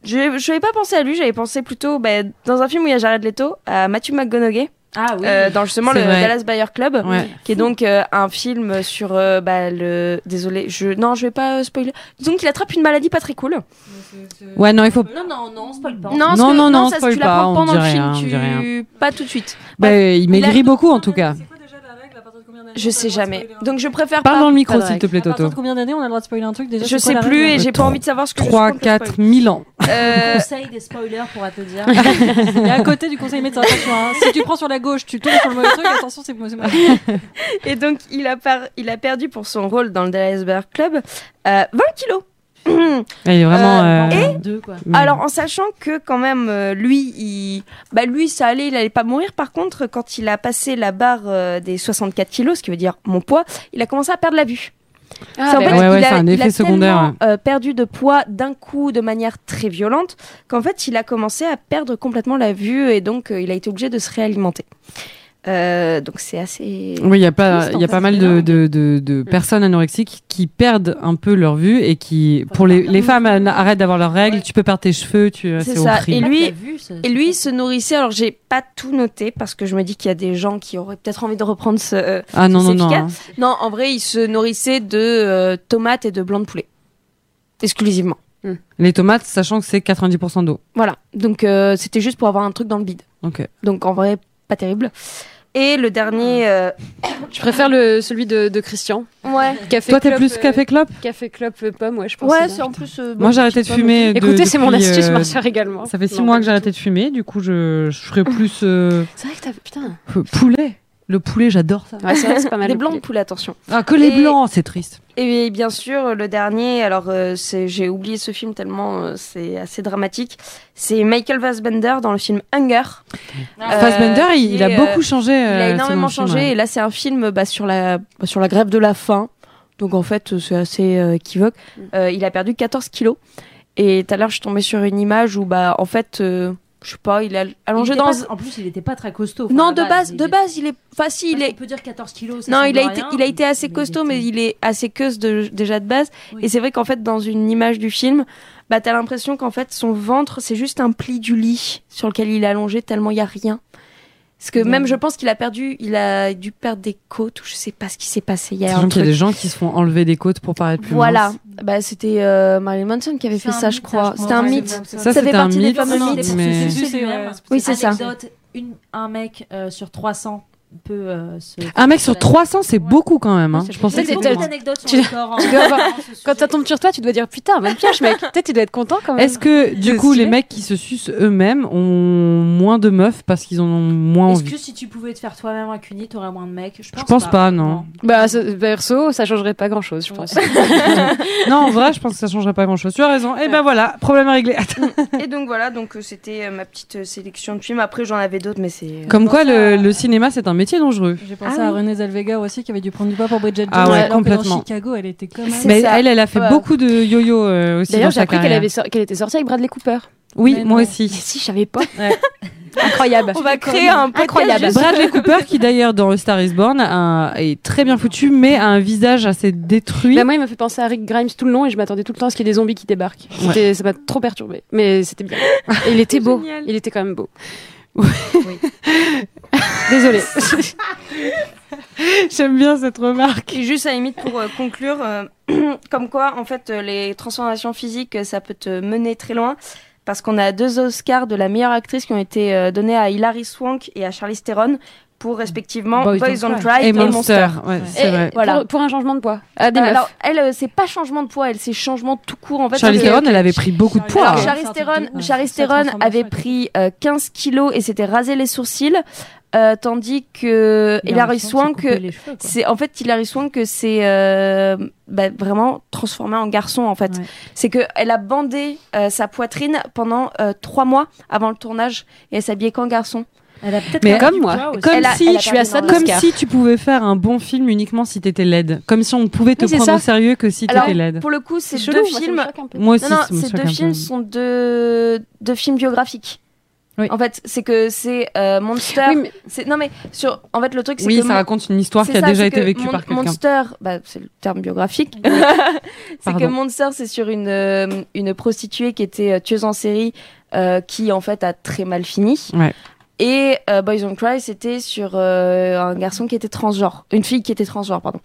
C: je n'avais pas pensé à lui, j'avais pensé plutôt bah, dans un film où il y a Jared Leto, à Matthew McGonaghy,
F: Ah oui.
C: euh, dans justement
D: C'est
C: le
D: vrai.
C: Dallas Buyer Club.
D: Ouais.
C: Qui est donc euh, un film sur euh, bah, le. Désolé, je. Non, je vais pas euh, spoiler. Disons qu'il attrape une maladie pas très cool.
D: Ouais, non, il faut.
F: Non, non, non, on spoil pas.
C: Non,
D: Non,
C: parce
D: non,
C: que-
D: non,
C: ça,
D: spoil
C: tu l'apprends
D: pas, on
C: pendant
D: dit
C: le film,
D: rien, on dit rien.
C: tu... pas tout de suite.
D: Bah, il maigrit
E: a-
D: beaucoup en tout cas.
E: C'est quoi déjà la règle à partir de combien d'années
C: Je
E: on a le
C: sais
E: droit de
C: jamais.
E: spoiler un
C: Donc je
E: truc
C: préfère
D: Parle
C: pas.
D: dans le micro,
C: Pas de
D: s'il te plaît,
E: À partir
D: Toto.
E: de combien d'années on a le droit de spoiler un truc déjà
C: Je
E: c'est quoi
C: sais
E: la
C: plus
E: règle
C: et j'ai pas
D: Trois,
C: envie de savoir ce que je- ce
D: 3,
C: qu'on te
D: 4 000 ans.
C: spoil. [laughs] Euh,
F: Conseil des spoilers pour
C: [laughs]
F: te dire.
E: Il est à côté du conseil médecin. Attention, hein. si tu prends sur la gauche, tu tombes sur le mauvais truc. Attention, c'est c'est moi.
C: Ah et donc il a, par- il a perdu pour son rôle dans le Dallas Bear Club euh, 20 kilos. [clears throat]
D: Elle est vraiment.
C: Euh,
D: euh,
F: Deux, quoi.
D: mm.
C: Alors en sachant que quand même euh, lui il bah lui ça allait il allait pas mourir par contre quand il a passé la barre euh, des 64 kilos ce qui veut dire mon poids il a commencé à perdre la vue.
A: Ah,
C: C'est en
A: bah
C: fait,
A: ouais.
D: ouais, ouais,
C: il a,
D: c'est un
C: il a
D: effet secondaire,
C: tellement, euh, perdu de poids d'un coup de manière très violente qu'en fait il a commencé à perdre complètement la vue et donc euh, il a été obligé de se réalimenter. Euh, donc c'est assez.
D: Oui, il y a pas,
C: Triste,
D: il
C: en
D: y a
C: fait,
D: pas mal
C: c'est
D: de,
C: dingue.
D: de, de, de personnes anorexiques qui perdent un peu leur vue et qui, pour les, les femmes, an- arrêtent d'avoir leurs règles.
F: Ouais.
D: Tu peux perdre tes cheveux, tu, euh,
C: C'est
D: c'est
C: ça.
D: horrible.
F: Et
C: Et
F: lui,
C: lui-
F: et
C: Et lui il se nourrissait alors j'ai pas tout noté parce que je me dis qu'il y a des gens qui auraient peut-être envie de reprendre ce euh,
D: Ah non non
C: c'est
D: non.
C: efficace. Non, en vrai, il se nourrissait de euh, tomates et de blancs de poulet. Exclusivement.
D: Les tomates, sachant que c'est 90% d'eau.
C: Voilà. Donc, euh, c'était juste pour avoir un truc dans le bide.
D: Ok.
C: Donc, en vrai, pas terrible. Et le dernier. euh,
A: Je préfère le, celui de, de Christian.
C: Ouais.
A: Café
D: Toi, t'es
A: Clop,
D: plus
A: euh,
D: café clope
A: Café Clop euh, Pomme, ouais, je pense.
C: Ouais,
A: c'est
C: c'est
A: bien.
C: en plus. euh,
D: Moi,
C: bon,
D: j'ai arrêté de
C: c'est pas
D: fumer.
A: Écoutez,
D: de-
A: c'est mon
D: depuis,
A: astuce,
D: euh,
A: ma sœur également. bah,
D: Ça fait six
A: Non,
D: mois
A: pas
D: que
A: du
D: j'ai arrêté de fumer, du coup je, je ferai plus euh,
A: tout. C'est vrai que t'as. Putain.
D: euh, poulet. Le poulet, j'adore ça.
A: Ouais, c'est vrai, c'est pas mal.
C: Les
A: le
C: blancs de
A: poulet.
C: poulet, attention.
D: Ah, que les
C: Et-
D: blancs, c'est triste.
C: Et bien sûr, le dernier, alors euh, c'est- j'ai oublié ce film tellement euh, c'est assez dramatique. C'est Michael Fassbender dans le film Hunger.
F: Ah.
C: Euh,
D: Fassbender, il,
C: qui
D: il a
C: est,
D: beaucoup changé.
C: Il a
D: euh, selon
C: énormément
D: le film,
C: changé.
D: ouais.
C: Et là, c'est un film bah, sur, la, bah, sur la grève de la faim. Donc, en fait, euh, c'est assez euh, équivoque.
F: Mm.
C: Euh, il a perdu 14 kilos. Et tout à l'heure, je suis tombée sur une image où, bah, en fait, euh, je sais pas, il est allongé
F: était
C: dans.
F: pas- En plus, il était pas très costaud. Enfin,
C: Non,
F: à
C: de base,
F: il
C: de
F: était-
C: base, il est. Enfin, si, il
F: On
C: est.
F: peut dire 14 kilos. ça
C: Non, il a,
F: semble
C: été,
F: rien,
C: il a été assez
F: il
C: costaud, mais
F: était-
C: il est assez queuse de- déjà de base.
F: Oui.
C: Et c'est vrai qu'en fait, dans une image du film, bah, t'as l'impression qu'en fait, son ventre, c'est juste un pli du lit sur lequel il est allongé tellement il y a rien. Parce que même, je pense qu'il a perdu, il a dû perdre des côtes ou je sais pas ce qui s'est passé. Il y a
D: Sachant
C: un
D: qu'il y a des
C: truc.
D: gens qui se font enlever des côtes pour paraître plus
C: Voilà,
D: minces.
C: bah, c'était euh, Marilyn Manson qui avait
F: C'est
C: fait
F: un
C: ça, je
F: mythe,
C: crois. C'était
F: Ouais,
C: un
F: c'est
C: mythe.
F: vrai, c'est vrai.
D: Ça,
C: Ça fait
D: c'était un
C: partie des
D: mythes,
C: fameux
F: Non, non,
C: mythes.
F: c'est [laughs]
D: mais-
F: pour- c'est
E: Ouais.
F: même.
C: Oui, c'est ça.
F: Anecdote, une- un mec euh, sur 300 peut euh, se.
D: Un mec sur 300, c'est
F: Ouais.
D: beaucoup quand même. hein.
C: Ouais,
D: Je pensais que
A: c'est-
F: J'ai
D: c'était
A: peut-être-
F: beaucoup
D: moins.
F: d'anecdotes
A: tu
F: sur le corps. hein.
A: tu dois avoir- Quand ça tombe sur toi, tu dois dire putain, bonne pioche, mec. Peut-être tu dois être content quand même.
D: Est-ce que du
A: C'est
D: coup les
A: stylé.
D: mecs qui se sucent eux-mêmes ont moins de meufs parce qu'ils en ont moins
F: Est-ce
D: envie
F: que si tu pouvais te faire toi-même un cuni, t'aurais moins de mecs Je pense,
D: Je pense pas, non.
A: Bah, ça- perso, ça changerait pas grand chose, je pense.
D: Non, en vrai, je pense que ça changerait pas grand-chose. Tu as raison. Et ben voilà, problème réglé.
C: Et donc voilà, donc euh, c'était euh, ma petite euh, sélection de films. Après, j'en avais d'autres, mais c'est. euh,
D: Comme quoi,
E: pense
D: le,
E: à-
D: le cinéma, c'est un métier dangereux.
E: J'ai pensé
C: Ah
E: à
C: oui.
E: Renée Zellweger aussi qui avait dû prendre du poids pour Bridget Jones.
D: Ah ouais,
E: alors que
D: complètement.
E: Dans Chicago, elle était comme
C: C'est
D: Mais
C: ça.
D: elle, elle a fait
C: Ouais.
D: beaucoup de yo-yo euh, aussi dans
A: D'ailleurs, j'ai
D: sa
A: appris
D: carrière.
A: qu'elle avait sor- qu'elle était sortie avec Bradley Cooper.
D: Oui,
E: Mais
D: moi
E: non.
A: Mais
D: aussi.
A: si, je savais pas.
F: Ouais.
A: [laughs] Incroyable.
C: On va créer un podcast
A: Bah, Incroyable.
C: juste-
D: Bradley Cooper, qui d'ailleurs dans A Star Is Born a- est très bien foutu, mais a un visage assez détruit.
A: Bah, moi, il m'a fait penser à Rick Grimes tout le long et je m'attendais tout le temps à ce qu'il y ait des zombies qui débarquent. C'était- Ça m'a trop perturbé, mais c'était [laughs] bien. Et il était beau.
C: Génial.
A: Il était quand même beau.
D: Oui.
A: [laughs]
C: [laughs]
A: Désolée.
D: [laughs] J'aime bien cette remarque.
C: Et juste à la limite pour euh, conclure, euh, [clears throat] comme quoi en fait euh, les transformations physiques euh, ça peut te mener très loin parce qu'on a deux Oscars de la meilleure actrice qui ont été euh, donnés à Hilary Swank et à Charlize Theron pour respectivement Boys, on Pride
D: Et,
C: et,
D: Monster, ouais, c'est
C: Et-
D: vrai.
C: Voilà.
A: Pour, pour un changement de poids. Ah, des meufs.
C: Alors elle euh, c'est pas changement de poids, elle c'est changement tout court en fait. euh,
D: Charlize
C: parce que-
D: Theron, elle avait pris beaucoup de poids.
C: Alors,
E: Wow.
C: Charlize
E: C'est un truc
C: Theron,
E: de ouf.
C: Charlize
E: Sa
C: Theron
E: transformation
C: avait
E: était
C: pris euh, 15 kilos et s'était rasé les sourcils, euh, tandis que Hilary Swank, euh, c'est en fait Hilary Swank que c'est euh, bah, vraiment transformée en garçon en fait.
E: Ouais.
C: C'est que elle a bandé euh, sa poitrine pendant euh, trois mois avant le tournage et elle s'habillait qu'en garçon.
F: Elle a peut-être
D: Mais
F: perdu
A: comme
F: du
A: moi,
F: poids aussi.
D: comme
C: Elle a-
D: si-
C: elle a
A: je suis à
C: perdu
A: ça de
C: énormément
D: Comme
A: Oscar.
D: si tu pouvais faire un bon film uniquement si t'étais laide. Comme si on pouvait te
A: Oui, c'est
D: prendre
A: ça.
D: au sérieux que si
C: Alors,
D: t'étais laide.
C: Pour le coup, ces
A: chelou,
C: deux
A: moi, ça me
C: films,
A: choque un peu.
D: Moi aussi,
C: non non,
D: ça me
C: ces
D: choque un
C: deux
D: peu.
C: films sont deux deux films biographiques.
E: Oui.
C: En fait, c'est que c'est euh, Monster.
A: Oui, mais
C: c'est- Non mais sur, en fait, le truc c'est
D: Oui,
C: que
D: ça
C: Mon-
D: raconte une histoire
C: C'est
D: qui a
C: ça,
D: déjà
C: c'est
D: été
C: que
D: vécue par
C: Mon-
D: quelqu'un.
C: Monster, bah, c'est le terme biographique. [laughs] c'est que
D: Pardon.
C: Monster, c'est sur une, euh, une prostituée qui était euh, tueuse en série, euh, qui en fait a très mal fini.
D: Ouais.
C: Et euh, Boys on Cry, c'était sur euh, un garçon qui était transgenre, une fille qui était transgenre, pardon.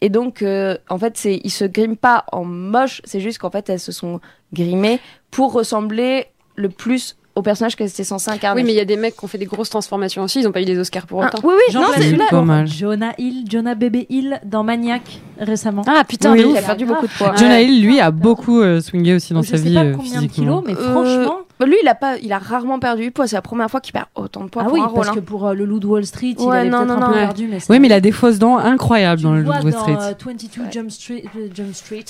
C: Et donc, euh, en fait, c'est ils se griment pas en moche, c'est juste qu'en fait, elles se sont grimées pour ressembler le plus au personnage qu'elles étaient censées incarner.
A: oui, mais il y a des mecs qui ont fait des grosses transformations aussi. Ils ont pas eu des Oscars pour
C: Ah,
A: autant.
C: oui, oui,
F: Jean
C: non,
F: Valjean.
C: c'est
D: C'est
C: là.
D: dommage.
F: Jonah Hill, Jonah Bébé Hill dans Maniac récemment.
A: Ah putain,
D: Oui.
A: de
C: Il
A: ouf. Ah.
C: a perdu beaucoup de poids.
D: Jonah Hill, lui, a beaucoup euh, swingé aussi dans
F: Je
D: sa
F: sais
D: vie.
F: pas
D: euh,
F: combien de
D: physiquement.
F: kilos, mais
C: Euh,
F: franchement,
C: Bah, lui, il a, pas, il a rarement perdu du poids. C'est la première fois qu'il perd autant de poids
F: Ah
C: pour
F: oui,
C: un
F: parce
C: rôle. hein.
F: que pour euh, le loup de Wall Street, il
C: Ouais,
F: avait
C: non,
F: peut-être
C: non,
F: un
C: non.
F: peu perdu. Mais c'est-
D: Oui, mais il a des fausses dents incroyables
F: Tu
D: dans le
F: vois
D: Loup de Wall
F: dans,
D: Street.
F: euh, 22
C: Ouais.
F: Jump Street. euh, Jump Street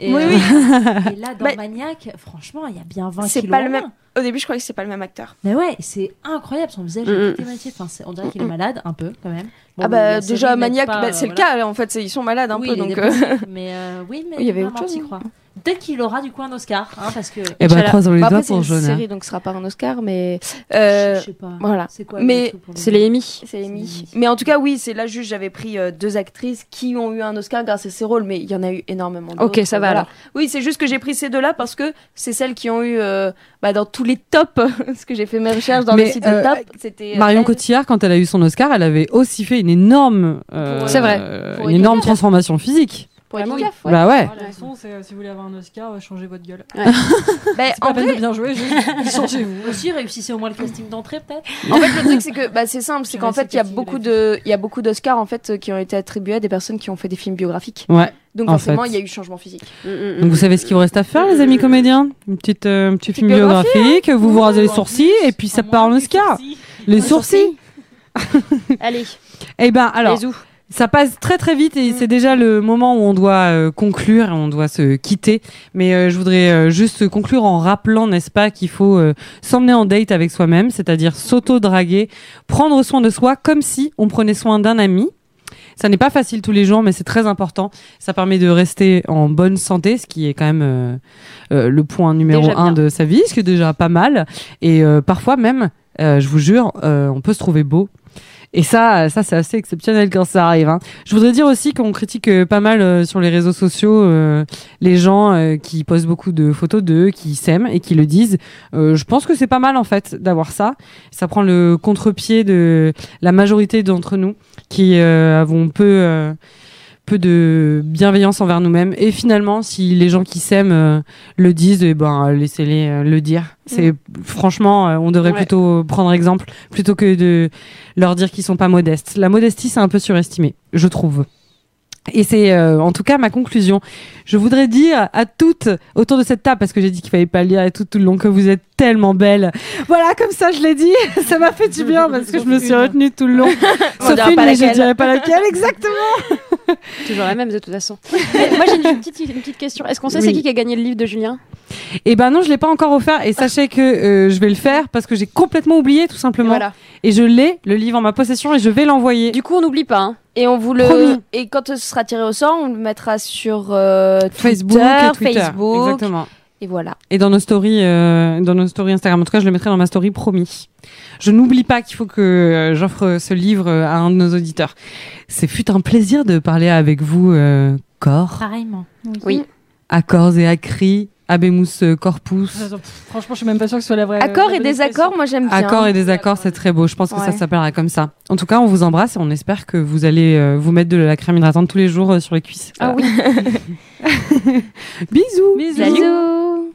F: et,
C: Oui,
F: euh, et là, dans
C: Mais-
F: Maniac, franchement, il y a bien 20
C: C'est
F: kilos
C: pas
F: en
C: le
F: moins.
C: même- Au début, je croyais que c'était pas le même acteur.
F: Mais ouais, c'est incroyable, son visage
A: Mm,
F: est
A: mm.
F: thématique. Enfin, c'est- on dirait qu'il est malade, un peu, quand même.
C: Mm, ah
F: Bon, la
C: bah
F: série
C: déjà
F: n'aide
C: maniaque,
F: pas,
C: bah, c'est
F: euh,
C: le
F: voilà.
C: cas. En fait, c'est- ils sont malades un
F: Oui,
C: peu.
F: il est
C: Donc, euh,
F: dépressif, mais euh, oui, mais
C: il y avait
F: maman,
C: autre chose,
F: t'y
C: non
F: crois. Peut-être qu'il aura du coup un Oscar, hein, parce que
D: Eh ben,
C: Inch'Allah.
D: croisons les
C: bah,
D: doigts
C: après, c'est
D: pour
C: une
D: Jonah.
E: hein.
C: série, donc ce sera pas un Oscar, mais
F: je-
C: euh,
F: je sais pas.
C: voilà.
F: C'est quoi
C: Mais
F: le truc pour le-
A: C'est les Emmy.
C: C'est Amy.
F: Amy.
C: Mais en tout cas, oui, c'est là juste, j'avais pris euh, deux actrices qui ont eu un Oscar grâce à ces rôles, mais il y en a eu énormément d'autres.
A: Ok, ça va alors.
C: Oui, c'est juste que j'ai pris ces deux-là parce que c'est celles qui ont eu euh, bah, dans tous les tops, [laughs] parce que j'ai fait mes recherches dans
D: Mais,
C: les sites
D: euh,
C: de top. C'était euh,
D: Marion
C: elle.
D: Cotillard, quand elle a eu son Oscar, elle avait aussi fait une énorme, euh,
C: Pour, C'est vrai.
D: euh,
C: Pour
D: une
C: Edith
D: énorme
C: Piaf.
D: transformation physique.
C: Pour Edith
A: Vraiment,
C: Piaf, ouais.
D: Bah ouais.
E: Ah, la leçon, c'est euh, si vous voulez avoir un Oscar, euh, changez votre gueule.
C: Bah,
E: C'est pas
C: en
E: la peine
C: vrai,
E: de bien jouer, juste [laughs] changez-vous.
F: [laughs] Aussi, réussissez au moins le casting d'entrée, peut-être.
C: En fait, le truc, c'est que bah, c'est simple, c'est
E: Je
C: qu'en
E: reste
C: fait, il y a
E: captive de
C: beaucoup
E: la
C: de, il y a beaucoup d'Oscars en fait euh, qui ont été attribués à des personnes qui ont fait des films biographiques.
D: Ouais.
C: Donc
D: En
C: forcément,
D: fait.
C: il y a eu changement physique.
A: Mm,
D: Donc vous savez ce qu'il vous reste à faire, les amis comédiens Une petite, euh, un petit film
C: biographie, hein. Mmh.
D: biographique, vous vous rasez les
F: En
D: sourcils
F: plus,
D: et puis ça
F: en
D: part en
F: moins, les
D: Oscar.
F: sourcils.
D: Les sourcils.
F: [laughs]
A: Allez,
D: Eh ben alors,
A: bisous.
D: ça passe très très vite et c'est déjà le moment où on doit euh, conclure et on doit se quitter. Mais euh, je voudrais euh, juste conclure en rappelant, n'est-ce pas, qu'il faut euh, s'emmener en date avec soi-même, c'est-à-dire s'auto-draguer, prendre soin de soi comme si on prenait soin d'un ami. Ça n'est pas facile tous les jours, mais c'est très important. Ça permet de rester en bonne santé, ce qui est quand même euh, euh, le point numéro
C: Déjà
D: un de sa vie, ce qui est déjà pas mal. Et euh, parfois même, euh, je vous jure, euh, on peut se trouver beau. Et ça, ça c'est assez exceptionnel quand ça arrive. hein. Je voudrais dire aussi qu'on critique euh, pas mal euh, sur les réseaux sociaux euh, les gens euh, qui postent beaucoup de photos d'eux, qui s'aiment et qui le disent. Euh, je pense que c'est pas mal en fait d'avoir ça. Ça prend le contre-pied de la majorité d'entre nous qui euh, avons peu euh, peu de bienveillance envers nous-mêmes. Et finalement, si les gens qui s'aiment euh, le disent, eh ben laissez-les euh, le dire. C'est franchement, euh, on devrait
A: Ouais.
D: plutôt prendre exemple plutôt que de leur dire qu'ils sont pas modestes. La modestie, c'est un peu surestimé, je trouve. Et c'est euh, en tout cas ma conclusion. Je voudrais dire à toutes autour de cette table, parce que j'ai dit qu'il fallait pas le dire et tout, tout le long, que vous êtes tellement belles. Voilà, comme ça je l'ai dit, [laughs] ça m'a fait du bien parce que je me suis retenue tout le long.
C: On
D: Sauf
C: dira
D: une,
C: pas
D: mais je
C: laquelle.
D: dirais pas laquelle, exactement.
A: Toujours la même de toute
C: [laughs]
A: façon. Mais Moi j'ai une petite, une petite question. Est-ce qu'on sait
D: Oui.
A: c'est qui qui a gagné le livre de Julien
D: Et ben non, je l'ai pas encore offert et sachez que euh, je vais le faire parce que j'ai complètement oublié tout
A: Et
D: simplement. Et,
A: Voilà.
D: je l'ai, le livre en ma possession et je vais l'envoyer.
A: Du coup on n'oublie pas. hein.
C: Et on vous le,
D: Promis.
C: et quand euh, ce sera tiré au sort, on le mettra sur euh,
D: Facebook
C: Twitter,
D: et Twitter.
C: Facebook.
D: Exactement.
C: Et voilà.
D: Et dans nos stories, euh, dans nos stories Instagram. En tout cas, je le mettrai dans ma story, promis. Je n'oublie pas qu'il faut que euh, j'offre ce livre euh, à un de nos auditeurs. C'est fut un plaisir de parler avec vous, euh, corps,
F: Pareillement.
A: Oui.
D: à corps et à cri, abemus corpus.
E: Attends, pff, Franchement, je suis même pas sûre que ce soit la vraie.
C: Accords
E: la
C: et
E: bonne
C: désaccords, moi j'aime bien.
D: Accord et désaccord, c'est très beau. Je pense que ça
C: Ouais.
D: s'appellera comme ça. En tout cas, on vous embrasse et on espère que vous allez euh, vous mettre de la crème hydratante tous les jours euh, sur les cuisses.
A: Ah
D: Voilà. [laughs] Bisous.
C: Bisous.